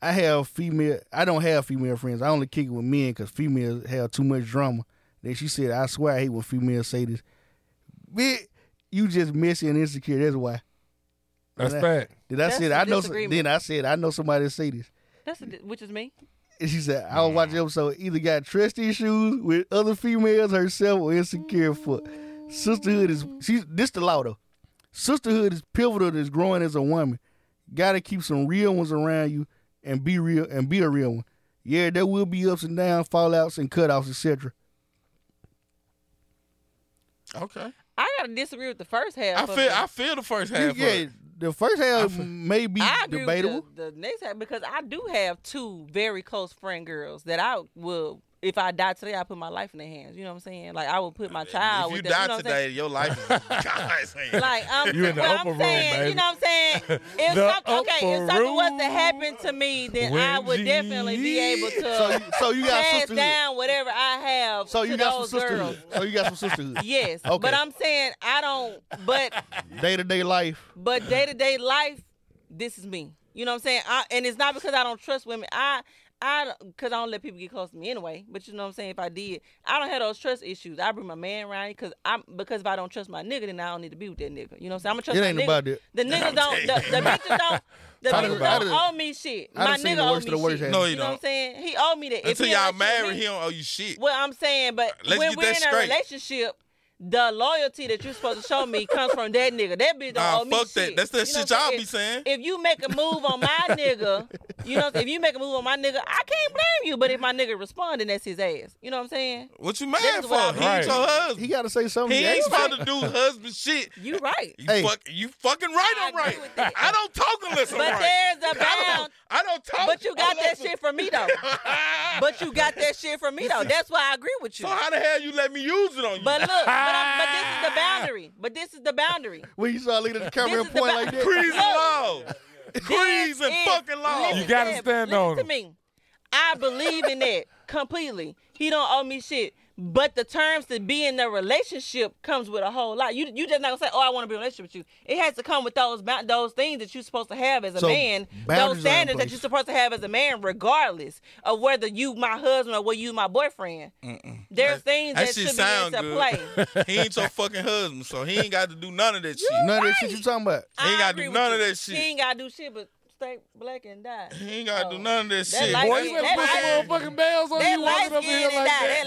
"I have female. I don't have female friends. I only kick it with men because females have too much drama." Then she said, "I swear I hate when females say this. Bitch, you just messy and insecure. That's why."
That's
Did I-
fact.
Did I
That's
say
the
that? I know? some-
disagreement.
Then I said, "I know somebody that say this."
That's a, which is me.
And she said, "I was watching the episode. Either got trust issues with other females herself or insecure for sisterhood is. She's this the law though. Sisterhood is pivotal. to growing as a woman. Got to keep some real ones around you and be real and be a real one. Yeah, there will be ups and downs, fallouts and cutouts, etc.
Okay.
I gotta disagree with the first half.
I
of
feel
it.
I feel the first
You-
half.
yeah,
of it.
the first half may be
I agree
debatable.
With the, the next half because I do have two very close friend girls that I will. If I die today, I put my life in their hands. You know what I'm saying? Like I would put my child.
If you
with
die
them, know what I'm
today,
saying?
your life is God's hand.
Like um,
You in the
well,
upper
I'm
room,
saying,
baby.
you know what I'm saying. If
The
Oh,
something, okay,
upper
if something was to happen to me, then I
when
would definitely be able to
So you- so you got
pass
sisterhood.
down whatever I have.
So you
to
got
those
some
girls.
sisterhood. So you got some sisterhood.
Yes,
Okay.
but I'm saying I don't. But
Day to day life.
but day to day life, this is me. You know what I'm saying? I, and it's not because I don't trust women. I I because I don't let people get close to me anyway. But you know what I'm saying? If I did, I don't have those trust issues. I bring my man around because I'm because if I don't trust my nigga, then I don't need to be with that nigga. You know what I'm saying? I'm gonna trust
It
my
ain't
nigga.
about it.
The niggas don't. The, the bitches don't. The
Talk
bitches
about
don't
it.
owe me shit.
I done
my
seen
nigga
the
owe
worst
me
of the worst
shit.
happen. No,
you
you
know what I'm
don't.
saying? He owe me that.
Until
he
y'all
ain't shit to
marry,
me-
he don't owe you shit.
well, I'm saying, but
Let's
when
get
we're in
that
a
straight.
relationship, the loyalty that you're supposed to show me comes from that nigga. That bitch don't
Nah,
owe me
fuck that.
shit.
That's the
You know
shit
what I'm
y'all be saying.
If you make a move on my nigga, you know, what I'm saying? if you make a move on my nigga, I can't blame you. But if my nigga respond, then that's his ass. You know what I'm saying?
What you
This
mad
is
for?
what I
He ain't
mean.
your husband.
He got to say something.
He
Yeah,
ain't
you
supposed
right.
to do husband shit.
You right.
You,
Hey.
fuck, you fucking right. I'm right. I don't talk unless I'm
But
right.
there's a
I
bound.
don't, I don't talk.
But you got that
unless-
shit from me though. But you got that shit from me though. That's why I agree with you.
So how the hell you let me use it on you?
But look, but, I'm, but this is the boundary. But this is the boundary.
When you start looking at the camera
This
and
is the
point
ba-
like that.
Crease law. Crease and
is-
fucking law.
listen,
You gotta
Seb,
stand
listen
on
to
him.
me. I believe in that completely. He don't owe me shit. But the terms to be in the relationship comes with a whole lot. You you just not gonna say, oh, I want to be in a relationship with you. It has to come with those ba- those things that you're supposed to have as a
So,
man, those
boundaries are in
standards that
place.
you're supposed to have as a man, regardless of whether you my husband or whether you my boyfriend. There's things that,
That shit
should be
sound
into play.
good. he ain't your fucking husband, so he ain't got to do none of that shit.
None of that shit you talking about.
He ain't
I
got to
agree
do
with
none of
you.
that
He
shit.
ain't gotta do shit but stay black and die.
He ain't got to do none of that
That
shit.
light
Boy, you
skin-
better put some
that light-
motherfucking bells on
that
you walking
light
up in here
skin
like
and die.
that.
That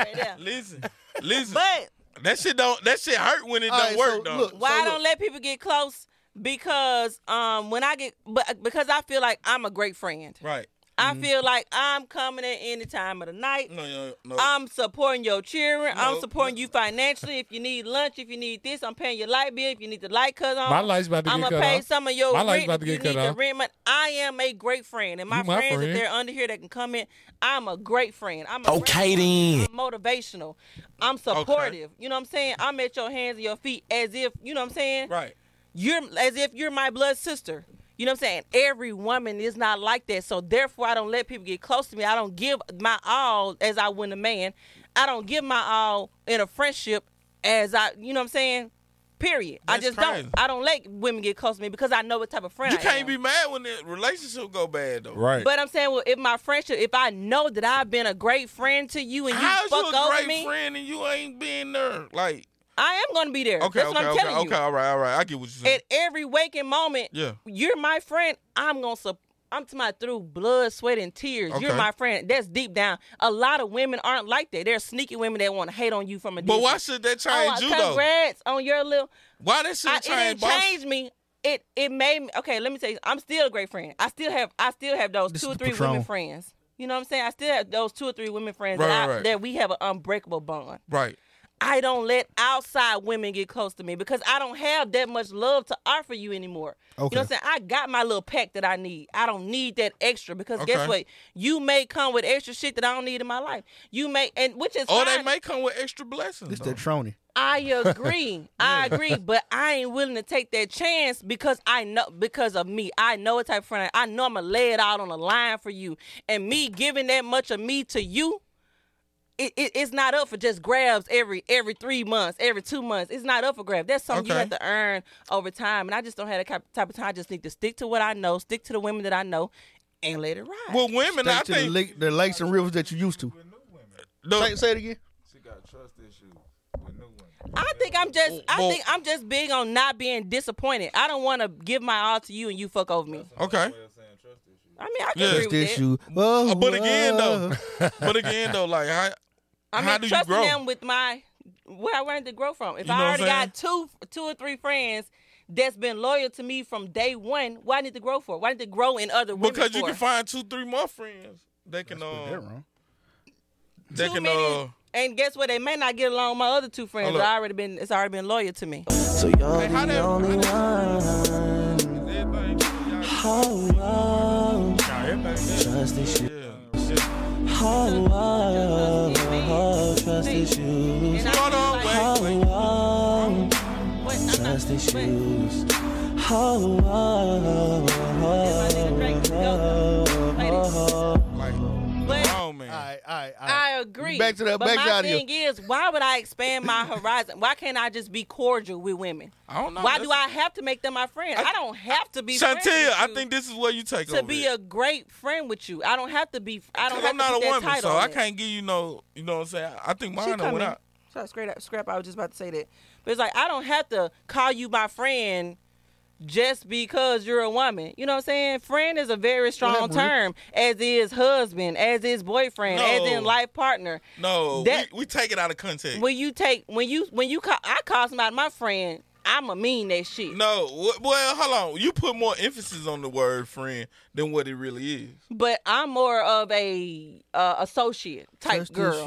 light skin and die right there.
Listen, listen.
But
that shit don't. That shit hurt when it
All
don't
right,
work
so
though.
look,
why I don't let people get close? Because um, when I get, but because I feel like I'm a great friend.
right.
I
Mm-hmm.
feel like I'm coming at any time of the night.
No, no, no.
I'm supporting your children. I'm
No.
supporting you financially. If you need lunch, if you need this, I'm paying your light bill. If you need the light cut on,
My light's about to
I'm
get
gonna
cut
pay
off.
some of your
My
rent.
light's about to
if you
get cut
need
off.
the rent, money. I am a great friend, and my,
You my
friends, if
friend.
they're under here, that can come in. I'm a great friend. I'm a
Okay,
great friend.
then.
I'm motivational. I'm supportive. You know what I'm saying? I'm at your hands and your feet as if you know what I'm saying.
Right.
You're as if you're my blood sister. You know what I'm saying? Every woman is not like that. So therefore I don't let people get close to me. I don't give my all as I would a man. I don't give my all in a friendship as I you know what I'm saying? Period. I
That's
just
crazy.
don't I don't let women get close to me because I know what type of friend
You
I
can't
am.
be mad when the relationship go bad though.
Right.
But I'm saying, well, if my friendship, if I know that I've been a great friend to you and you
How's you
fuck
a
over
great
me,
friend and you ain't been there? Like,
I am gonna be there.
okay,
That's
okay,
what I'm
okay,
telling you.
okay, all right, all right. I get what you're saying.
at every waking moment,
Yeah.
you're my friend. I'm gonna sup- I'm to my through blood, sweat, and tears. You're
Okay.
my friend. That's deep down. A lot of women aren't like that. They're sneaky women that want to hate on you from a
but
distance.
why should that
Oh,
change you though?
congrats on your little.
Why that shit
I, it
change,
didn't
boss?
change me. it it made me okay. Let me tell you, I'm still a great friend. I still have I still have those two or three
Patron.
women friends. You know what I'm saying? I still have those two or three women friends
Right,
that, I-
right.
that we have an unbreakable bond.
Right.
I don't let outside women get close to me because I don't have that much love to offer you anymore. You
Okay.
know what I'm saying? I got my little pack that I need. I don't need that extra because
Okay.
guess what? You may come with extra shit that I don't need in my life. You may and which is
Or they
fine.
may come with extra blessings.
This that Trony.
I agree. I agree, but I ain't willing to take that chance because I know because of me. I know what type of friend I, I know I'm gonna lay it out on the line for you, and me giving that much of me to you, it, it, it's not up for just grabs every every three months, every two months. It's not up for grabs. That's something you
Okay.
have to earn over time, and I just don't have that type type of time. I just need to stick to what I know, stick to the women that I know, and let it ride.
Well, women,
Take to the, lake, the lakes and rivers that you used to. Say, say it again.
I think I'm just I
Well-
think I'm just big on not being disappointed. I don't want to give my all to you and you fuck over me.
Okay.
I mean, I can
Yeah.
agree with that.
Uh, but again though, but again though, like how,
I mean,
how do you
trusting
grow?
them with my where I wanted to grow from. If
You know
I
what
already
I'm
got two two or three friends that's been loyal to me from day one, why I need to grow for? Why I need to grow in other women
because you
for?
can find two, three more friends. They can uh, they
Too
can
many-
uh,
and guess what? They may not get along. with My other two friends
Hold up.
I already been it's already been loyal to me.
So you're the only one. Oh, oh. Trust issues. Oh, oh, oh, trust issues. Oh, oh, trust issues. Oh, oh, oh, oh.
But
I, I,
I agree.
Back to the-
but
back to
my
audio.
thing is, why would I expand my horizon? Why can't I just be cordial with women?
I don't know.
Why do I
That's-
have to make them my friend? I, don't have to be friends
Chantel,
with
I
you
think this is where you take
to
over.
be
it.
a great friend with you. I don't have to be. I don't.
Cause
Have
I'm
to
not
put
a
that
woman,
title
so
on
I
it.
can't give you no. You know what I'm saying? I think
She
mine done
coming.
went out.
So scrap, scrap. I was just about to say that, but it's like I don't have to call you my friend just because you're a woman. You know what I'm saying? Friend is a very strong
happened, Ruth?
term, as is husband, as is boyfriend, as
No.
in life partner.
No,
That-
we, we take it out of context.
When you take, when you, when you call, I call somebody my friend. I'ma mean that shit.
no, wh- well, hold on. You put more emphasis on the word friend than what it really is.
But I'm more of a uh, associate type girl.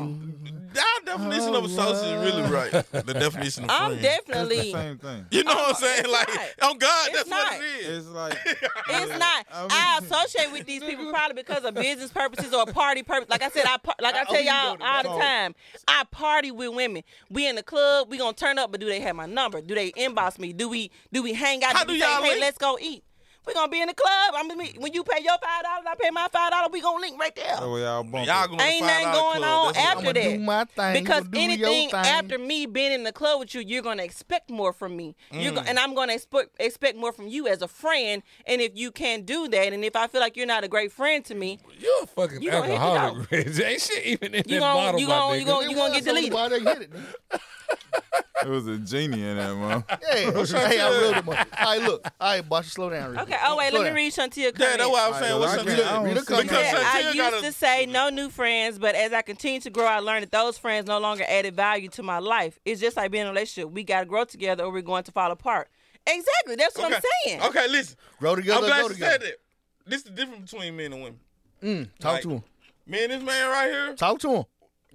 Our definition
Oh,
of associate is
Uh.
really right. The definition of
I'm
friend.
definitely- That's the
Same thing.
You know what I'm saying? Like, oh God,
It's
that's
not.
what it is.
It's like
It's not. I associate with these people probably because of business purposes or party purpose. Like I said, I par- like
Oh,
I tell y'all all the time, I party with women. We in the club, we gonna turn up, but do they have my number? Do they inbox me? Do we do we hang out?
How
we
do
say,
y'all
hey,
link?
let's go eat. We gonna be in the club. I'm gonna be, when you pay your five dollars, I pay my five dollars. We gonna link right there.
That way y'all bump.
Y'all
it.
Ain't nothing going on after that.
thing,
Because
I'ma do your
anything
thing.
after me being in the club with you, you're gonna expect more from me. You're
Mm.
go- and I'm gonna expect expect more from you as a friend. And if you can't do that, and if I feel like you're not a great friend to me,
You're a fucking
You gonna hit the
alcoholic. Reg. Ain't shit even in that
you gonna
bottle,
you
my
gonna you
nigga.
gonna you gonna get deleted.
It was a genie in that mom.
Yeah, hey, I reeled him up. All right, look. All right, boss, slow down. Real
Okay. Oh wait,
Slow
let me
down.
read Shantia.
Yeah, that's what I was saying. What's Alright, Shantia? read it- read it
Because
comment. Because
I
Shantia
used
got a-
to say no new friends, but as I continue to grow, I learned that those friends no longer added value to my life. It's just like being in a relationship. We gotta grow together, or we're going to fall apart. Exactly. That's what I'm saying.
Okay, listen.
Grow together,
I'm glad
go
you
together.
said that. This is the difference between men and women.
Mm, talk
Like-
to him.
Me and this man right here,
Talk to him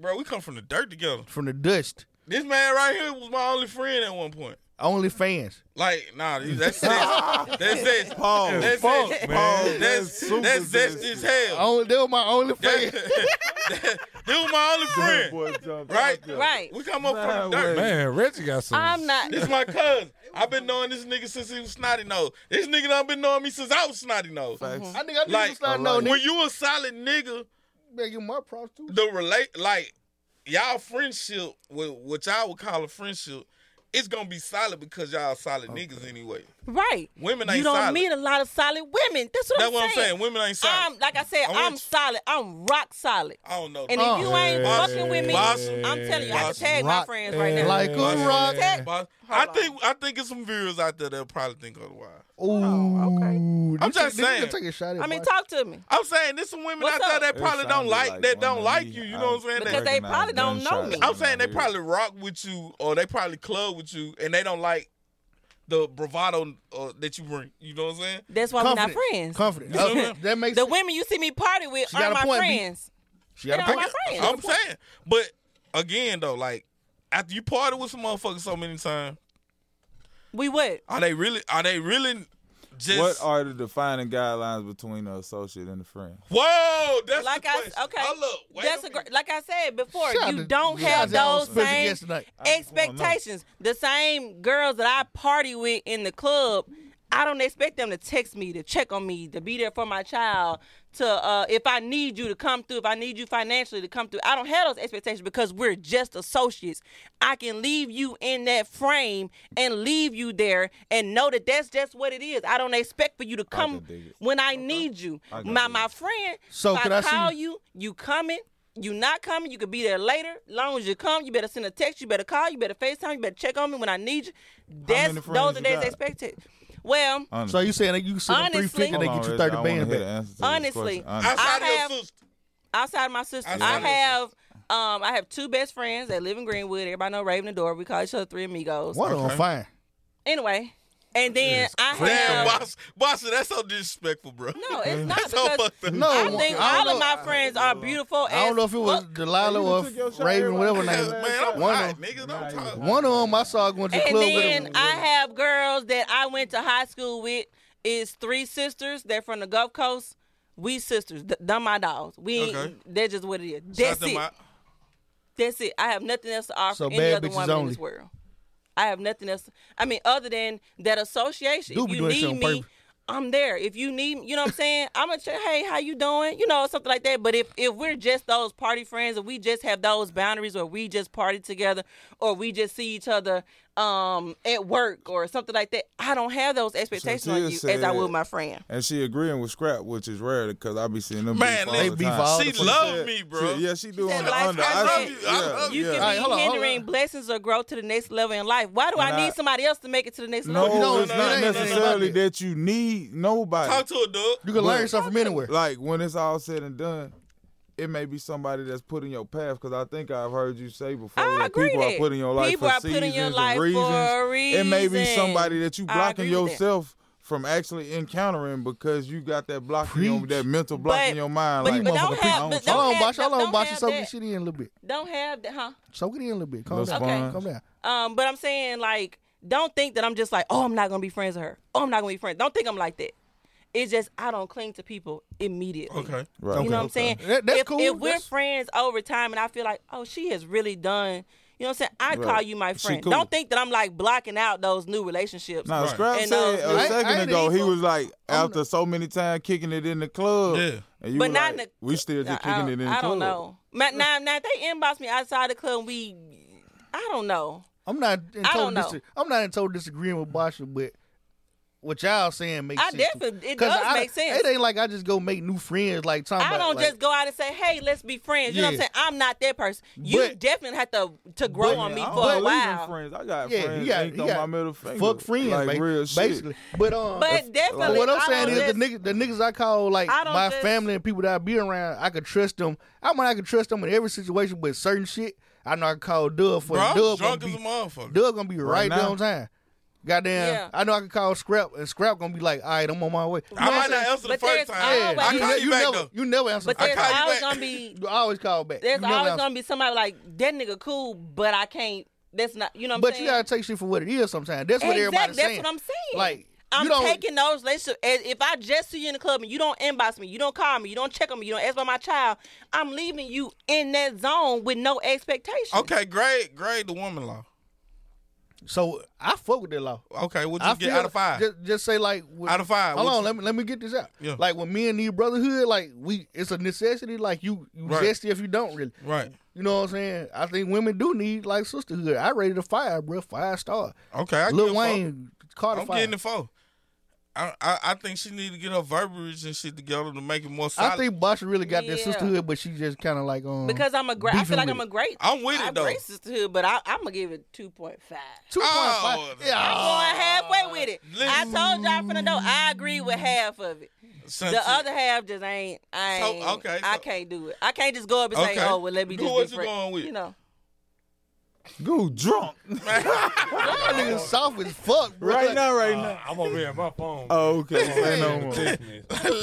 bro, we come from the dirt together.
from the dust.
This man right here was my only friend at one point.
Only fans.
Like, nah, dude, that's zest. That's zest.
Pause.
That's
Fuck,
zest.
man.
That's,
That's super
that's zest
zesty.
as hell.
Only, they were my only fans.
They was my only friend. Right?
Right.
We come up from the dirt.
Man, Reggie got some.
I'm not.
This my cousin. I've been knowing this nigga since he was snotty nose. This nigga done been knowing me since I was snotty nose.
Mm-hmm.
I think I
Mm-hmm.
knew
Like,
you was snotty nose,
when
nigga.
you a solid nigga,
Man, you my props too.
the relate like y'all friendship, wh- which I would call a friendship, it's gonna be solid because y'all solid niggas anyway.
Right.
Women
You
ain't
don't
solid.
meet a lot of solid women. That's what,
That's
I'm,
what I'm
saying.
saying. Women ain't solid.
I'm, like I said,
I want
I'm
you-
solid. I'm rock solid.
I don't know.
And if you ain't fucking with me, I'm telling you, I can tag my friends right now. Tag-
I think I think it's some viewers out there that probably think otherwise.
Ooh, okay.
I'm just saying.
Take a shot at
I mean,
Bosh.
talk to me.
I'm saying there's some women
What's
out there that
up? It
probably don't
sounded
like,
like
that don't
one
like you. You know what I'm saying?
Because they probably don't know me.
I'm saying they probably rock with you or they probably club with you and they don't like the bravado uh, that you bring. You know what I'm saying?
That's why we're not Confident. friends. Confident.
You know what I'm saying?
That makes
the women you see me party with
She
are
got a
my
point, B.
friends.
She
got a They are my point. friends.
I'm saying, but again though, like after you party with some motherfuckers so many times,
we what?
Are they really? Are they really? Just
what are the defining guidelines between the associate and the friend?
Whoa, that's
like I okay. that's a, gr- like I said before.
Shout
you
to-
don't
shout
have
to all
those
the speakers
same
yesterday.
expectations. The same girls that I party with in the club, I don't expect them to text me, to check on me, to be there for my child. To uh, if I need you to come through, if I need you financially to come through, I don't have those expectations because we're just associates. I can leave you in that frame and leave you there and know that that's just what it is. I don't expect for you to come when I need you.
I can
my my friend,
So
if
could
I
I see-
call you, you coming. You not coming, you could be there later. Long as you come, you better send a text, you better call, you better FaceTime, you better check on me when I need you. That's
many
those
friends
are
you
days
got?
expected. Well,
So you saying that you send them
Honestly-
350 they
Hold on,
get you
Reg, I
30
wanna
band
hear the
back.
answer
honestly,
Outside
I
of your
have, Outside of my sister,
Outside
I
of your
have um I have two best friends that live in Greenwood. Everybody know Raven and Dora. We call each other three amigos.
One of them fine.
Anyway, and then I
Damn,
have
boss, boss, that's so disrespectful, bro.
No, it's not
that's so
because
fucked up.
No,
I think
I
all
don't
of
know.
my friends are beautiful.
I don't
as
know if it was
fuck.
Delilah or Raven, whatever name. one, of them, one of them I saw going to the
And
club with him.
then I have girls that I went to high school with. Is three sisters. They're from the Gulf Coast. We sisters. Th- them my dogs. We. ain't-
Okay.
That's just what it is.
Shout
That's
them
it.
out.
That's it. I have nothing else to offer
So
any
bad
other
bitches
woman in
only.
this world. I have nothing else. I mean, other than that association.
Do
if
be
you
doing that shit
need
on
me, I'm there. If you need, you know what I'm saying? I'm gonna check. Hey, how you doing? You know, something like that. But if if we're just those party friends, and we just have those boundaries, or we just party together, or we just see each other um at work or something like that, I don't have those expectations on
Tia
you as
said-
I would my friend.
And she agreeing with Scrap, which is rare because I be seeing them. beef
Man,
all
they
the
beef
time.
all the She fucking love
said-
me, bro.
she- yeah, she doing
said
the
life's
under.
content.
yeah,
You
yeah.
can be hindering blessings or growth to the next level in life. Why do
And
I
I-
need somebody else to make it to the next
No,
level?
it's not necessarily that you need nobody.
Talk to
a dude. You
can learn something from anywhere.
Like when it's all said and done, it may be somebody that's put in your path. Because I think I've heard you say before that
agree
people
that.
are put in your life
People
for
are put in your
seasons and
life for
reasons.
a
It may be
reason.
somebody that you
I
blocking
agree with that.
yourself. From actually encountering because you got that block in your, that mental block in your mind.
but-
like,
but don't
motherfucker,
have-
I
but
trust
don't
you.
have- Bosh, hold on,
don't
Bosh,
have
soak
that.
this shit in a little bit.
Don't have that, huh?
Soak it in a little bit. Calm
Little
down.
sponge.
Calm down.
Um, but I'm saying like, don't think that I'm just like, oh, I'm not gonna be friends with her. Oh, I'm not gonna be friends. Don't think I'm like that. It's just I don't cling to people immediately.
Okay.
You know what I'm saying?
That- that's
if,
cool.
if we're
That's-
friends over time and I feel like, oh, she has really done, you know what I'm saying? I
Right.
call you my
She
friend.
cool.
Don't think that I'm like blocking out those new relationships.
Now, Scrap
And uh,
said
those new-
a second ago he was like, after so many times kicking it in the club. Yeah. And you
But
were
not
like,
in the-
We still just kicking
I,
it in the
I
club.
don't know. Ma- Now, now, if they inbox me outside the club, and we, I don't know.
I'm not in
I
total
don't know.
dis- I'm not in total disagreement with Basha, but what y'all saying makes
I
sense. to me.
definitely- it
'Cause
does
I-
make sense.
It ain't like I just go make new friends like talking
I
about,
don't
like,
just go out and say, "Hey, let's be friends." You know what I'm
Yeah.
saying? I'm not that person. You
But-
definitely have to to grow
but-
on me
I don't
for a
believe in
while.
Friends. I got
Yeah, he
friends.
got-
ain't
he
on
got
my middle finger.
fuck friends,
like,
ba-
real shit.
basically. But um,
But definitely,
but what I'm
I
saying
don't
is
just-
the niggas, the niggas I call like
I don't
my
just-
family and people that I be around, I could trust them. I mean, I could trust them in every situation, but certain shit, I know I can call Doug for
Bro, I'm
Doug.
drunk
gonna
as
be,
a motherfucker.
Doug gonna be
Right
right,
now.
there on time. Goddamn,
Yeah.
I know I can call Scrap, and Scrap gonna be like, "All right, I'm on my way."
I might not answer the
But
first
there's
time. I call you,
always-
ne-
back
never,
though.
you never answer.
But
I
there's
call you
always
back.
gonna be
You always call back.
there's
you never
always
answer.
gonna be somebody like that nigga cool, but I can't. That's not you know. What I'm
But
saying?
you gotta take shit for what it is. Sometimes that's what
exactly.
everybody's
that's
saying.
what I'm saying.
Like
I'm
you don't,
taking those relationships. as- If I just see you in the club and you don't inbox me, you don't call me, you don't check on me, you don't ask about my child, I'm leaving you in that zone with no expectation.
Okay, grade grade the woman law.
So I fuck with that law.
Okay, what you
I
get out of five?
Just, just say like with-
Out of five,
Hold
what
on,
you-
let me let me get this out.
Yeah.
Like with me and the brotherhood, like we, it's a necessity. Like you, you
Right.
zesty if you don't really.
Right.
You know what I'm saying? I think women do need like sisterhood. I rated a five, bro, five star.
Okay, I
Lil
give a
Wayne, Carter
I'm
five.
getting the four. I, I I think she need to get her verbiage and shit together to make it more solid.
I think Basha really got that
Yeah.
sisterhood, but she just kind of like um
Because I'm a great, I
beefing
feel like
with
I'm a
it.
great.
I'm with it,
I'm
though.
Great sisterhood, but I, I'm gonna give it two point five.
Two point five.
Oh,
Yeah.
I'm going halfway with it. I told y'all from the door, I agree with half of it.
Since
the
it-
other half just ain't. I
So,
ain't,
okay,
I can't do it. I can't just go up and
Okay.
say, "Oh, well, let me
Do
just."
what
be
you
friend-
going with.
You know,
Go drunk. That nigga soft as fuck, bro.
Right now,
right
now. I'm over here at my phone.
Oh, okay.
Say no more.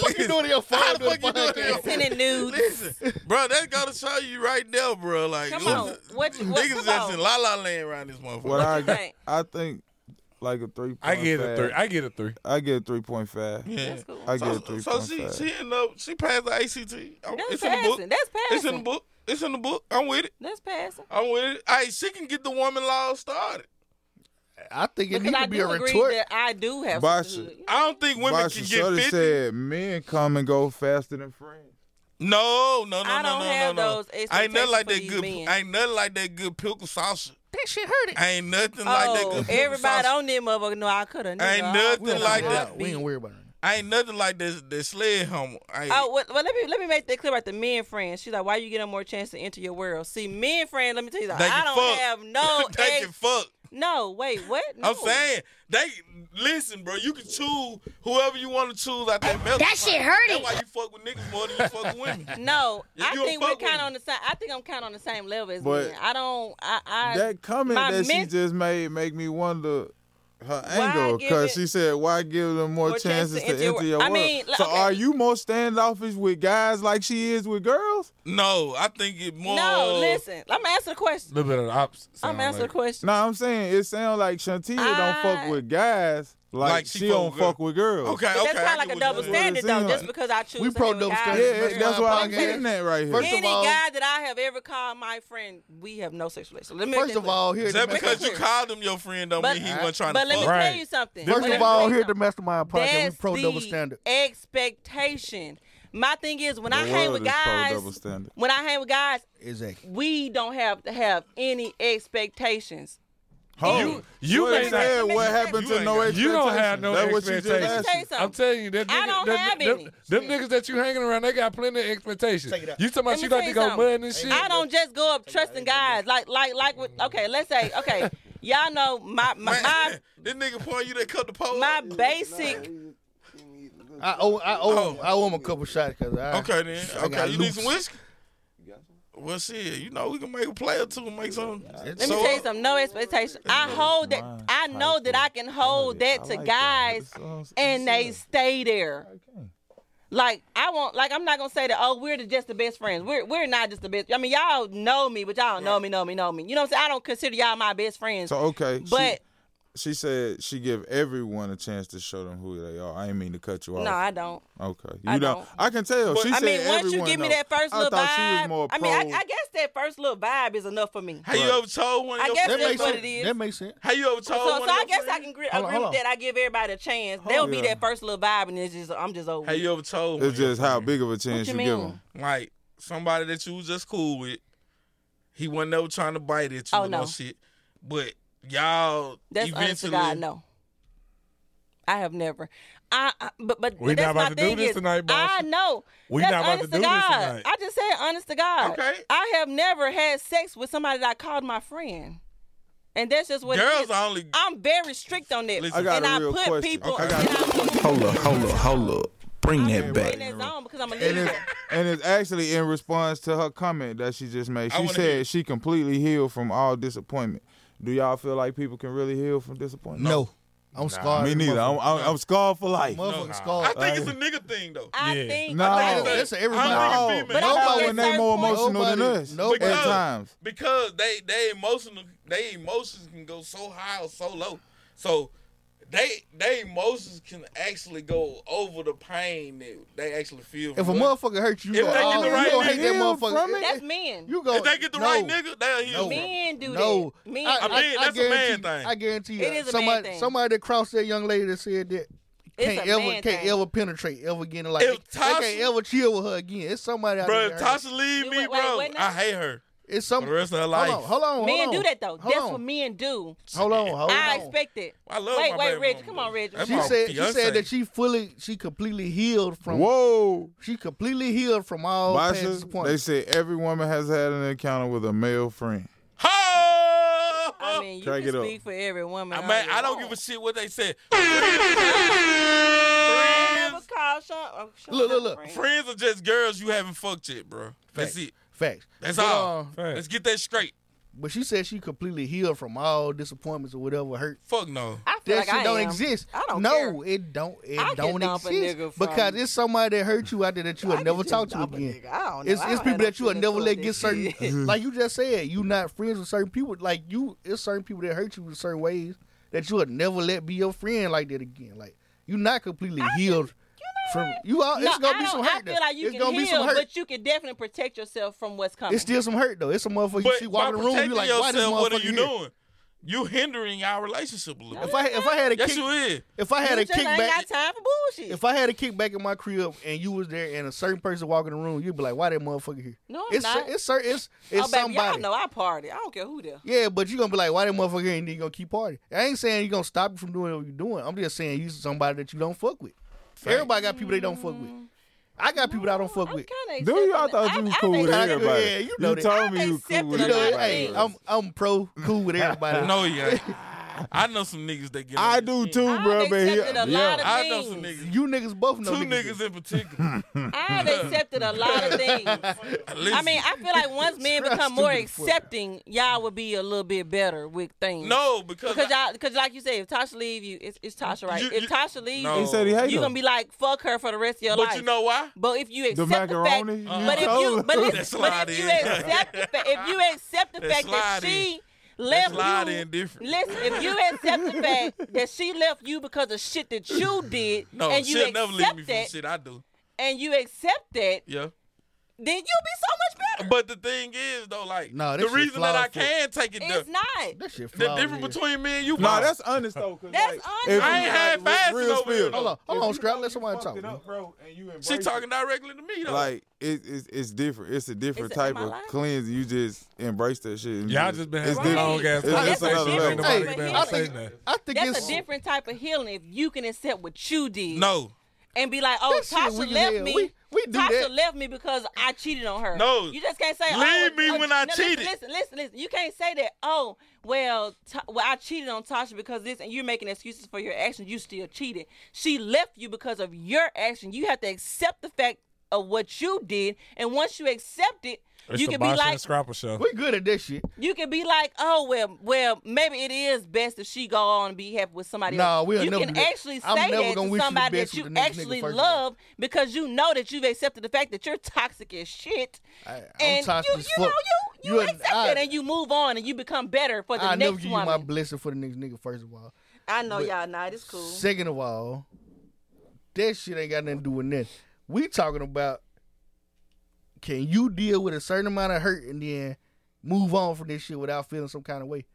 What you doing to your phone?
How the fuck you doing that?
Sending nudes.
Listen, bro, that's gotta show you right now, bro. Like,
Come on. What you- what-
niggas
come
just
on.
in la la land around this motherfucker.
What I I think like a three.
I get a three. I get a three.
I get a three point five.
Yeah. That's cool.
I get a
So-
three point
So
five.
she she end up she passed the ACT. I'm-
That's
it's in the
passing.
book.
That's
It's in the
passing.
book. It's in the book. I'm with it.
That's passing.
I'm with it. Hey, she can get the woman law started.
I think
Because I do agree that I do have
Basha-
sisterhood.
I don't think women
Basha
can get
Shorty
50.
said men come and go faster than friends.
No, no, no,
I
no,
don't
no,
have
no, no.
those
ain't nothing like
expectations for
that
these
good.
men.
Ain't nothing like that good pickle salsa.
That shit hurt it.
Ain't nothing like that
oh,
good pickle
everybody
salsa.
on them motherfucker know I could have.
Ain't nothing like that.
We ain't worried about it.
Ain't nothing like this. That sled hummer. Ain't-
Oh well, well, let me let me make that clear about the men friends. She's like, why you get them more chance to enter your world? See, men friends, let me tell you, something.
They
I
can
don't
fuck.
have no.
They
ex-
can fuck.
Oh, No, wait, what? No.
I'm saying they listen, bro. You can choose whoever you want to choose out that melting
That shit hurt
That's
it.
why you fuck with niggas more than you fuck with women.
No,
Yeah,
I
you a
think we're
fuck
kind of on the same. I think I'm kind of on the same level as
But
men. I don't. I, I
that comment
my
that
men-
she just made make me wonder her
Why
angle
give
because
it-
she said why give them
More
more,
chance
chances
to
to
enter your
enter
wor-
your
I
world.
mean, like,
so
okay.
are you more standoffish with guys like she is with girls?
No, I think it more.
No, listen. I'm answering the question.
A little bit of the opposite.
I'm answering the question.
No, I'm saying it sounds like Shantia don't fuck with guys like,
Like she
she,
fuck
don't
with
fuck with girls.
Okay,
But
okay.
that's
I
kind
get
of like a
what
double
you're saying.
standard,
That's
though.
what it
Just
seems
because I choose,
We
to
pro
hang with
double
guys-
standard.
Yeah, that's why I'm getting at right here.
First of
Any
all-
guy that I have ever called my friend, we have no sexual relationship. Let me make
First
that
of
clear.
all, here at
Just
the
because you
Mastermind-
called him your friend don't
But-
mean he wasn't trying
but
to
let
fuck.
me tell you something.
First
Let
of
me
all,
tell you
here at the Mastermind Podcast, we
That's
pro double
the
standard.
expectation. My thing is when
The
I hang
world
with
is pro
guys,
double standard.
when I hang with guys,
Exactly.
we don't have to have any expectations.
Hold
you
you
ain't
ain't
got-
said what happened to no expectations.
You don't have no
That's what you just
expectations.
asked.
Say something.
I'm telling you, that
I
nigga,
don't
them,
have
them,
any.
them niggas that you hanging around, they got plenty of expectations.
Take it out.
You talking about
Let
she
me
like
tell
to
you
go
something.
mud and shit?
I don't just go up trusting guys. Like like like with okay, let's say okay, y'all know my my my,
this nigga point you that cut the pole.
my basic
I owe, I owe, him, I owe him a couple shots because I.
Oh. Okay then.
I got
Okay, you need
loose.
some whiskey. Well, shit, you know we can make a play or two, and make some.
Let me tell you something. No expectation. I hold that. I know that I can hold that to guys, and they stay there. Like I won't. Like I'm not gonna say that. Oh, we're the, just the best friends. We're we're not just the best. I mean, y'all know me, but y'all don't know me, know me, know me. You know what I'm saying? I don't consider y'all my best friends.
So okay, she-
but
she said she give everyone a chance to show them who they are. I ain't mean to cut you off.
no, I don't.
Okay, you
I
know
don't.
I can tell. she
I
said
mean, once you
everyone
give me
though.
that first
I
little
thought
vibe,
she was more
I mean, I,
pro-
I guess that first little vibe is enough for me.
How you ever told one of
I
your
guess
That
friends?
makes
That's what
sense.
it is.
That makes sense.
How you ever
So,
told
so
one of
I
your
guess
friends?
I can agree,
Hold on,
agree
hold
with
on.
that. I give everybody a chance. There'll be
on.
that first little vibe, and it's just I'm just over.
How
it.
you ever told? one
It's
of your
just how
friends?
big of a chance
you
you, give
mean?
them.
like somebody that you was just cool with. He wasn't ever trying to bite at you
Oh,
or no.
no.
shit. But y'all
That's honest to
eventually
God, no. I have never. I, I but but
We
that's
not
my
about to do
thing
this
is,
tonight, boss.
I know.
We
that's
not about to
honest
do this
God.
tonight.
I just said honest to God.
Okay.
I have never had sex with somebody that I called my friend. And that's just what it
Girls
is.
are only-
I'm very strict on that.
Listen. I
got
and
a
I
real
put
question.
people
Okay. I
and
got
I put
Hold up, hold up, hold up. Bring that
people
back.
in that zone because I'm a
And it's,
leader.
and it's actually in response to her comment that she just made.
I
She
wanna
said
hear-
she completely healed from all disappointment. Do y'all feel like people can really heal from disappointment?
No. I'm scarred.
Me neither. I'm, I'm, I'm scarred for life.
Motherfucking
I
scarred.
think it's a nigga thing though.
I
Yeah.
think
No.
okay,
No.
That's a everybody.
I
No,
think it's female.
Nobody
nobody when they
gets
more
hurt for it.
emotional than
Nobody-
us
nobody.
at times.
Because they they emotional they emotions can go so high or so low. So they they emotions can actually go over the pain that they actually feel.
If a
from it.
motherfucker hurts you,
If they get
oh,
the
you
right
gonna hate
nigga
that motherfucker.
from it?
That's men.
You go.
if they get the
no,
right nigga, they'll heal.
No.
Men do
no.
that. Men. do
I,
I
that.
mean, that's a man
guarantee-
thing.
I guarantee you.
It is a man
somebody,
thing.
somebody that crossed that young lady that said that
It's
can't
a
ever
man
can't
thing.
ever penetrate ever again. Like
If
they,
Tasha-
can't ever chill with her again. It's somebody out
Bro,
there.
if
that-
Tasha leave
You
me,
went- wait,
bro,
what now?
I hate her
It's some
for the rest of her
Hold
life.
on, hold on, hold
Men
on.
do that though.
Hold
That's
on.
what men do.
Hold on, hold
I
on.
expect it.
I love
wait,
my
wait,
baby
Reggie.
mama.
Come on, Reggie.
That's
She
my
said she
fiancé.
said that she fully she completely healed from
Whoa.
she completely healed from all past
Basha, they
disappointments.
said every woman has had an encounter with a male friend.
Ho!
I mean, you
Crank
can
it up.
speak for every woman.
I
all
mean,
you
I don't
want.
give a shit what they said.
Never
friends,
call Sean. oh, Sean
Look, look,
not
look.
friends.
friends are just girls you haven't fucked yet, bro. That's
Facts.
it.
Facts.
That's
But,
all.
uh,
Let's get that straight.
But she said she completely healed from all disappointments or whatever hurt.
Fuck no.
I
that
feel like
shit
I
don't
am.
exist.
I don't
No, it don't. It
I can
don't
dump a
exist
nigga from-
because it's somebody that hurt you out there that you will never talk to again.
I don't know.
It's,
I
it's
don't
people
have no
that you will
feelings
never
for
let
that
get certain.
shit. Mhm.
Like you just said, you not friends with certain people. Like you, it's certain people that hurt you in certain ways that you will never let be your friend like that again. Like you not completely healed from you. All, it's gonna
I
be some
don't-
hurt.
I
there.
feel like you
it's
can
gonna be some
heal,
hurt.
but you can definitely protect yourself from what's coming.
It's still some hurt though. It's a motherfucker.
But
she
by
walk in the room,
protecting
you like, why this
yourself, what are
motherfucker
you
here?
doing? You hindering our relationship a little.
If I if I had a
yes,
kick,
you is.
if I had
You
a
just ain't
kickback,
got time for bullshit.
if I had a kickback in my crib and you was there and a certain person walk in the room, you'd be like, why that motherfucker here?
No, I'm
it's
not.
it's cer- it's it's
oh, baby, y'all
somebody.
know I party. I don't care who there.
Yeah, but you're gonna be like, why that motherfucker here? And then you gonna keep partying. I ain't saying you're gonna stop you from doing what you're doing. I'm just saying you somebody that you don't fuck with. Everybody got people they don't fuck with. I got people that I don't fuck with.
Do
you? I thought you was cool with everybody.
Yeah, you know
you
that.
told me you cool
You
with
know, that.
everybody.
hey, I'm I'm pro cool with everybody.
no, yeah. I know some niggas that get.
I do too, bro. But he-
accepted a lot of
I know some
things.
niggas.
You niggas both know
Two
niggas.
niggas, in particular.
I've accepted a lot of things. I
Listen.
mean, I feel like once men
Trust
become more
me before.
accepting, y'all would be a little bit better with things.
No, because
because y'all, because like you said, if Tasha leave you, it's, it's Tasha, right? if Tasha leaves,
No.
you,
He said he hate
you
her.
gonna be like fuck her for the rest of your
But
life.
you know why?
But if you
The
accept
macaroni?
the
You
fact, but if you,
told
but
her.
if,
That
but
slide
if you
in.
accept the fact, if you accept the
That
fact that
slide in.
she.
That
Left
slide
you.
in different.
Listen, if you accept the fact that she left you because of shit that you did,
No,
and you
she'll
accept
never leave me for the
that,
shit I do.
and you accept that,
Yeah.
then you'll be so much better.
But the thing is, though, like
Nah, that
the
shit
reason that I
flawed, fool.
can take it,
It's
the,
not.
That shit
the difference between me and you.
Nah,
Bob.
that's honest though. 'cause,
That's
like,
honest.
if
I
you
ain't
got
had
re-
fasting
real
over here.
spill-
Hold on,
if
Hold
you
on, Scrap. Let somebody talk.
Fucked it
man.
up, bro, and you
She
embrace
talking directly to me though.
Like,
Like,
it, it's it's different. It's a different
It's a-
type
am I
of
lying?
cleanse. You just embrace that shit. and
Y'all
you
just been
it's
having
different.
long-ass
It's- it's
conversations.
another
Ain't
level.
nobody been able to say nothing.
I think
That's
it's-
a different type of healing if you can accept what you did.
No.
And be like, oh,
That shit
Tasha
weak as
left
hell.
me.
We- we do
Tasha
that.
left me because I cheated on her.
No.
You just can't say, oh,
Leave me
oh,
when I
no,
cheated.
Listen, listen, listen, listen. You can't say that, oh, well, Ta- well, I cheated on Tasha because this, and you're making excuses for your actions. You still cheated. She left you because of your action. You have to accept the fact of what you did. And once you accept it,
It's
you
the
can be
Bosh
like,
and Scrapper show.
We good at this shit.
you can be like, oh well, well, maybe it is best if she go on and be happy with somebody
Nah,
else.
we'll
you
never
can
do that.
actually say
I'm never
that
gonna
to
wish you the
somebody
best
that
with
you
the next nigga,
actually
first of all.
love because you know that you've accepted the fact that you're toxic as shit.
I,
and
toxic
you,
as
you know
fuck.
you you,
You-
accept
I-
it and you move on and you become better for the
I never
next
give you
woman.
my blessing for the next nigga. First of all,
I know
but-
y'all not. It's cool.
Second of all, that shit ain't got nothing to do with nothing. We talking about can you deal with a certain amount of hurt and then move on from this shit without feeling some kind of way?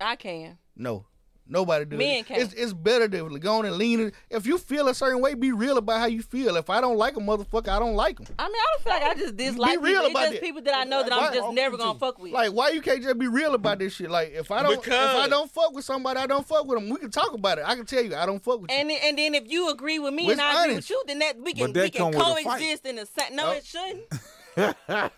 I can.
No. Nobody does.
Men
it.
can't.
It's, it's better to go on and lean. In. If you feel a certain way, be real about how you feel. If I don't like a motherfucker, I don't like him.
I mean, I don't feel like I just dislike
real
people. It's
about
just
that.
people that I know that I'm
Why-
just never gonna fuck with.
Like, why you can't just be real about this shit? Like, if I don't,
Because-
if I don't fuck with somebody, I don't fuck with them. We can talk about it. I can tell you, I don't fuck with
And then, and then if you agree with me
Well,
and
it's
I agree with
honest.
you, then that we can
But that
we
come
can
with a fight.
coexist in the same. No,
Oh.
it shouldn't.
you.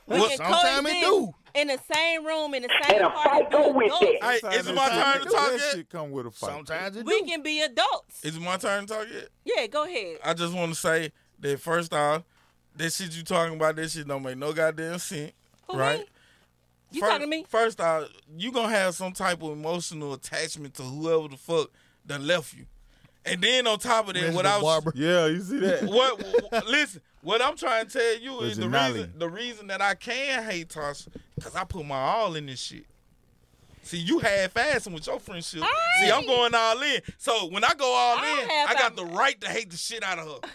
We
Well,
can
sometime
coexist
it do.
in the same room in the same party. being adults.
Hey, is it my
Sometimes
turn to talk
That
yet?
shit come with a fight.
Sometimes
We can be adults.
Is it my turn to talk yet?
Yeah, go ahead.
I just want to say that first off, that shit you talking about, that shit don't make no goddamn sense,
Who,
right?
me? You
first,
talking to me?
First off, you gonna have some type of emotional attachment to whoever the fuck that left you, and then on top of that,
Reginald
what I was
Barber. Yeah, you see that?
What? what- Listen, what I'm trying to tell you is the
Reginaldi.
reason the reason that I can hate Tasha because I put my all in this shit. See, you half-assing with your friendship. See, I'm going all in. So when I go all
I
in,
have-
I got the right to hate the shit out of her.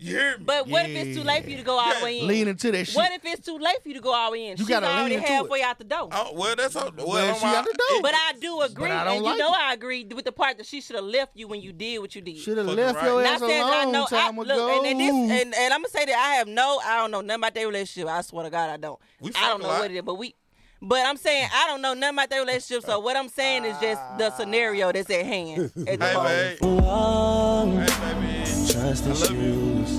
You hear me?
But what if it's too late for you to go all the way in?
Lean into that shit.
What if it's too late for you to go all the way in?
You
She's
gotta lean
already
into
halfway out the door.
Oh, well, that's all. Well,
Well, she
I'm
out the door.
But I do agree,
I don't
and
like
you know
it.
I agree with the part that she should have left you when you did what you did.
Shoulda Fucking left right. your ass
Not saying
a
I
long
know,
time
I, look,
ago.
And, and, this, and, and I'm gonna say that I have no, I don't know nothing about their relationship. I swear to God, I don't.
We
I don't
fuck a
know
lot.
what it is, but we. But I'm saying I don't know nothing about their relationship. So what I'm saying is just the scenario that's at hand. At the moment.
One trust issues.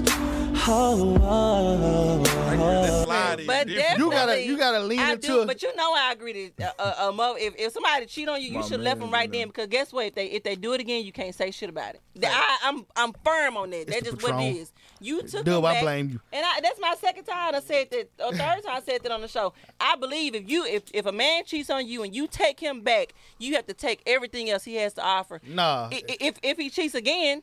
Oh, oh, oh, oh.
body.
But definitely,
You gotta you gotta lean
I
into
do, but you know I agree to uh, uh, uh, Mo. If, if somebody cheat on you, you
My
should left
man,
them right
you know.
then because guess what? If they if they do it again, you can't say shit about it. Th- I, I'm I'm firm on that. That's
the
just what it
Patron.
is. You took
Dub,
them
I
back,
blame you.
And I, that's my second time I said that. Or third time I said that on the show. I believe if you if if a man cheats on you and you take him back, you have to take everything else he has to offer.
Nah.
I- i- If if he cheats again.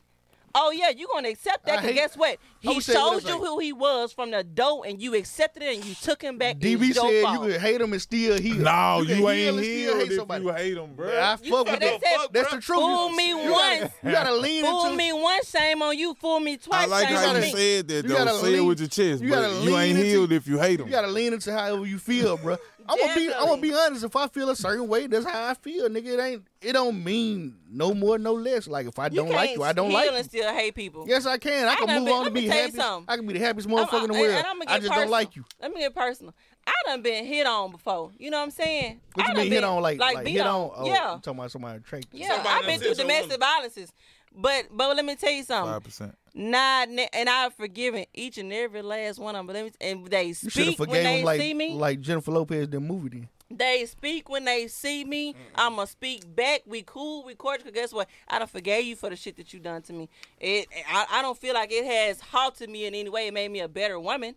Oh yeah, you're gonna accept that.
I
'cause
hate-
guess what?
I
He
would say what
showed
it's
you
like.
who he was from the dough, and you accepted it, and you took him back.
DB
It's your
said
fault.
you could hate him and still heal.
No,
can
you
heal
ain't
and still
healed
hate
if
somebody.
you hate him, bro.
I fuck with
They
that.
said,
That's the truth.
Fool
You-
me
you
once.
gotta- You gotta lean
Fool
into.
me once, shame on you. Fool me
I
twice,
like
shame
how
on
you
me.
said that
you
though.
gotta
Say it
lean-
with your chest,
you gotta
but you
lean
ain't
into-
healed if you hate him.
You gotta lean into however you feel, bro. I'm gonna be. I'm gonna be honest. If I feel a certain way, that's how I feel, nigga. It ain't. It don't mean no more, no less. Like if I
You
don't like
can't
you, I don't
heal
like
and
you.
still hate people.
Yes, I can. I, can
done
move
been-
on to
let me
be
tell you
happy.
something.
I can be the happiest motherfucker in the
I'm-
world.
and I'ma get
I just don't
personal.
like you.
Let me get personal. I done been hit on before. You know what I'm saying? I
What you
done
mean
been,
hit on like, like,
beat
hit on?
on.
Oh,
yeah,
you talking about somebody attracted.
yeah. I've been through domestic violences, but but let me tell you something.
Five percent.
Nah, ne- and I've forgiven each and every last one of them. But let me, and they
You should have
speak when
forgave
they
him like
see me.
like Jennifer Lopez did movie then.
They speak when they see me. I'ma speak back. We cool. We cordial. 'Cause guess what? I done forgave you for the shit that you done to me. It. I, I don't feel like it has halted me in any way. It made me a better woman,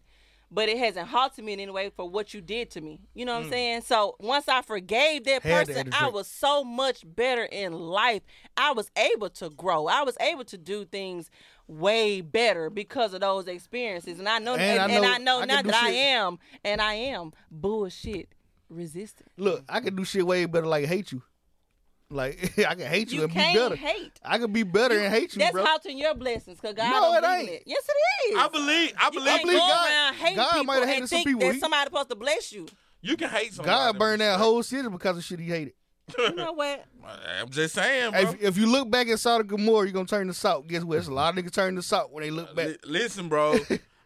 but it hasn't halted me in any way for what you did to me. You know what
Mm.
I'm saying? So once I forgave that
Had to
person,
add a
I
drink.
was so much better in life. I was able to grow. I was able to do things way better because of those experiences. And I know. And, and I know,
I can
now
do
that I
shit.
am, and I am bullshit resistant.
Look, I can do shit way better. Like hate you. Like I can hate you,
You
and
can't
be better.
hate.
I can be better and hate you,
That's
bro.
halting your blessings, cause God
No,
don't
it
believe in it.
ain't.
Yes, it is.
I believe. I believe.
You can't go
God-
around hating
God
people
might have hated
and
some
think
people.
that
He-
somebody supposed to bless you.
You can hate
God burned that whole city because of shit he hated.
You know what?
I'm just saying, bro.
If, if you look back at Sodom and Gomorrah, you're gonna turn to salt. Guess what? It's a lot of niggas turn to salt when they look back.
Li- listen, bro.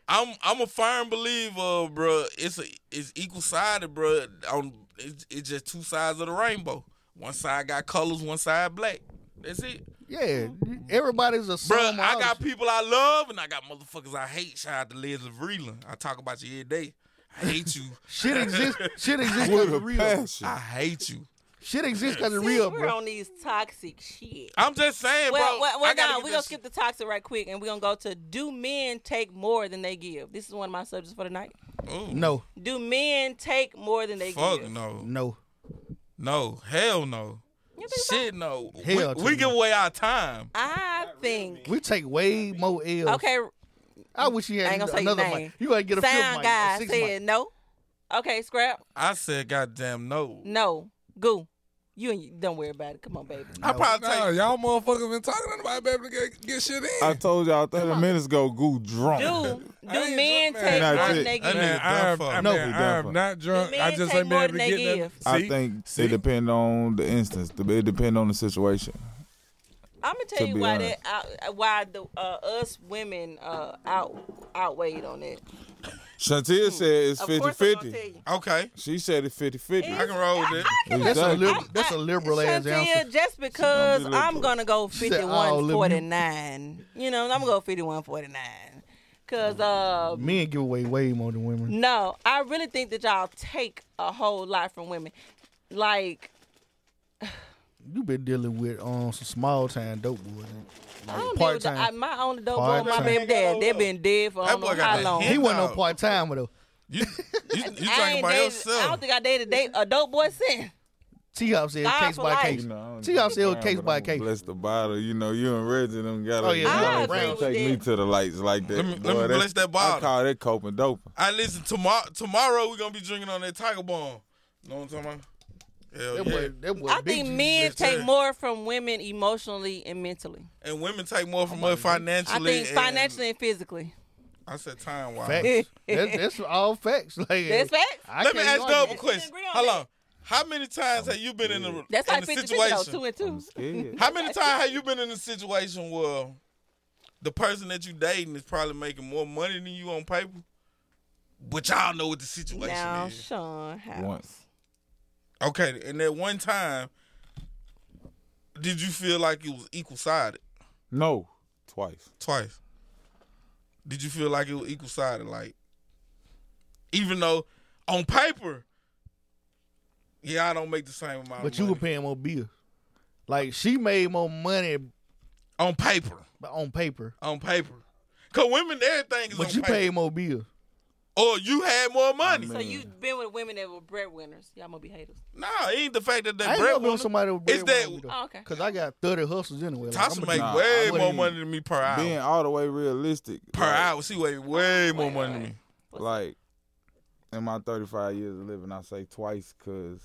I'm I'm a firm believer, bro. It's a it's equal sided, bro. On it's, it's just two sides of the rainbow. One side got colors, one side black. That's it.
Oh,
Yeah, everybody's
Bro,
a sum of
I
all
got
this
people I love and I got motherfuckers I hate. Shout out to Leslie Vreeland. I talk about you every day. I hate you.
Shit exists- shit exists 'cause
What
it's
a
real.
passion. I hate you.
shit exists because it's
See,
real,
we're
bro.
on these toxic shit.
I'm just saying,
well,
bro.
well,
I
well
gotta
now
get
we're gonna
this-
skip the toxic right quick, and we're gonna go to: Do men take more than they give? This is one of my subjects for tonight.
No,
Do men take more than they
Fuck
give?
no.
No.
No. Hell no. Shit no.
Hell
we,
to
we
no.
give away our time.
I think.
we take way more L's.
Okay,
I wish you
I
had
ain't gonna say
another
your name.
mic. You gotta get a fifth
Sound
mic,
guy
a sixth
said
mic.
no. Okay, scrap.
I said goddamn no.
No, goo. You and you, don't worry about it. Come on, baby.
I probably
Nah, y'all motherfuckers been talking about baby to get, get shit in.
I told y'all 30 minutes ago, goo drunk.
Do do
man.
men take
Nah,
more than
shit.
they
That
give?
nigga
I am,
dumb
I,
fuck.
mean,
No, he dumb
I am
fuck.
not drunk.
Do
I
men
just
take
ain't been
more
able to
than they
get
give?
nothing.
I
See?
think it depend on the instance. It depend on the situation.
I'm gonna
To
tell you
be
why
honest.
that out, why the uh, us women uh, out outweighed on it.
Chantel said it's
Of course I'm
50
gonna
50.
tell
Okay.
She said it's 50 50.
I can roll with it.
That's a liberal. That's a liberal ass answer.
Chantel, just because
liberal.
I'm gonna go
She said,
51
"Oh, liberal."
49. You know, I'm gonna go 51 49. Cause uh,
Men give away way more than women.
No, I really think that y'all take a whole lot from women. Like,
You been dealing with um some small time dope boys.
I don't deal
part
with the, I,
time.
my only dope boy, my
Part-time.
baby dad. They been dead for I don't know how long.
He wasn't no part time though.
You
I,
talking
ain't
about
dated,
yourself.
I don't think I dated a, date, a dope boy since.
T Hop said
God
case
for
by
life.
case.
You
T Hop said case by case.
Bless the bottle. You know, you and Reggie them got
Oh, yeah, we
you
got a
can't
round.
take me to the lights like that.
Let me- let
Boy,
me
that's-
bless that
I
bottle.
call that coping dope.
I listen tomorrow. Tomorrow we're gonna be drinking on that Tiger Bomb. Know what I'm talking about? Hell
That
Oh, yeah.
boy- that boy
I
big
think
G.
men
Yes,
take
sir.
more from women emotionally and mentally.
And women take more from us
I
financially.
think
and-
financially and physically.
I said time wise.
Facts. that, that's all facts. Like
That's facts?
I
Let me ask
can't argue.
you a question. Hold on. How many times have you been in a
That's
in
like
a
50
situation?
though, two and two.
How many times have you been in a situation where the person that you dating is probably making more money than you on paper? But y'all know what the situation
Now,
is.
Sean, how-
Once.
Okay, and that one time, did you feel like it was equal sided?
No, twice.
Twice. Did you feel like it was equal sided? Like Even though on paper, yeah, I don't make the same amount.
But
of
you
money.
were paying more bills. Like she made more money
on paper.
But on paper.
on paper, cause women everything is.
But
on
you
paper.
paid more bills.
Or you had more money.
So you've been with women that were breadwinners. Y'all gonna be haters.
Nah, it ain't the fact that
I
that
ain't
bread
never been with somebody with
It's that
breadwinner,
Oh, okay.
Cause I got thirty hustles anyway. Like,
Tasha
I'ma
make
do-
way
I wouldn't
more
even-
money than me per hour.
Being all the way realistic.
per hour. She weigh way more money than me.
Like in my 35 years of living, I say twice because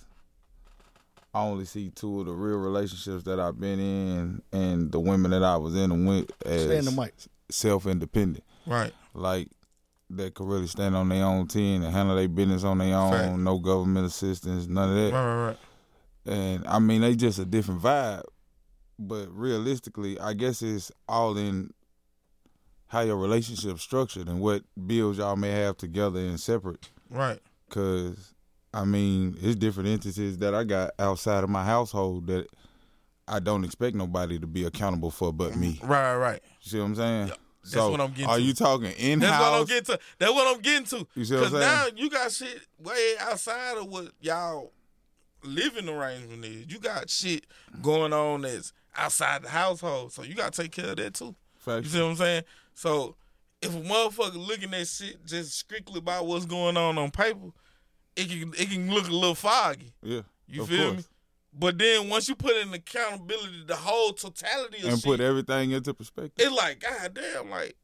I only see two of the real relationships that I've been in and the women that I was in them with
Stay in
as
the mic.
self-independent.
Right.
Like that could really stand on their own ten and handle their business on their own.
Fact.
No government assistance, none of that.
Right, right, right.
And I mean, they just a different vibe. But realistically, I guess it's all in how your relationship structured and what bills y'all may have together and separate.
Right.
Cause I mean, it's different entities that I got outside of my household that I don't expect nobody to be accountable for but me.
Right, right, right.
You see what I'm saying?
That's
so
what I'm getting.
Are
to.
you talking in
That's what I'm
house?
getting to. That's what I'm getting to.
You see what I'm saying?
now you got shit way outside of what y'all living arrangement is. You got shit going on that's outside the household, so you got to take care of that too.
Facts.
You see what I'm saying? So if a motherfucker looking at shit just strictly about what's going on on paper, it can it can look a little foggy.
Yeah.
You
of
feel
course.
me? But then once you put in accountability, the whole totality of
And
shit,
put everything into perspective.
it's like god damn like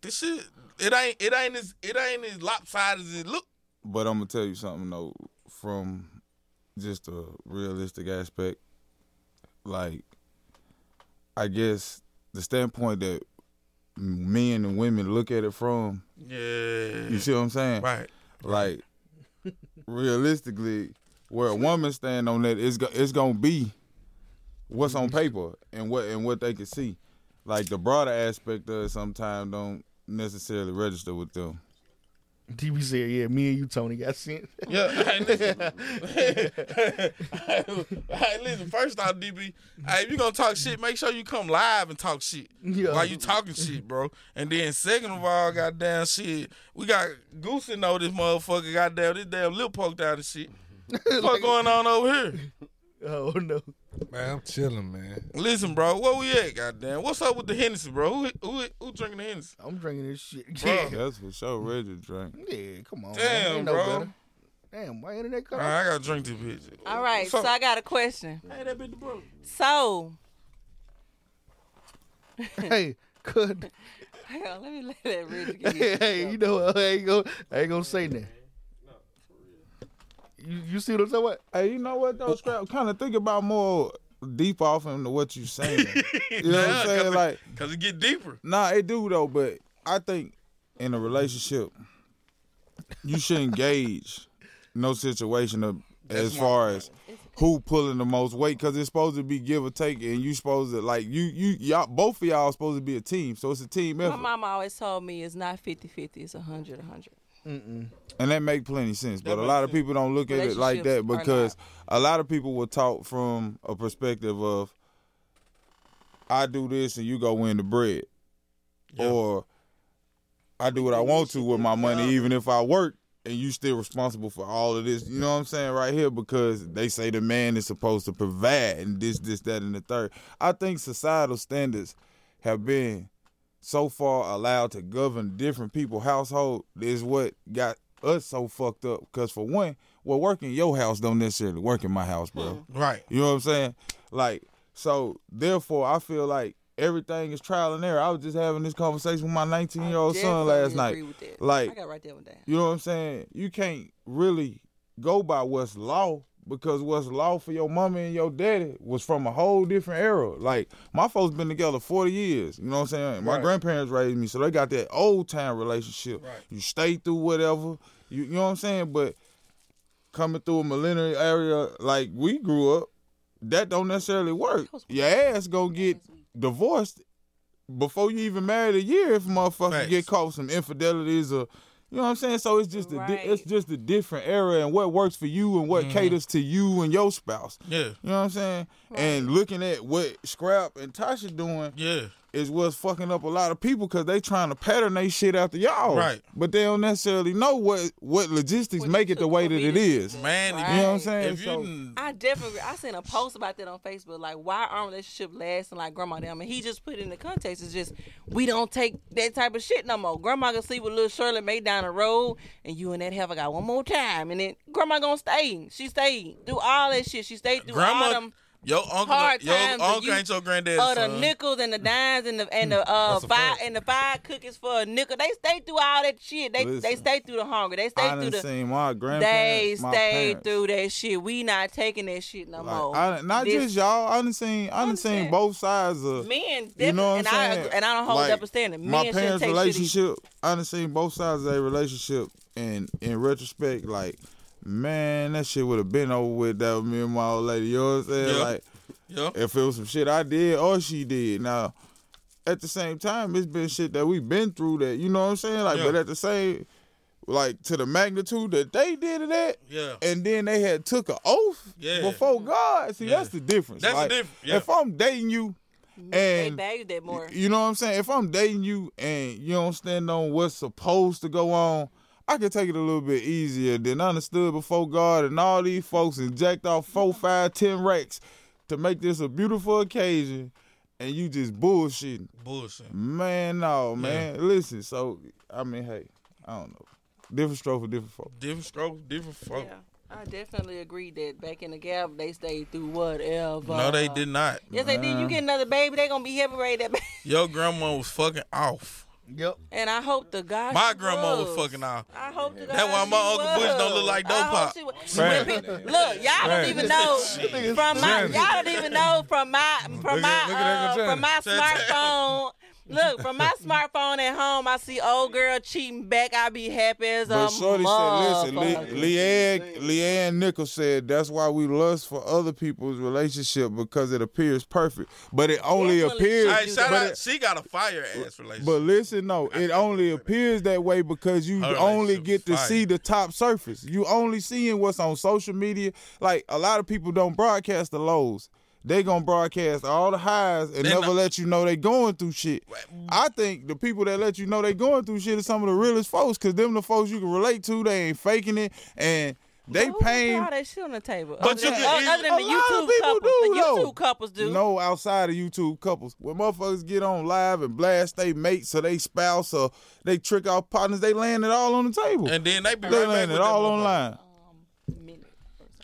this shit it ain't it ain't as it ain't as lopsided as it look
But I'm gonna tell you something though, from just a realistic aspect, like I guess the standpoint that men and women look at it from.
yeah
You see what I'm saying?
Right.
Like realistically, where a woman stand on that, it's go, it's gonna be what's on paper and what and what they can see. Like the broader aspect of it sometimes don't necessarily register with them.
DB said, "Yeah, me and you, Tony, got sent."
yeah hey, listen. hey listen first off db hey if you gonna talk shit make sure you come live and talk shit
Yeah.
while you talking shit bro and then second of all goddamn shit we got goose and know this motherfucker goddamn this damn lip poked out of shit what going on over here
Oh no.
Man, I'm chilling, man.
Listen, bro, where we at? Goddamn, what's up with the Hennessy, bro? Who who, who drinking the Hennessy?
I'm drinking this shit.
Bro.
That's for sure. Reggie drink.
Yeah, come on.
Damn,
man. Ain't no
bro.
better. Damn, why internet
All
cover?
right, I gotta drink this bitch.
All right, so,
So-
I got a question.
Hey, that bitch broke.
So,
hey, could
hang on, let me let that read
hey, hey, you know what? I ain't gonna, I ain't gonna say nothing. You, you see what I'm saying? What?
Hey, you know what though, Scrap? Kind of think about more deep off into what you saying. you know what I'm saying? Like,
cause it get deeper.
nah, it do though. But I think in a relationship, you shouldn't gauge no situation of, as far as who pulling the most weight because it's supposed to be give or take, and you supposed to like you you y'all both of y'all supposed to be a team, so it's a team
My
effort,
mama always told me it's not 50-50, it's 100-100.
Mm-mm. and that make plenty sense. But a lot of people don't look at it like
Relationships
that
are not-
because a lot of people were taught from a perspective of I do this and you go win the bread. Or I do what I want to with my money even if I work and you still responsible for all of this. You know what I'm saying right here because they say the man is supposed to provide and this this that and the third. I think societal standards have been so far allowed to govern different people household is what got us so fucked up because for one, what work in your house don't necessarily work in my house, bro.
Hmm.
Right.
You know what I'm saying? Like, so therefore, I feel like everything is trial and error. I was just having this conversation with my 19 year old Oh, son
Definitely
last night.
agree with that.
Like,
I got to write that one down.
you know what I'm saying? You can't really go by what's law because what's law for your mama and your daddy was from a whole different era. Like my folks been together 40 years. You know what I'm saying? My
Right.
grandparents raised me, so they got that old time relationship. You stay through whatever. You, you know what I'm saying? But coming through a millennial area like we grew up, that don't necessarily work. Your ass gonna get divorced before you even married a year if motherfucker get caught with some infidelities or you know what I'm saying? So it's just a di- it's just a different era and what works for you and what caters to you and your spouse.
Yeah.
You know what I'm saying? And looking at what Scrap and Tasha doing,
yeah,
is what's fucking up a lot of people because they trying to pattern they shit after y'all.
Right.
But they don't necessarily know what what logistics make it the way that it is.
Man,
you know what I'm saying?
If you
So-
I definitely. I seen a post about that on Facebook. Like, why aren't relationship lasting like grandma them? And he just put it in the context. It's just we don't take that type of shit no more. Grandma can sleep with little Shirley May down the road, and you and that heifer got one more time, and then grandma gonna stay. She stayed through all that shit. She stayed through all
grandma,
them.
your uncle,
hard
your
times that
uncle
you-
ain't your granddad's
Of the
son.
nickels and the dimes and the and the uh
That's a
five and the five cookies for a nickel. They stay through all that shit. They they
Listen.
stay through the hunger. They stay
I
through
done
the
seen my
they
grandparents, my
stayed
parents.
through that shit. We not taking that shit no
Like,
more.
I done- not
This-
just y'all. I done seen. I done seen both sides of
men.
You know what
and
I'm
I
saying?
and I don't hold
Like,
up a standard.
My
men shouldn't
parents'
take shit.
relationship. I done seen both sides of their relationship, and in retrospect, like man, that shit would have been over with that with me and my old lady. You know what I'm saying?
Yeah.
Like,
Yeah.
if it was some shit I did or she did. Now, at the same time, it's been shit that we've been through. That you know what I'm saying? Like,
Yeah.
but at the same. Like to the magnitude that they did of that,
Yeah.
and then they had took an oath
Yeah.
before God. See, that's the difference.
That's the
Like,
difference, yeah.
If I'm dating you,
They
and
value that more.
you know what I'm saying? If I'm dating you and you don't stand on what's supposed to go on, I can take it a little bit easier than I understood before God and all these folks and jacked off four, five, ten racks to make this a beautiful occasion and you just bullshitting.
Bullshit.
Man, no, man. Listen, so I mean, hey, I don't know. Different stroke for different folks.
Different strokes, different folk.
Yeah. I definitely agree that back in the gap they stayed through whatever.
No, they did not.
Yes, they
Mm.
did. You get another baby, they gonna be heavy rated. That
Your grandma was fucking off.
Yep.
and I hope the God.
My
she
grandma was
was.
fucking off.
I hope to
That's
God
why my
she
Uncle Bush don't look
was.
like
I
Dope
hope
Pop.
she was.
Right.
When pe- Look, y'all
Right.
don't even know
Shit.
from my
Right.
y'all don't even know from my from
Look at- look
my
at that
uh, from my
vagina. Shut
smartphone. Look, from my smartphone at home, I see old girl cheating back. I be happy as a
But Shorty said, listen,
motherfucker.
Le- Leanne, Leanne Nichols said that's why we lust for other people's relationship because it appears perfect. But it only appears.
Hey, shout
but,
out.
it-
she got a fire ass relationship.
but listen, no, it only appears that way because you
Her
only
relationship
get to
is fire.
see the top surface. You only seeing what's on social media. Like a lot of people don't broadcast the lows. They gonna broadcast all the highs and never let you know they going through shit. I think the people that let you know they going through shit are some of the realest folks, cause them the folks you can relate to. They ain't faking it, and they
Put
pain.
all that shit on the table.
But
other
you
than,
can easily-
other than
A
the
lot of
YouTube
people
couples,
do,
the YouTube
though.
couples do.
No, outside of YouTube couples, when motherfuckers get on live and blast they mates or they spouse or they trick out partners, they land it all on the table.
And then they be right
they
back
land it
with that
all
motherfucker.
online.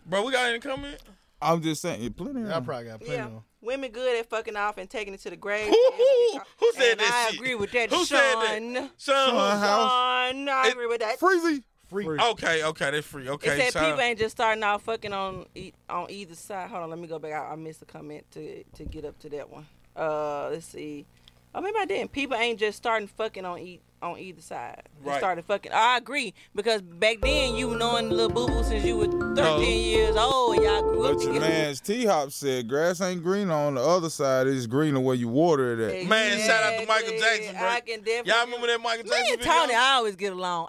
Bro, we got any comment?
I'm just saying, it plenty.
I probably got plenty
Yeah.
of them.
Women good at fucking off and taking it to the grave.
Who said
and
that
I
shit?
agree with that.
Who
Sean.
said that? Sean who?
Sean. I agree with that.
Freezy.
Free.
Okay, okay, that's free. Okay,
it said
shout out.
people ain't just starting out fucking on e- on either side. Hold on, let me go back. I, I missed a comment to to get up to that one. Uh, let's see. Oh, maybe I didn't. People ain't just starting fucking on e- on either side. They
Right.
started fucking. I agree because back then you knowing little boo boo since you were thirteen
No.
years old and y'all grew up
But your
together.
man's T Hop said, grass ain't green on the other side, it's greener where you water it at.
Man, shout out to Michael Jackson, bro.
I can definitely.
Y'all remember that Michael
Me
Jackson
and
video?
Tony, I always get along.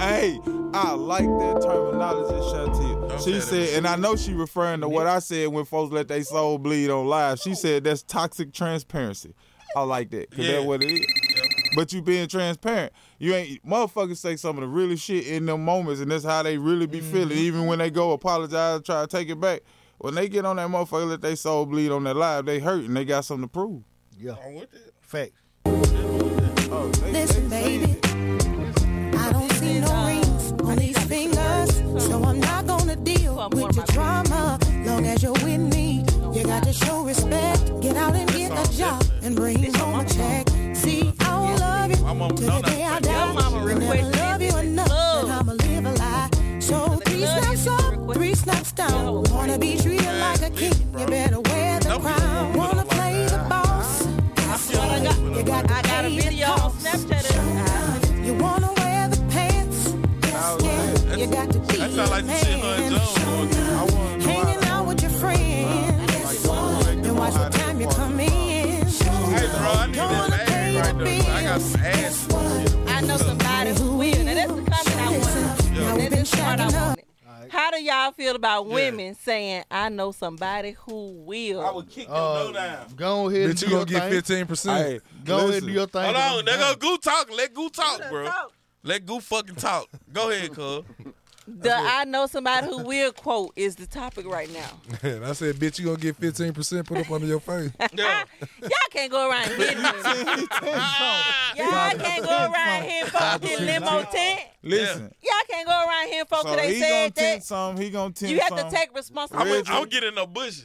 Hey, I like that terminology, Shantia. she said, and I know she referring to
Mm-hmm.
what I said when folks let their soul bleed on live.
Oh.
She said that's toxic transparency. I like that. Cause
Yeah.
that's what it is. But you being transparent. You ain't motherfuckers say some of the really shit in them moments, and that's how they really be feeling.
Mm-hmm.
Even when they go apologize, try to take it back. When they get on that motherfucker, let their soul bleed on their live, they hurt and they got something to prove.
Yeah.
I'm with it.
Fact.
Listen, baby, I don't see no rings on these fingers, so I'm not gonna deal with your drama. Long as you're with me, you got to show respect. Get out and get a job and bring home a check. See, I don't love you till the day I die. I'll never love you enough that I'ma live a lie. So three snaps up, three snaps down. Wanna be treated like a king, you better wear the crown. Wanna play the boss? Guess what? You got to
got a
pay the
video on
cost. Showdown. You wanna wear the pants? Guess yeah, you got to be
That sound like
a
the shit Hun
man.
Jones doing.
Showdown. Hanging out with your friends. Guess what? And watch what time you come in.
Hey, bro, I need that ass right there. bro. I got some ass.
I know somebody who will. Now that's the comment I want.
Now we've been shacking up.
How do y'all feel about women saying, "I know somebody who will"? I would
kick
Uh, go ahead. and
Bitch, you
do
gonna
your
get
thing.
15%. Hey,
go ahead and do your thing.
Hold on, they go goo talk. Let goo talk, bro. Let goo fucking talk. Go ahead, cuz.
The "I know somebody who will" quote is the topic right now.
And I said, bitch, you gonna get 15% put up under your face.
Y'all can't go around hitting women. Y'all can't go around here folks this limo tent.
Listen.
Y'all can't go around here folks
So
so they
he gonna
said
tent
that.
some. He gonna tent
You have to
some.
take responsibility.
I'm getting a bush.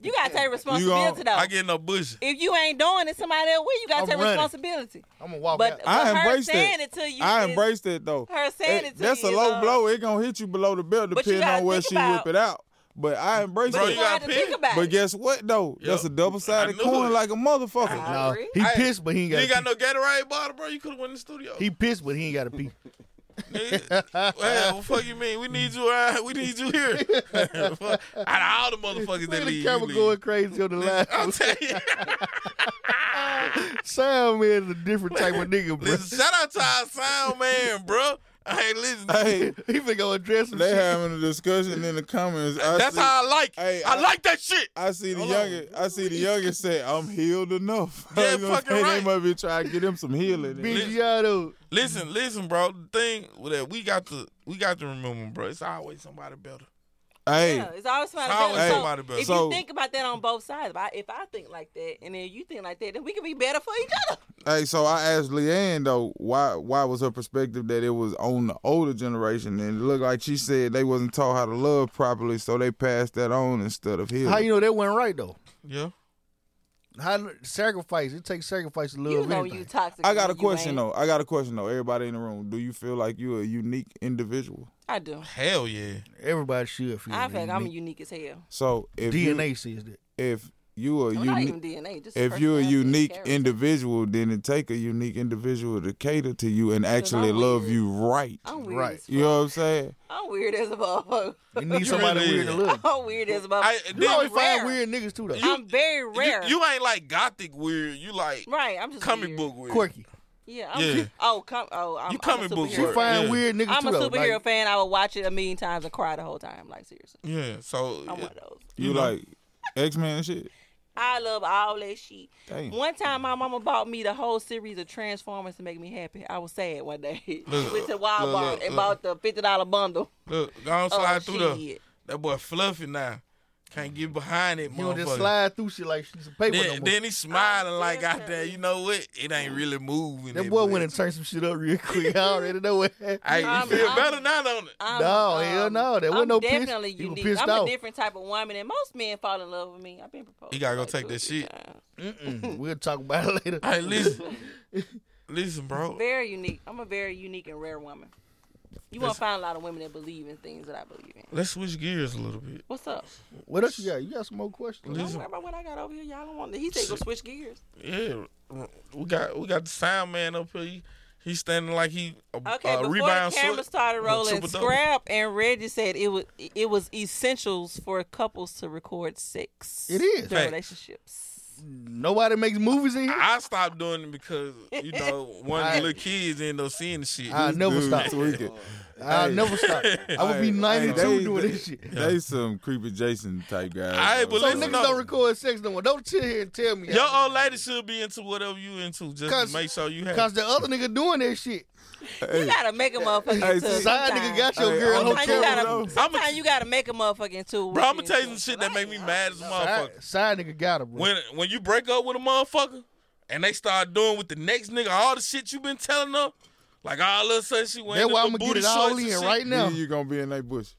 You gotta take
You gon-
responsibility though.
I get no bush.
If you ain't doing it, somebody else will. You gotta
I'm
take
running.
responsibility.
I'm gonna walk
but, but
I
her
embraced
saying
it.
it. to you.
I
is-
embraced it though.
her saying it to
That's
you
a low
is, uh,
blow. It gonna hit you below the belt
But you
depending
gotta
on where
think
she
about-
whip it out. But I embraced
Bro,
it.
you gotta Bro, you gotta pick. think about
but
it.
guess what though? That's a double sided
knew
coin
it.
like a motherfucker.
No, he pissed, but he ain't
You
got.
ain't got no Gatorade bottle, bro. You could have went in the studio.
He pissed, but he ain't got to pee.
Well, what fuck you mean? We need you around. We need you here. Fuck. Out of all the motherfuckers that
the
leave.
camera
you
going crazy on the line.
I'm telling you.
Sam man is a different type of nigga, bro.
leave. Shout out to our sound man, bro. I ain't listening.
Hey,
he been gonna address some
They
shit.
having a discussion in the comments. I
That's
see-
how I like.
Hey,
I, like that shit.
I see the youngest. I see the youngest say, "I'm healed enough."
Yeah,
You know what I'm
fucking
saying?
right.
They might be trying to get him some healing.
Listen,
listen, listen, bro. The thing that we got to we got to remember, bro. It's always somebody better.
Hey,
Yeah, it's always somebody
Always
better. So
somebody better.
If
So-
you think about that on both sides, if I, if I think like that and then you think like that, then we can be better for each other.
Hey, so I asked Leanne though, why why was her perspective that it was on the older generation, and it looked like she said they wasn't taught how to love properly, so they passed that on instead of healing.
How you know that wasn't right though?
Yeah.
How sacrifice? It takes sacrifice to love.
You know
anything.
you toxic.
I got a
and you
question
ain't.
though. I got a question though. Everybody in the room, do you feel like you're a unique individual?
I do.
Hell yeah.
Everybody should feel.
I feel like I'm unique
unique.
as hell.
So if
DNA
you,
says that.
If you are
Well, not
unique,
even DNA, just
if you're a
personality and
unique
character.
individual, then it take a unique individual to cater to you and actually
I'm
love you right.
I'm weird Right. as
You know what I'm saying?
I'm weird as a motherfucker.
You need somebody weird to love.
I'm weird as a motherfucker.
You always find weird niggas too though.
I'm very rare.
You ain't like gothic weird. You like
right. I'm just
comic book weird.
Quirky.
yeah. I'm,
Yeah.
Oh, come. Oh, I'm,
You comic
I'm a
book
superhero.
weird. You find Yeah. weird niggas
I'm
too,
a
though,
superhero
like-
fan. I would watch it a million times and cry the whole time. Like seriously,
Yeah. So
I'm one of those.
You, like X Men and shit.
I love all that shit.
Damn.
One time, my mama bought me the whole series of Transformers to make me happy. I was sad one day.
Look,
Went to
look,
Walmart
look,
and
look.
bought the fifty dollar bundle.
Look, go on
Oh,
slide through the.
shit.
That boy fluffy now. Can't get behind it,
You
motherfucker.
don't just slide through shit like she's a paper.
Then,
no more. Mm.
then he smiling like out there. You know what? It ain't really moving.
that boy went and turned some shit up real quick. I already know what happened.
Hey, you feel better now, don't it?
I'm, um,
no, hell no. There wasn't
I'm
no piss.
definitely
You were
unique.
pissed
I'm
off.
a different type of woman, and most men fall in love with me. I've been proposed.
You gotta go take that shit.
Mm-mm. We'll talk about it later.
Hey, listen, listen, bro.
Very unique. I'm a very unique and rare woman. You won't
That's-
find a lot of women that believe in things that I believe in.
Let's switch gears a little bit.
What's up?
What else you got? You got some more questions?
Don't worry about what I got over here. Y'all don't want to. He said go switch gears.
Yeah, we got we got the sound man up here. He, he's standing like he a,
Okay,
a
before
Uh, rebound
the camera
slick.
started
A
rolling,
triple-double.
Scrap and Reggie said it was it was essentials for couples to record sex.
It is.
their
Fact.
relationships.
Nobody makes movies in here.
I stopped doing it because you know one of the little kids end up seeing the shit.
I never stop. I
Hey.
never stop. I would be
Hey,
ninety
hey,
two
they-
doing
they-
this shit.
They some creepy Jason type guys.
Aight, but
though.
So niggas don't record sex no more. Don't sit here and tell me.
Your old lady should be into whatever you into. Just
Cause-
to make sure you have.
Cause the other nigga doing that shit.
You gotta make a motherfucker
Hey,
into it
side
sometimes.
nigga got your Hey, girl on
Sometimes you
camera,
gotta,
though.
sometimes you gotta make a motherfucker into it.
Bro, I'm gonna tell you some shit that make me mad as a motherfucker.
Side, side nigga got her, bro.
When when you break up with a motherfucker and they start doing with the next nigga all the shit you been telling them, like all of a sudden she went.
That's why
I'm
I'ma get it all in right now.
You gonna be in that bush.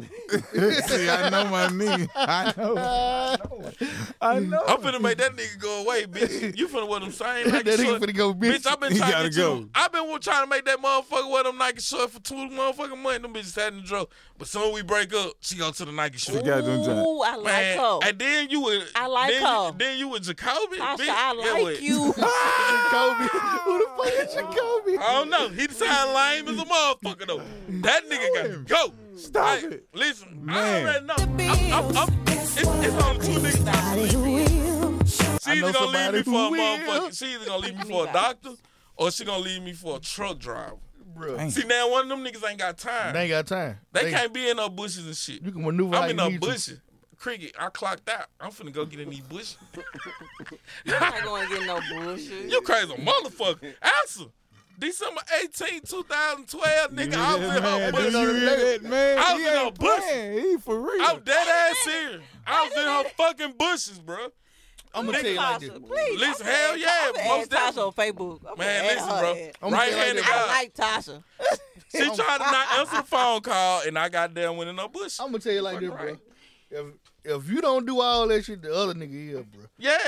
See, I know my nigga. I know. I know.
I'm finna make that nigga go away, bitch. You finna wear them same
That
Nike
nigga
shorts.
finna go, bitch.
I've been
He
trying
gotta
to get you-
go.
I've been wa- trying to make that motherfucker wear them Nike shorts for two motherfucking months. Them bitches had in the drawer. But soon we break up, she go to the Nike shorts.
got them joints. Ooh,
I like
Man,
her.
And then you would.
I like
then
her.
You, then you with Jacoby.
Tasha,
bitch.
I
Yeah,
like
what?
you.
Jacoby. Who the fuck is Jacoby?
I don't know. He sound lame as a motherfucker though. That nigga got to go. Stop it. Listen, I already know. I'm, I'm, I'm, it's, it's only two niggas out there. She either gonna leave me for a motherfucker. She either gonna leave me for a doctor, or she gonna leave me for a truck driver. Bruh. See now, one of them niggas ain't got time.
They ain't got time.
They, can't be in no bushes and shit.
You can maneuver
I'm
like
in
you
no
need to.
bushes. Cricket, I clocked out. I'm finna go get in these bushes.
I ain't going to get no bullshit.
you crazy motherfucker. Answer. December 18, 2012, nigga, I was in her
man.
bush.
You hear that, man?
I was
He
in her
ain't
bush.
He for real.
I'm dead ass serious. I was in her fucking bushes, bro.
I'ma tell you like this.
Please,
Listen,
I'm
hell
gonna-
yeah,
I'm gonna
most
add Tasha on Facebook.
Man,
I'm gonna add
listen,
her
bro.
in.
I'ma Right tell you hand like to this. God.
I like Tasha.
She tried to not answer the phone call, and I got down went in her bush.
I'm gonna tell you like this, bro. If if you don't do all that shit, the other nigga is, bro.
Yeah,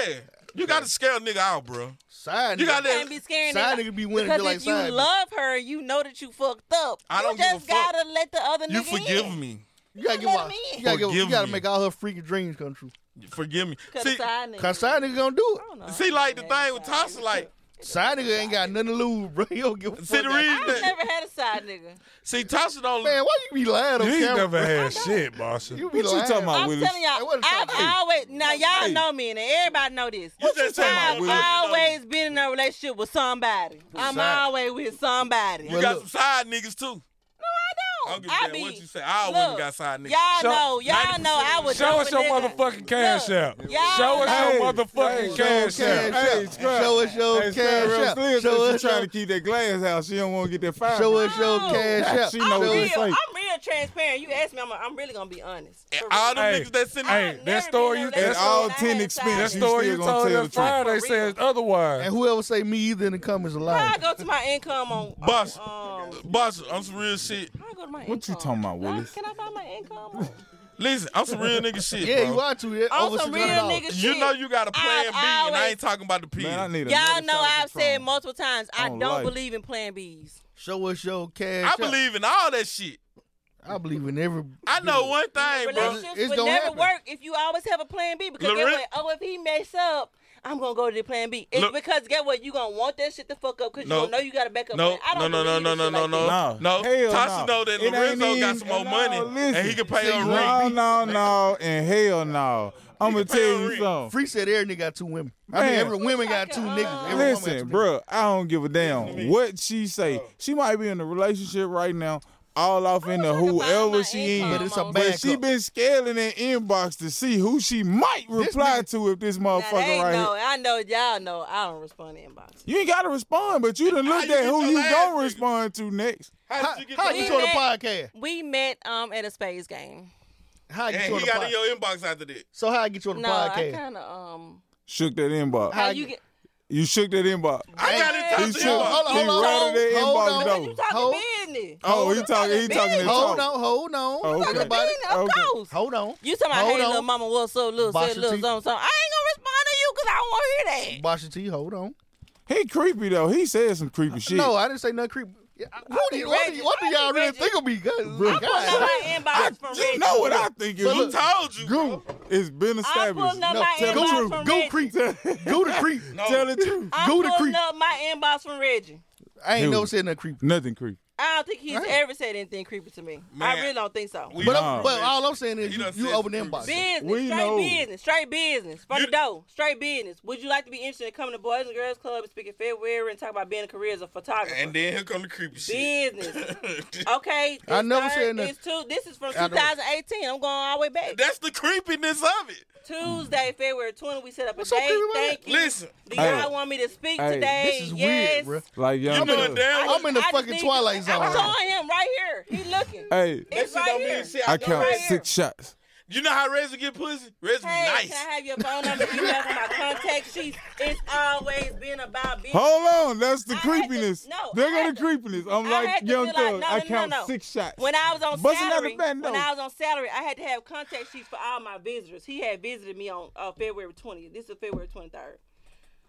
you got to scare a nigga out, bro.
Side
You got
You can't
that.
be scaring
Side
nigga
nigga be winning
because
just like
if you
side nigga.
love her, you know that you fucked up.
I don't
you
give a
just
fuck.
gotta let the other
You
nigga
forgive
in.
me.
You gotta give
Let
all,
me in.
you gotta, give, you
Forgive
gotta
me.
make all her freaking dreams come true.
Forgive me.
Cut
See,
side nigga.
Cause side nigga gonna do it.
see, like the thing with Tasha, like
Side nigga ain't got nothing to lose, bro. He don't give a
See,
fuck.
the reason
I
that-
never had a side nigga.
see Tasha don't.
Man, why you be lying on
You ain't
camera?
never
bro?
had shit, Bossa.
You be lying.
I'm telling y'all, I've always now y'all
Hey.
know me and everybody know this.
You just talking about
I've
Willis.
always been in a relationship with somebody. I'm
Side.
always with somebody.
You got some side niggas too.
I
I don't give
I
a damn
be-
what you say. I always
look,
got side niggas.
Y'all
Show-
know, y'all know I was
Show us your
doing nigga.
motherfucking cash out.
Y'all
Show us your
know.
motherfucking cash out.
Hey, Scrub.
Show us your
Hey,
cash out. Show
She's
us
trying to
your,
keep that glass out. She don't want to get that fire.
show us your
No.
cash out.
She
I'm
know
real.
it's fake.
I'm real transparent. You ask me, I'm, I'm really gonna be honest. For
All
real.
them
Hey,
niggas that sitting
hey, that story you
At
that,
all
I
ten
had
that
expense, you
story
still
you
gonna
told
tell
us
the truth.
Friday says otherwise.
And whoever say me either in the comments alive.
I go to my income on.
Boss.
on, um,
Boss, I'm some real shit.
I go to my
What you
income.
talking about, Willis?
Can I buy my income? on-
Listen, I'm some real nigga shit.
Yeah,
bro.
you are too. Yeah,
On
over
some real
$600.
nigga shit.
You know you got a plan
I've
B, and I
always-
ain't talking about the P.
Man, I need
Y'all
another
know
shot of
I've said
Patron.
multiple times I
On
don't
life.
believe in Plan Bs.
Show us your cash
I
out.
believe in all that shit.
I believe in every.
I know one thing, bro.
Relationships
it's
would
gonna
never
happen.
work if you always have a Plan B because
Lorette-
guess what? Oh, if he mess up. I'm gonna go to the plan B. It's
Look-
because get what you gonna want that shit to fuck up because
No.
you gonna know you got a backup.
No,
plan. I
no,
don't
no, no,
believe
no,
in
no,
shit
no,
like
no,
that.
that.
no.
No. Hell
Tasha
no.
know that
It ain't
Lorenzo got
even-
some more
no,
money, and
listen.
he can pay her
No,
rent.
no, no, and hell no. I'm gonna
pay
tell
her
you
rent.
something.
Free said every nigga got two women. I mean,
Man.
every women got two
uh,
niggas. Every woman got two
Listen,
niggas.
bruh, I don't give a damn what she say. She might be in a relationship right now, all off into
trying to find my
whoever she in.
income, But
it's a
But she
backup.
been scaling that inbox to see who she might reply to if this
Now,
motherfucker
they
right
know.
here.
I know y'all know. I don't respond to inbox.
You ain't gotta respond, but you done looked
you
at
get
who
your
you
ass
gonna
beat?
respond to next.
How did you
How
get
you
We
on the
met-
podcast?
We met um at a space game.
How you
And
on
he
the
got in
podcast?
your inbox after that.
So how I get you on the
No, I
podcast?
kind of um.
Shook that inbox.
How
How
I
you
get-
get?
You shook that inbox.
I got
Hey,
in
He
Tasha's
shook.
Hold
inbox.
on, hold on,
he ratted
hold on,
that
hold
inbox
on.
down.
You talking
Hold-
business?
Oh, he
You
talking. He talking that
Hold
talk.
on, hold on.
Oh,
Talk
okay.
about it.
Business, of
Okay.
course.
Hold on.
You talking about
Hold
hey,
on.
little mama, what's up, little
Box
said,
your
little
teeth.
something, something. I ain't gonna respond to you because I don't want to hear that.
Basha T, hold on.
He creepy though. He said some creepy shit.
No, I didn't say nothing creepy. Yeah, I- What do you- what do you- what do
I
y'all
be
really
Reggie.
think of me? God,
Bro.
God.
Pulling up my inbox from
you
Reggie.
know what I think is.
So
You
look-
Told you.
Goo, it's been
I'm
established.
pulling up my inbox
tell the
from
truth.
Reggie.
Goo creep. Tell,
Go to creep.
tell the truth.
I'm
Go to
pulling
creep.
up my inbox from Reggie.
I ain't
Dude.
never said nothing creepy.
Nothing creep.
I don't think he's
Right.
ever said anything creepy to me.
Man.
I really don't think so.
We
But,
know.
I'm, but all I'm saying is
He
you,
done
you
said
open the
some
inbox.
creepy
Business,
We
straight
know.
business, straight business from
You-
the door, straight business. Would you like to be interested in coming to Boys and Girls Club and speak in February and talk about being a career as a photographer?
And then here come the creepy shit.
business. Okay,
I
this
never
third-
said nothing.
it's two. This is from
I don't-
2018. I'm going all the way back.
That's the creepiness of it.
Tuesday, February 20, we set up a
so
date.
creepy about
Thank you.
Listen,
Do
Hey.
y'all want me to speak
Hey,
today?
This is
yes.
weird,
Like young.
you doing damn
I'm in the
I just
fucking
need-
Twilight Zone.
I'm showing him right here. He looking.
That
Hey,
shit
It's right
don't
here.
mean shit.
I
know
count
Rez-
here.
six shots.
You know how Rez get pussy? Rez be
Hey,
nice.
can I have your phone number, email, and my contact sheets? It's always been about business.
Hold on, that's the
I had to-
creepiness.
no, I
They're gonna
had to-
creepiness. I'm
I
like
had to
young
be like,
thug.
no,
I
no, no,
count
no.
six shots.
When I was on
Busting out
salary,
the band,
when
though.
I was on salary, I had to have contact sheets for all my visitors. He had visited me on uh, February 20th. This is February 23rd.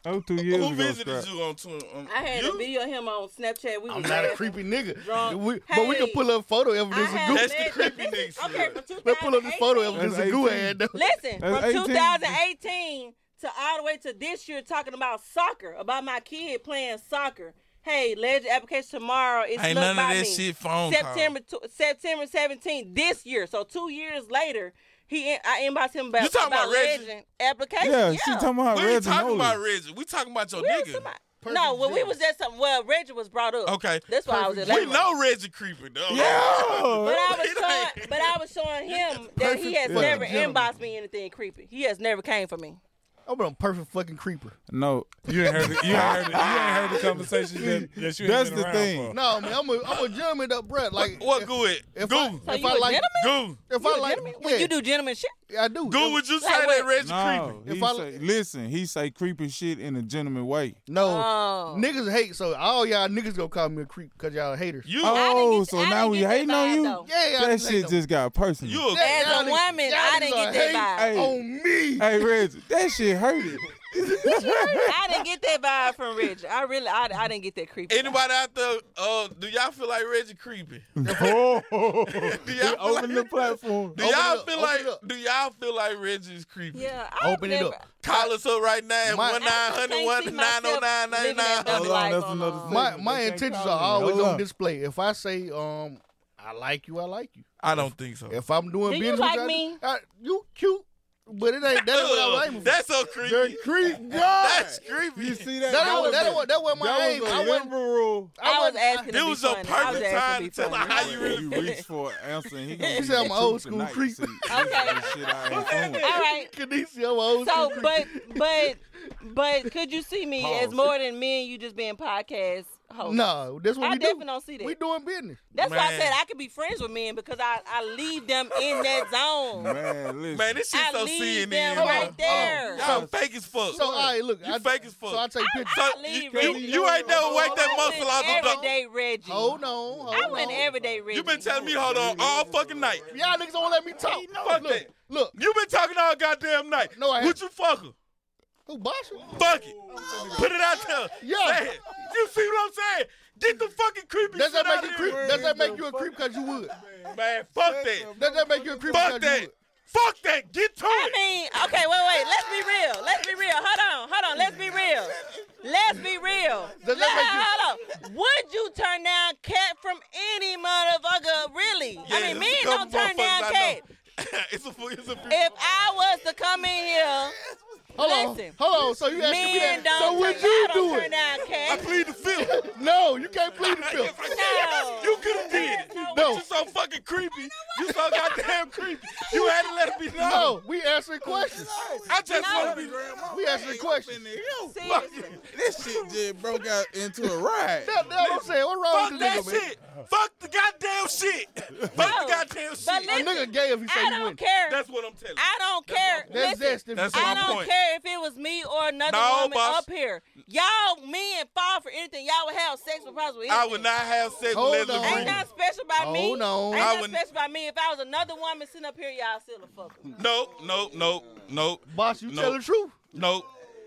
oh, two years
Who
ago,
visited
Scott.
you on Twitter? Um,
I had a
you?
video of him on Snapchat. We
I'm
was
not a
laughing.
creepy nigga.
Drunk.
We- But we can
Hey.
pull up photo
I
evidence of
had
goo.
That's the
led-
creepy
this is-
nigga
Okay,
shit.
from
Let's pull up this photo
2018
evidence of
That's
goo
18.
ad. though.
Listen,
That's
from
18.
2018 to all the way to this year, talking about soccer, about my kid playing soccer. Hey, legend application tomorrow. It's
Ain't
look
none of
by
that
me.
shit phone
September tw- September 17th this year. So two years later, he in- I inboxed him about,
You talking about Reggie?
legend application.
Yeah, she talking about
We ain't
Reggie
talking about
Nolan.
Reggie. We talking about your
Where is
nigga.
somebody- No, when we was at something, well, Reggie was brought up.
Okay.
That's why I was at.
We
Lake Road.
know Reggie creeping though.
But I was showing, but I was showing him that he has
Perfect
never
gentleman.
inboxed me anything creepy. He has never came for me.
I'm a perfect fucking creeper.
No,
you ain't heard. The, you ain't heard. The, you ain't heard the conversation that, that you ain't
That's
been
the
around
thing.
for.
No, man, I'm a I'm a gentleman up, bruh. Like
what, what good?
if
Goo.
I,
So
if
you
I
a
like
gentleman?
if
You
I
a
like
gentleman? When you do gentleman shit,
yeah, I do.
Goo, would you say that Reggie
No,
creeping?
he
If I
say, listen, he say creeping shit in a gentleman way.
No,
Oh.
niggas hate. So all y'all niggas gonna call me a creep because y'all haters.
You
oh, so now we hating on you?
Yeah, I
that
just hate
shit
them.
just got personal.
You
As a
Y'all niggas-
woman,
y'all
I
niggas
didn't
are
get that
hating
vibe.
on me.
hey, Reggie, that shit hurted.
vibe. I didn't get that vibe from Reggie. I really, I, I didn't get that creepy.
Anybody out there? Uh, do y'all feel like Reggie creeping?
oh,
Do y'all feel like,
open the platform.
do y'all
Open it up,
feel
open
like
it up.
do y'all feel like Reggie's creeping?
Yeah, I
Open it
never,
up.
Call us up right now at
My-
one nine hundred one nine oh nine ninety nine.
Hold on, that's another thing.
My
They
my
can't
intentions
call
are
me.
always
Hold
on
up.
display. If I say um I like you, I like you.
I don't think so.
If I'm doing
Do you
business,
like
with y'all,
me?
I- Uh, you cute, but it ain't. That's what I was
Ugh,
aiming for.
That's so creepy.
creep
That's creepy.
You see that?
That
That
was-
was
that
a-
was- that was my
that
aim.
was a
I wasn't-
liberal.
I was
wasn't-
asking.
This
to be
was a
funny. I was
perfect
asking
time
be
to tell
funny.
her how you really
You reach for an answer, and he gonna
said
give
I'm
you
an
two
old school
tonight.
creep.
See,
Okay.
this shit I ain't fucking with.
All right.
Kenisi, I'm old.
So,
school.
but but but could you see me as
Pause.
more than me and you just being podcast hosts?
no, that's what
I
we
definitely
do.
don't see that.
We doing business.
That's why I
Man.
said I could be friends with men because I, I leave them in that zone.
Man, listen.
Man, this shit
I
so
leave
CNN.
them
bro. Oh,
right there.
Y'all fake as fuck.
So, all right, look,
You
I,
fake as fuck.
So I take pictures.
So,
I leave
you, you,
Reggie.
you ain't never wake that
I
muscle out
went
the duck.
everyday Reggie.
hold on, hold
I
on.
went everyday Reggie.
You been telling me hold on all fucking night.
Y'all niggas don't let me talk.
Fuck
look,
that.
look,
You been talking all goddamn night.
No, I
Would you fuck her?
who Basha?
Fuck it. Put it out there.
Yeah.
Say it. You see what I'm saying? Get the fucking creepy
Does
shit
that
out
make
of
you creep?
here.
Does that make you a creep? Cause you would.
Man, fuck that.
Does that make you a creep?
Fuck
'cause you
that.
would?
Fuck that. Get to
I
it.
mean, okay, wait, wait. Let's be real. Let's be real. Hold on, hold on. Let's be real. Let's be real.
Does that
Let-
make you-
hold on. Would you turn down cat from any motherfucker? Really? I
Yeah,
mean, men
there's a
don't
couple
turn down
motherfuckers I
cat.
know. it's a fu- it's a
If I was to come in here,
Hold on,
Listen.
hold on. So you asking me
men
that?
don't,
So would
turn,
you
I don't
do
turn
it?
down
I
cat.
plead the fifth.
No, you can't plead the fifth.
No.
You could have did it.
No.
But you so fucking creepy. You so goddamn creepy. You had to let it be known.
No, we answering questions.
I just want to be.
We answering questions.
Seriously.
This shit just broke out into a riot.
That, that's what I'm saying. What wrong
Fuck
with this
that
nigga, man?
shit. Fuck the goddamn shit. Fuck the goddamn
But
shit.
A
listen,
nigga gay if he say
I
he
don't
went.
care.
That's what I'm telling you.
I don't care.
That's
Listen,
zest.
That's
I
my
don't
point.
care if it was me or another
No,
woman
boss.
up here. Y'all men fall for anything. Y'all would have sex with prostitutes.
I would not have sex
Hold
with Leslie
on.
Ain't
Green.
nothing special about me.
Hold on.
Ain't
I
nothing
would-
special about me. If I was another woman sitting up here, y'all still a fucker.
No, no, no, no,
Boss, you
No.
tell the truth.
no.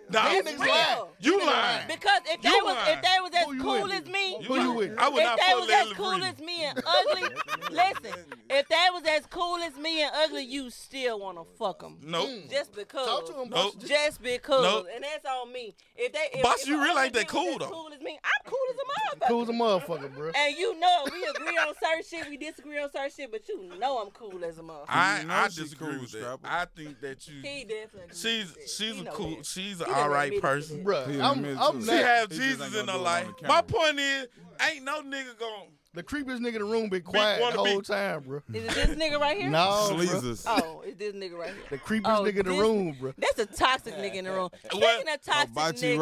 Nah,
These niggas lying.
You lying.
Because if they
You
was
lying.
if they was as
Who you
cool
with?
as me,
Who you with?
I would
if
not
they
fuck
was as
Leslie
cool
Green.
as me and ugly, listen. If they was as cool as me and ugly, you still wanna fuck them
Nope.
just because.
Talk to him,
Nope.
boss.
Just because,
Nope.
and that's on me. If they, if,
Boss,
if
you
a
really
other
ain't that
nigga was
cool,
as
though.
Cool as me, I'm cool as a motherfucker.
Cool as a motherfucker, bro.
And you know it. we agree on certain shit, we disagree on certain shit, but you know I'm cool as a motherfucker.
I,
You know
I
she
disagree
cool,
with that.
Scrapper.
I think that you.
He definitely.
She's she's
He
a
know
cool.
that.
She's
He
an
done
all right
admitted to
person.
Bro,
He
I'm,
admitted
I'm
to
She
it.
not.
have
He just
Jesus
ain't
in
gonna
her
do it
life.
on the
My
camera.
point is, ain't no nigga gonna.
The creepiest nigga in the room been quiet
wanna
the
be-
whole time, bro.
Is it this nigga right here?
No, bro.
Sleezers.
Oh, it's this nigga right here.
The creepiest
Oh,
nigga in the
this-
room, bro.
That's a toxic nigga in the room.
What?
Speaking of toxic
Bachi
niggas,
Oh,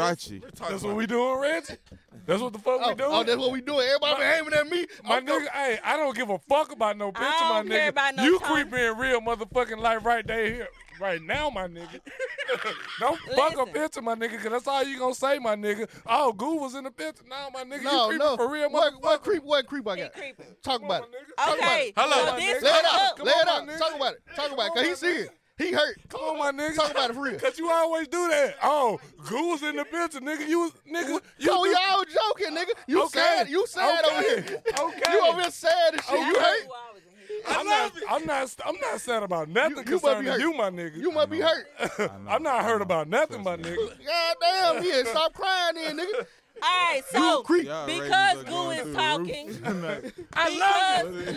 Rachi.
That's what we doing, Reggie. That's what the fuck
Oh,
we doing.
oh, that's what we doing. Everybody been aiming at me.
My
I'm go-
nigga, hey, I don't give a fuck about no picture,
I
my
don't care
nigga.
about no
you
time.
creepy in real motherfucking life right there here. Right now, my nigga. don't fuck a
Listen.
picture, my nigga, cause that's all you gonna say, my nigga. Oh, goo was in the picture. Nah, my nigga,
No,
you creepy
no.
for real,
what, what
motherfucker.
creep? What creep I
he
got?
creeping.
Talk
Come on,
about it.
my nigga.
Talk about
Okay,
it.
Hello.
so this
Lay it
come
out.
up.
Come
Lay
on,
it out.
my
Talk
nigga.
about it. Talk about it. Cause he
Come on, my
serious. He hurt.
Come on, my nigga.
Talk about it for real.
Cause you always do that. Oh, goo was in the picture, nigga. You was nigga. You
Yo,
do-
y'all joking, nigga. You
Okay.
sad. You sad
Okay.
over here.
Okay.
You over here sad as shit.
Y'all
you
know
hurt.
who I was in here.
Oh, I'm not. I'm not. I'm not sad about nothing
You- you might be
concerning
hurt.
you, my nigga.
You might be hurt.
I'm not hurt about nothing, my nigga.
God damn, yeah. Stop crying then, nigga.
right, so
creep. Y'all
because Goo
ratings
is
are
talking,
I love
because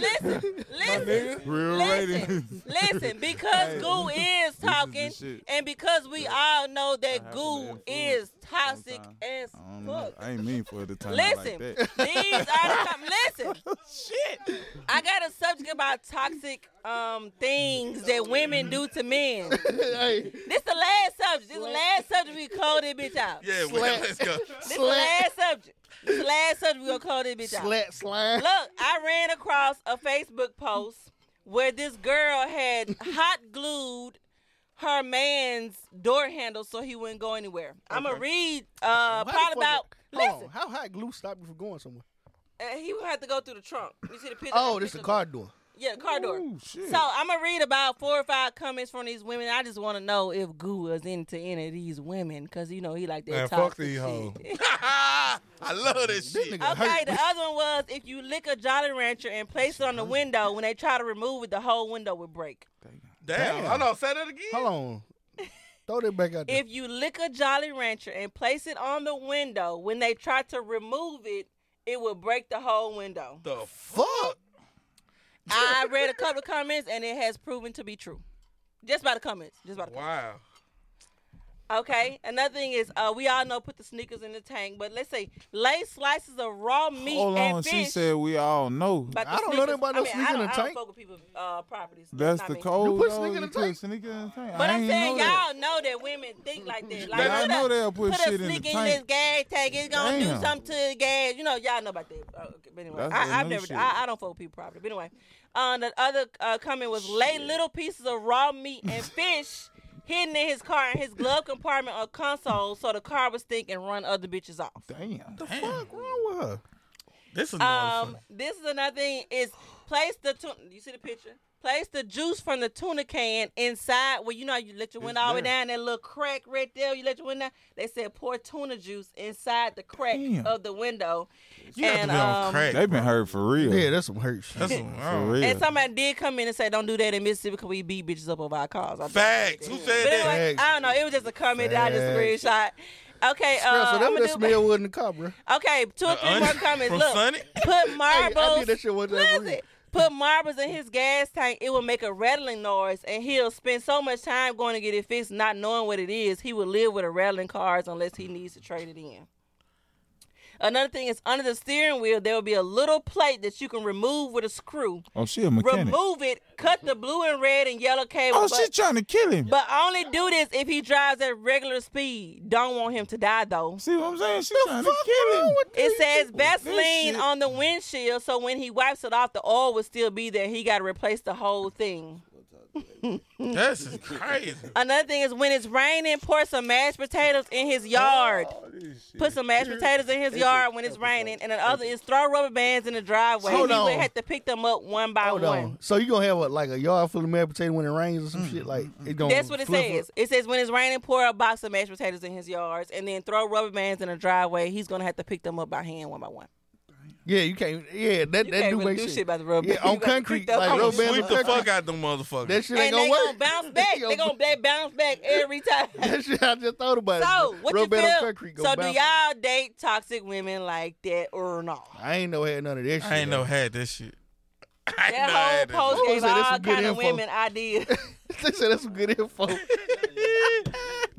listen, listen,
Real
listen, listen, because Goo is talking,
shit.
and because we all know that Goo is toxic as
I,
fuck.
don't know. I ain't mean for it to turn out
Listen,
like
these are
that. Oh,
the com- listen. Shit, I got a subject about toxic um things that women do to men. this the last subject. This the last subject we call this bitch out.
Yeah, well, let's go.
This the last subject. This the last subject we gonna call this bitch out.
Slut slime.
Look, I ran across a Facebook post where this girl had hot glued her man's door handle so he wouldn't go anywhere. I'm gonna
Okay.
read uh
How the
probably
fuck-
about
hold
listen.
On, how high glue stopped you from going somewhere?
Uh, he would have to go through the trunk. You see the picture?
Oh, this is a car door.
Yeah, the car door.
Ooh,
so
shit.
I'm gonna read about four or five comments from these women. I just want to know if Goo was into any of these women because you know he like that.
Man, fuck
toxic
these
shit.
hoes.
I love this shit.
Okay, the other one was if you lick a Jolly Rancher and place it on the window, when they try to remove it, the whole window would break.
Damn. Hold on, say that again.
Hold on. Throw that back out there.
If you lick a Jolly Rancher and place it on the window, when they try to remove it, it will break the whole window.
The fuck?
I read a couple of comments and it has proven to be true. Just by the comments. Just by the
Wow.
Okay. Another thing is, uh, we all know put the sneakers in the tank, but let's say lay slices of raw meat
Hold
and
on,
fish.
she said we all know.
but the sneakers- I mean, I don't, I don't fuck with people's uh, properties.
That's
Not
the
me.
code.
You put
though.
sneaker in
You
the
put sneaker in the tank.
But
I
I'm
ain't
saying
know that.
y'all know that women think like that. Like,
I
put
know
a-
they'll put
a
shit in the
sneaker
tank.
this gas tank. It's gonna
Damn.
do something to the gas. You know, y'all know about that. Oh, okay. But anyway,
That's that
I, I've
new
never.
shit.
I, I don't fuck with people properly. But anyway, uh, the other uh, comment was lay little pieces of raw meat and fish hidden in his car in his glove compartment or console, so the car would stink and run other bitches off.
Damn.
The
fuck wrong with her?
This is
um, this is another thing is place the tuna. You see the picture? Place the juice from the tuna can inside where you know how you let your window all the way
there.
down that little crack right there. You let your window. down. They said pour tuna juice inside the crack
Damn.
of the window. um,
They been hurt for real. Yeah,
that's some hurt shit.
That's some, for real.
And somebody did come in and say, "Don't do that in Mississippi because we beat bitches up over our cars." I
Facts. Who said
but
that?
anyway, I don't know. It was just a comment that I just
Facts.
screenshot. Okay, uh,
so
I'm
that was
gonna
that
do-
smell wood in the car, bro.
Okay, two or
The
three
onion
more comments.
from
Look,
Sunny?
put marbles.
that shit one time for
listen, put marbles in his gas tank. It will make a rattling noise, and he'll spend so much time going to get it fixed, not knowing what it is. He will live with a rattling cars unless he needs to trade it in. Another thing is under the steering wheel there will be a little plate that you can remove with a screw.
Oh, she a mechanic.
Remove it, cut the blue and red and yellow cable.
Oh,
but-
she trying to kill him.
but only do this if he drives at regular speed. Don't want him to die though. See
what I'm saying? She
trying
to kill him.
It says
This shit.
Vaseline on the windshield, so when he wipes it off, the oil will still be there. He got to replace the whole thing.
This is crazy.
Another thing is when it's raining, pour some mashed potatoes in
Oh,
his yard. Put some mashed potatoes in his yard when it's raining. And the other is throw rubber bands in the driveway.
Hold
he would
on.
have to pick them up one by
Hold
one.
on. So you gonna have what, like a yard full of mashed potato when it rains or some
Mm,
shit? Like it gonna
That's what it
flip
says.
up?
It says when it's raining, pour a box of mashed potatoes in his yards, and then throw rubber bands in the driveway. He's gonna have to pick them up by hand one by one.
Yeah, you can't. Yeah, that
You can't
that do
really
make
do
shit.
shit about the rubber
Yeah,
band. You
on
gotta
concrete,
pick that
like
up.
rubber bands.
Sweep
on
the
concrete.
fuck out them motherfuckers.
That shit
and
ain't
they
gonna
gonna
work.
bounce back. they gonna they bounce back every time.
That shit I just thought about.
so
it.
what
Rubber
you
band on
feel?
concrete gonna
So do
bounce.
y'all date toxic women like that or not?
I ain't no had none of that shit.
I ain't no had that shit.
That whole post gave all kind of
info.
women ideas.
they said that's some good info.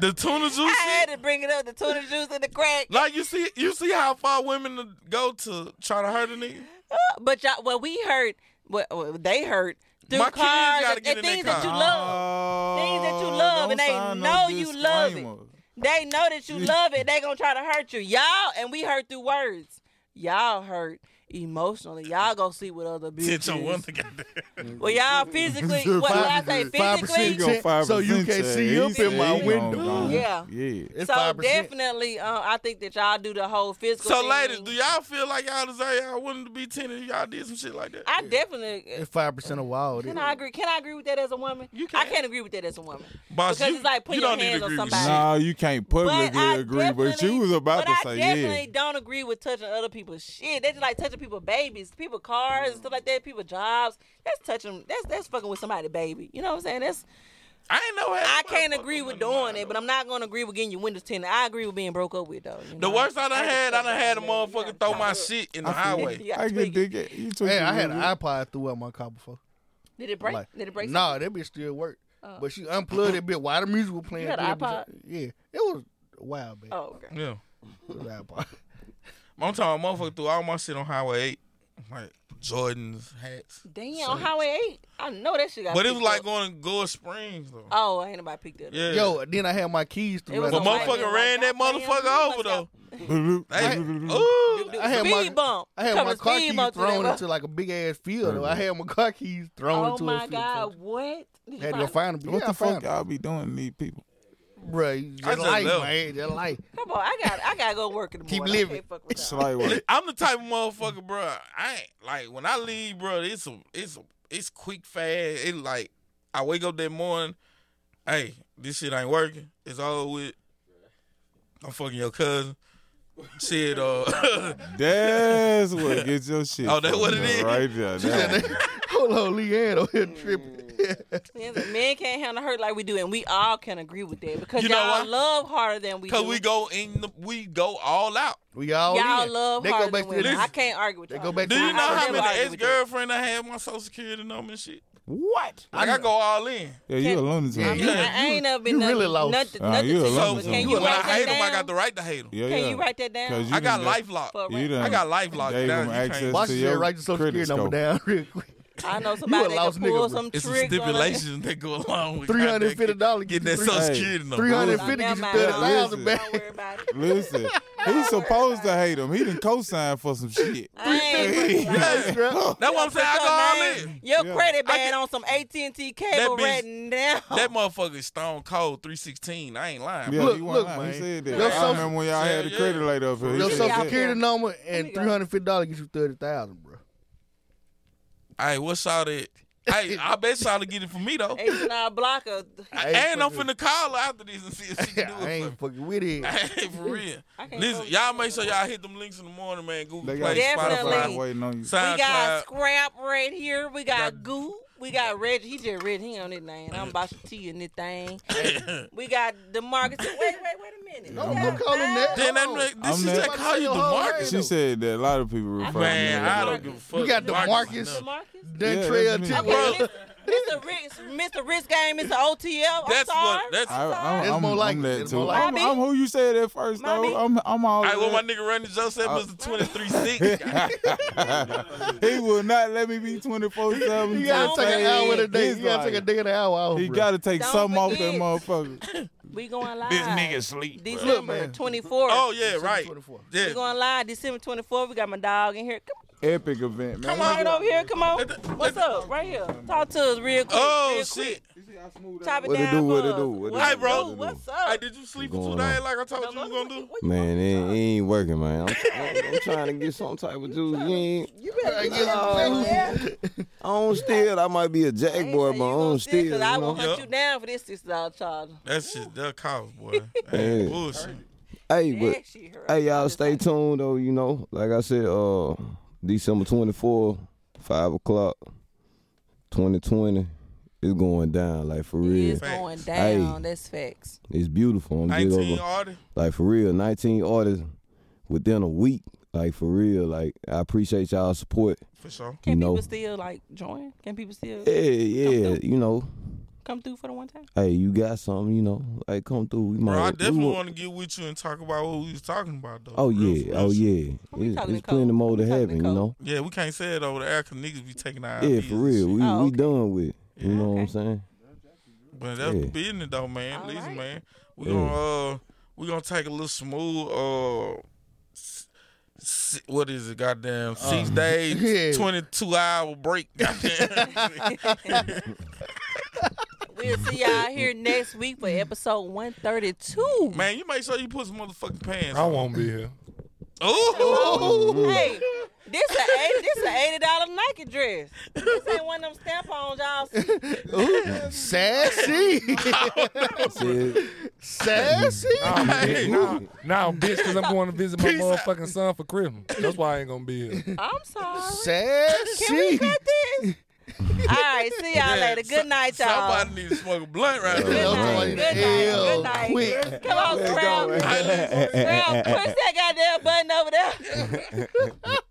The tuna juice.
I had to bring it up. The tuna juice and the crack.
Like you see, you see how far women go to try to hurt a nigga.
Uh, But y'all, well, we hurt. Well, well, they hurt through
My kids
cars
gotta
and,
get
and
in
things
their
that you
car.
love, things that you love, and
Oh,
they
don't sign no
know you love it.
disclaimer.
They know that you
Yeah.
love it. They gonna try to hurt you, y'all. And we hurt through words. Y'all hurt emotionally. Y'all go sleep with other
Tension
bitches.
one thing out
Well, y'all physically. what did I say? Physically.
so you can
eh?
see up in my window.
Yeah.
Yeah.
So definitely, um, I think that y'all do the whole physical.
So,
thing.
ladies, do y'all feel like y'all deserve y'all women to be tended? Y'all did some shit like that.
I definitely.
It's five percent of wild.
Can I agree? Can I agree with that as a woman? I can't agree with that as a woman
Boss,
because
you-
it's like putting
you
your
don't need to
hands on
agree with
somebody.
shit. Nah, you can't publicly
But I
agree, but you
definitely-
was
but
about to
I
say, yeah.
definitely don't agree with touching other people's shit. They just like touching people's babies, people cars and stuff like that, people jobs. That's touching. That's that's fucking with somebody's baby. You know what I'm saying? That's
I ain't know.
I can't agree with doing it, but I'm not gonna agree with getting your windows tinted. I agree with being broke up with though.
The worst I done had, I done had a motherfucker throw my shit in the highway.
I can dig it. You took
Hey,
it
I had an
real
iPod threw out my car before.
Did it break?
Like,
Did it break?
Nah,
something?
that bitch still worked.
Oh.
But she unplugged it bit while the music was playing.
You had an
through that
iPod?
bitch- Yeah, it was a while back.
Oh, okay.
Yeah.
It was an iPod.
I'm talking motherfucker threw all my shit on Highway 8. Like Jordans, hats.
Damn,
shirts.
Highway Eight. I know that shit got.
But it was
picked
like
up.
going to Gore Springs, though.
Oh, ain't nobody picked it up.
Yeah.
Yo, then I had my keys through.
But motherfucker ran that motherfucker over, though.
I had my
Speed bump.
I had
Come
my
a
car
speed
keys
bump to that
thrown
mother-
into like a big ass field. Though. I had my car keys thrown
Oh
into
my
a field.
god, what? Did you
Had to go
find it?
find them.
What
yeah,
the
I found
fuck y'all be doing to these people?
Bruh,
I
just
just
like
left.
man, just like
Come on, I got I gotta go work in the
Keep
morning. I can't
living.
fuck with
It's like
Li- I'm the type of motherfucker, bro. I ain't like when I leave, bro. It's a, it's a, it's quick, fast. It like I wake up that morning. Hey, this shit ain't working. It's all with. I'm fucking your cousin. Shit, uh,
That's what get your shit.
Oh, that
from,
what it
though,
is?
Right there.
She
that-
said, "Hold on, Leanne over here tripping."
that. Men can't handle hurt like we do, and we all can agree with that because
You know
y'all
why?
love harder than we
cause
do.
we go in the, we go all out.
We all
y'all
in.
love
They
harder
go back
than
to
women.
this.
I can't argue with
They
y'all.
go back
Do
to
you
this.
know how many
argue
ex
with
girlfriend I had my social security number and shit?
What?
Like I, go all in.
Yeah, you a lunatic.
Yeah, you-
I ain't never been
you
nothing,
really lost.
nothing,
Nah,
nothing
you a
to you,
lump
but
sum.
can
You
you
a
When I
write that
hate them, I
down?
got the right to hate them.
Yeah,
Can
yeah.
you write that down?
'Cause you
I got
done
life lock.
For
You done
I got life locked
Gave
down.
them
You
access
can't-
to
Watch
your
your write your social
credit
security number
score.
down real quick.
I know somebody that
lost
can
nigga,
pull
bruh.
some
It's a
tricks on us.
stipulation that go along with
Three hundred fifty dollars.
Get that social security number.
Three hundred fifty gets you
Never
thirty
mind.
thousand back.
Listen, he's supposed to hate him. He didn't co-sign for some shit.
I ain't-
That's what I'm saying. I go all in.
Your
Yeah.
credit
I
band on some AT and T cable
bitch-
right now.
That motherfucker is stone cold 316. I ain't lying.
Yeah,
bro.
he, wasn't
Look, look,
lying. he
man.
said that.
Your
I
social-
remember when y'all had the
Yeah,
credit
yeah.
laid up here. He
Your
said
social
that.
security number and three hundred fifty dollars gets you thirty thousand, bro.
Hey, what's all that? Hey, I bet y'all to get it from me though.
Eight and nine blocker.
ain't
and I'm
fucking-
finna call her after this and see if she can do
I
it.
ain't fucking with it.
for me. Hey, for real.
I can't
Listen,
fuck
y'all
with
make sure y'all hit them links in the morning, man. Google
They
Play,
got
Definitely.
Spotify,
Spotify waiting on you.
We got
SoundCloud.
Scrap right here. We got Goo. We got Reggie. He just read him on this name. I'm about to T in this thing. We got DeMarcus. Wait, wait, wait a minute.
Don't don't call him that.
Then
Hold
that
on.
this
I'm
is
not-
that call you
Your whole
DeMarcus.
She said that a lot of people refer to
Man,
me.
I don't give a fuck.
You got the
no.
Marcus,
DeMarcus.
Dontrell,
Yeah, that's me.
Okay,
Tidwell.
Mr. Risk, Mr. Risk game, Mr. OTL. I'm
That's
sorry.
what. That's.
I,
All
I'm,
It's
I'm,
more like
I'm
it.
that
It's
too.
more like
I'm,
it.
I'm who you said at first though.
Mommy?
I'm I'm all.
right, well, my
that.
nigga Randy Joseph is the 23 six.
he will not let me be 24 7.
You gotta take an hour a day. You gotta
like,
take a day and an hour off.
He
bro.
gotta take
Don't
something off that
forget.
motherfucker.
We going live.
This nigga sleep. bro.
December
man.
24th.
Oh yeah, right.
24.
We
Yeah.
going live December 24th. We got my dog in here. Come
Epic event, man.
Come on, right over here. Come on.
the-
What's up? Right here. Talk to us real quick.
Oh
real
shit.
quick. Chop it
What it
down
do,
for us.
what it do, what
What
it
do,
it
what it
do,
do.
What's
Hey,
up?
did you sleep for
Going
two
on.
days like I told you you was gonna do?
Man, it ain't, it ain't working, man. I'm, I'm, I'm trying to get some type of juice. You ain't,
You better get some there.
I don't steal. I might be a jackboy, but I don't steal. You
Because I
know?
will hunt
Yeah.
you down for this six dollar charge.
That shit, that cost, boy.
Yeah.
Hey, bullshit.
Hey,
Yeah,
but
she heard.
hey, y'all stay tuned though. You know, like I said, uh, December twenty four, five o'clock, twenty twenty. It's going down, like for real.
It's going down. That's facts.
It's beautiful. I'm get
19
over.
Artie.
Like for real, 19 artists within a week. Like for real. Like I appreciate y'all support.
For sure.
Can
know.
people still like join? Can people still
Yeah, yeah. You know,
come through for the one time?
hey, you got something. You know, like come through. We might.
Bro, I
we
definitely
will-
want to get with you and talk about what we was talking about though.
Oh
For real,
yeah,
for
oh
real.
yeah.
We
It's,
talking
it's
to Cole.
plenty more
We
to
talking to
happen. You
Cole.
know.
Yeah, we can't say it over the air because niggas be taking our
Yeah,
ideas
for
and
real.
shit.
We
Oh,
we
okay.
done with. it. You
Yeah.
know what I'm saying?
But that's the
Yeah.
business though, man.
All
Listen,
right.
man. We
Yeah.
gonna uh, we gonna take a little smooth uh. s- s- What is it?
Uh.
Goddamn, six days,
yeah.
twenty-two hour break. Goddamn.
We'll see y'all here next week for episode 132.
man, you make sure you put some motherfucking pants.
I
on.
won't be here.
Ooh,
Hey, this a eighty, this a eighty dollar Nike dress. This ain't one of them stamp ons y'all. See.
Ooh, sassy,
See,
sassy.
Nah,
Hey,
bitch, nah, nah, bitch, because I'm going to visit my motherfucking son for Christmas. That's why I ain't going to be here.
I'm sorry.
Sassy.
Can we cut this? All right, right, see y'all later. Good night, y'all.
Somebody need to smoke a blunt right
Good
now.
night, good night, good night. Come on, Scrub. Scrub, push that goddamn button over there.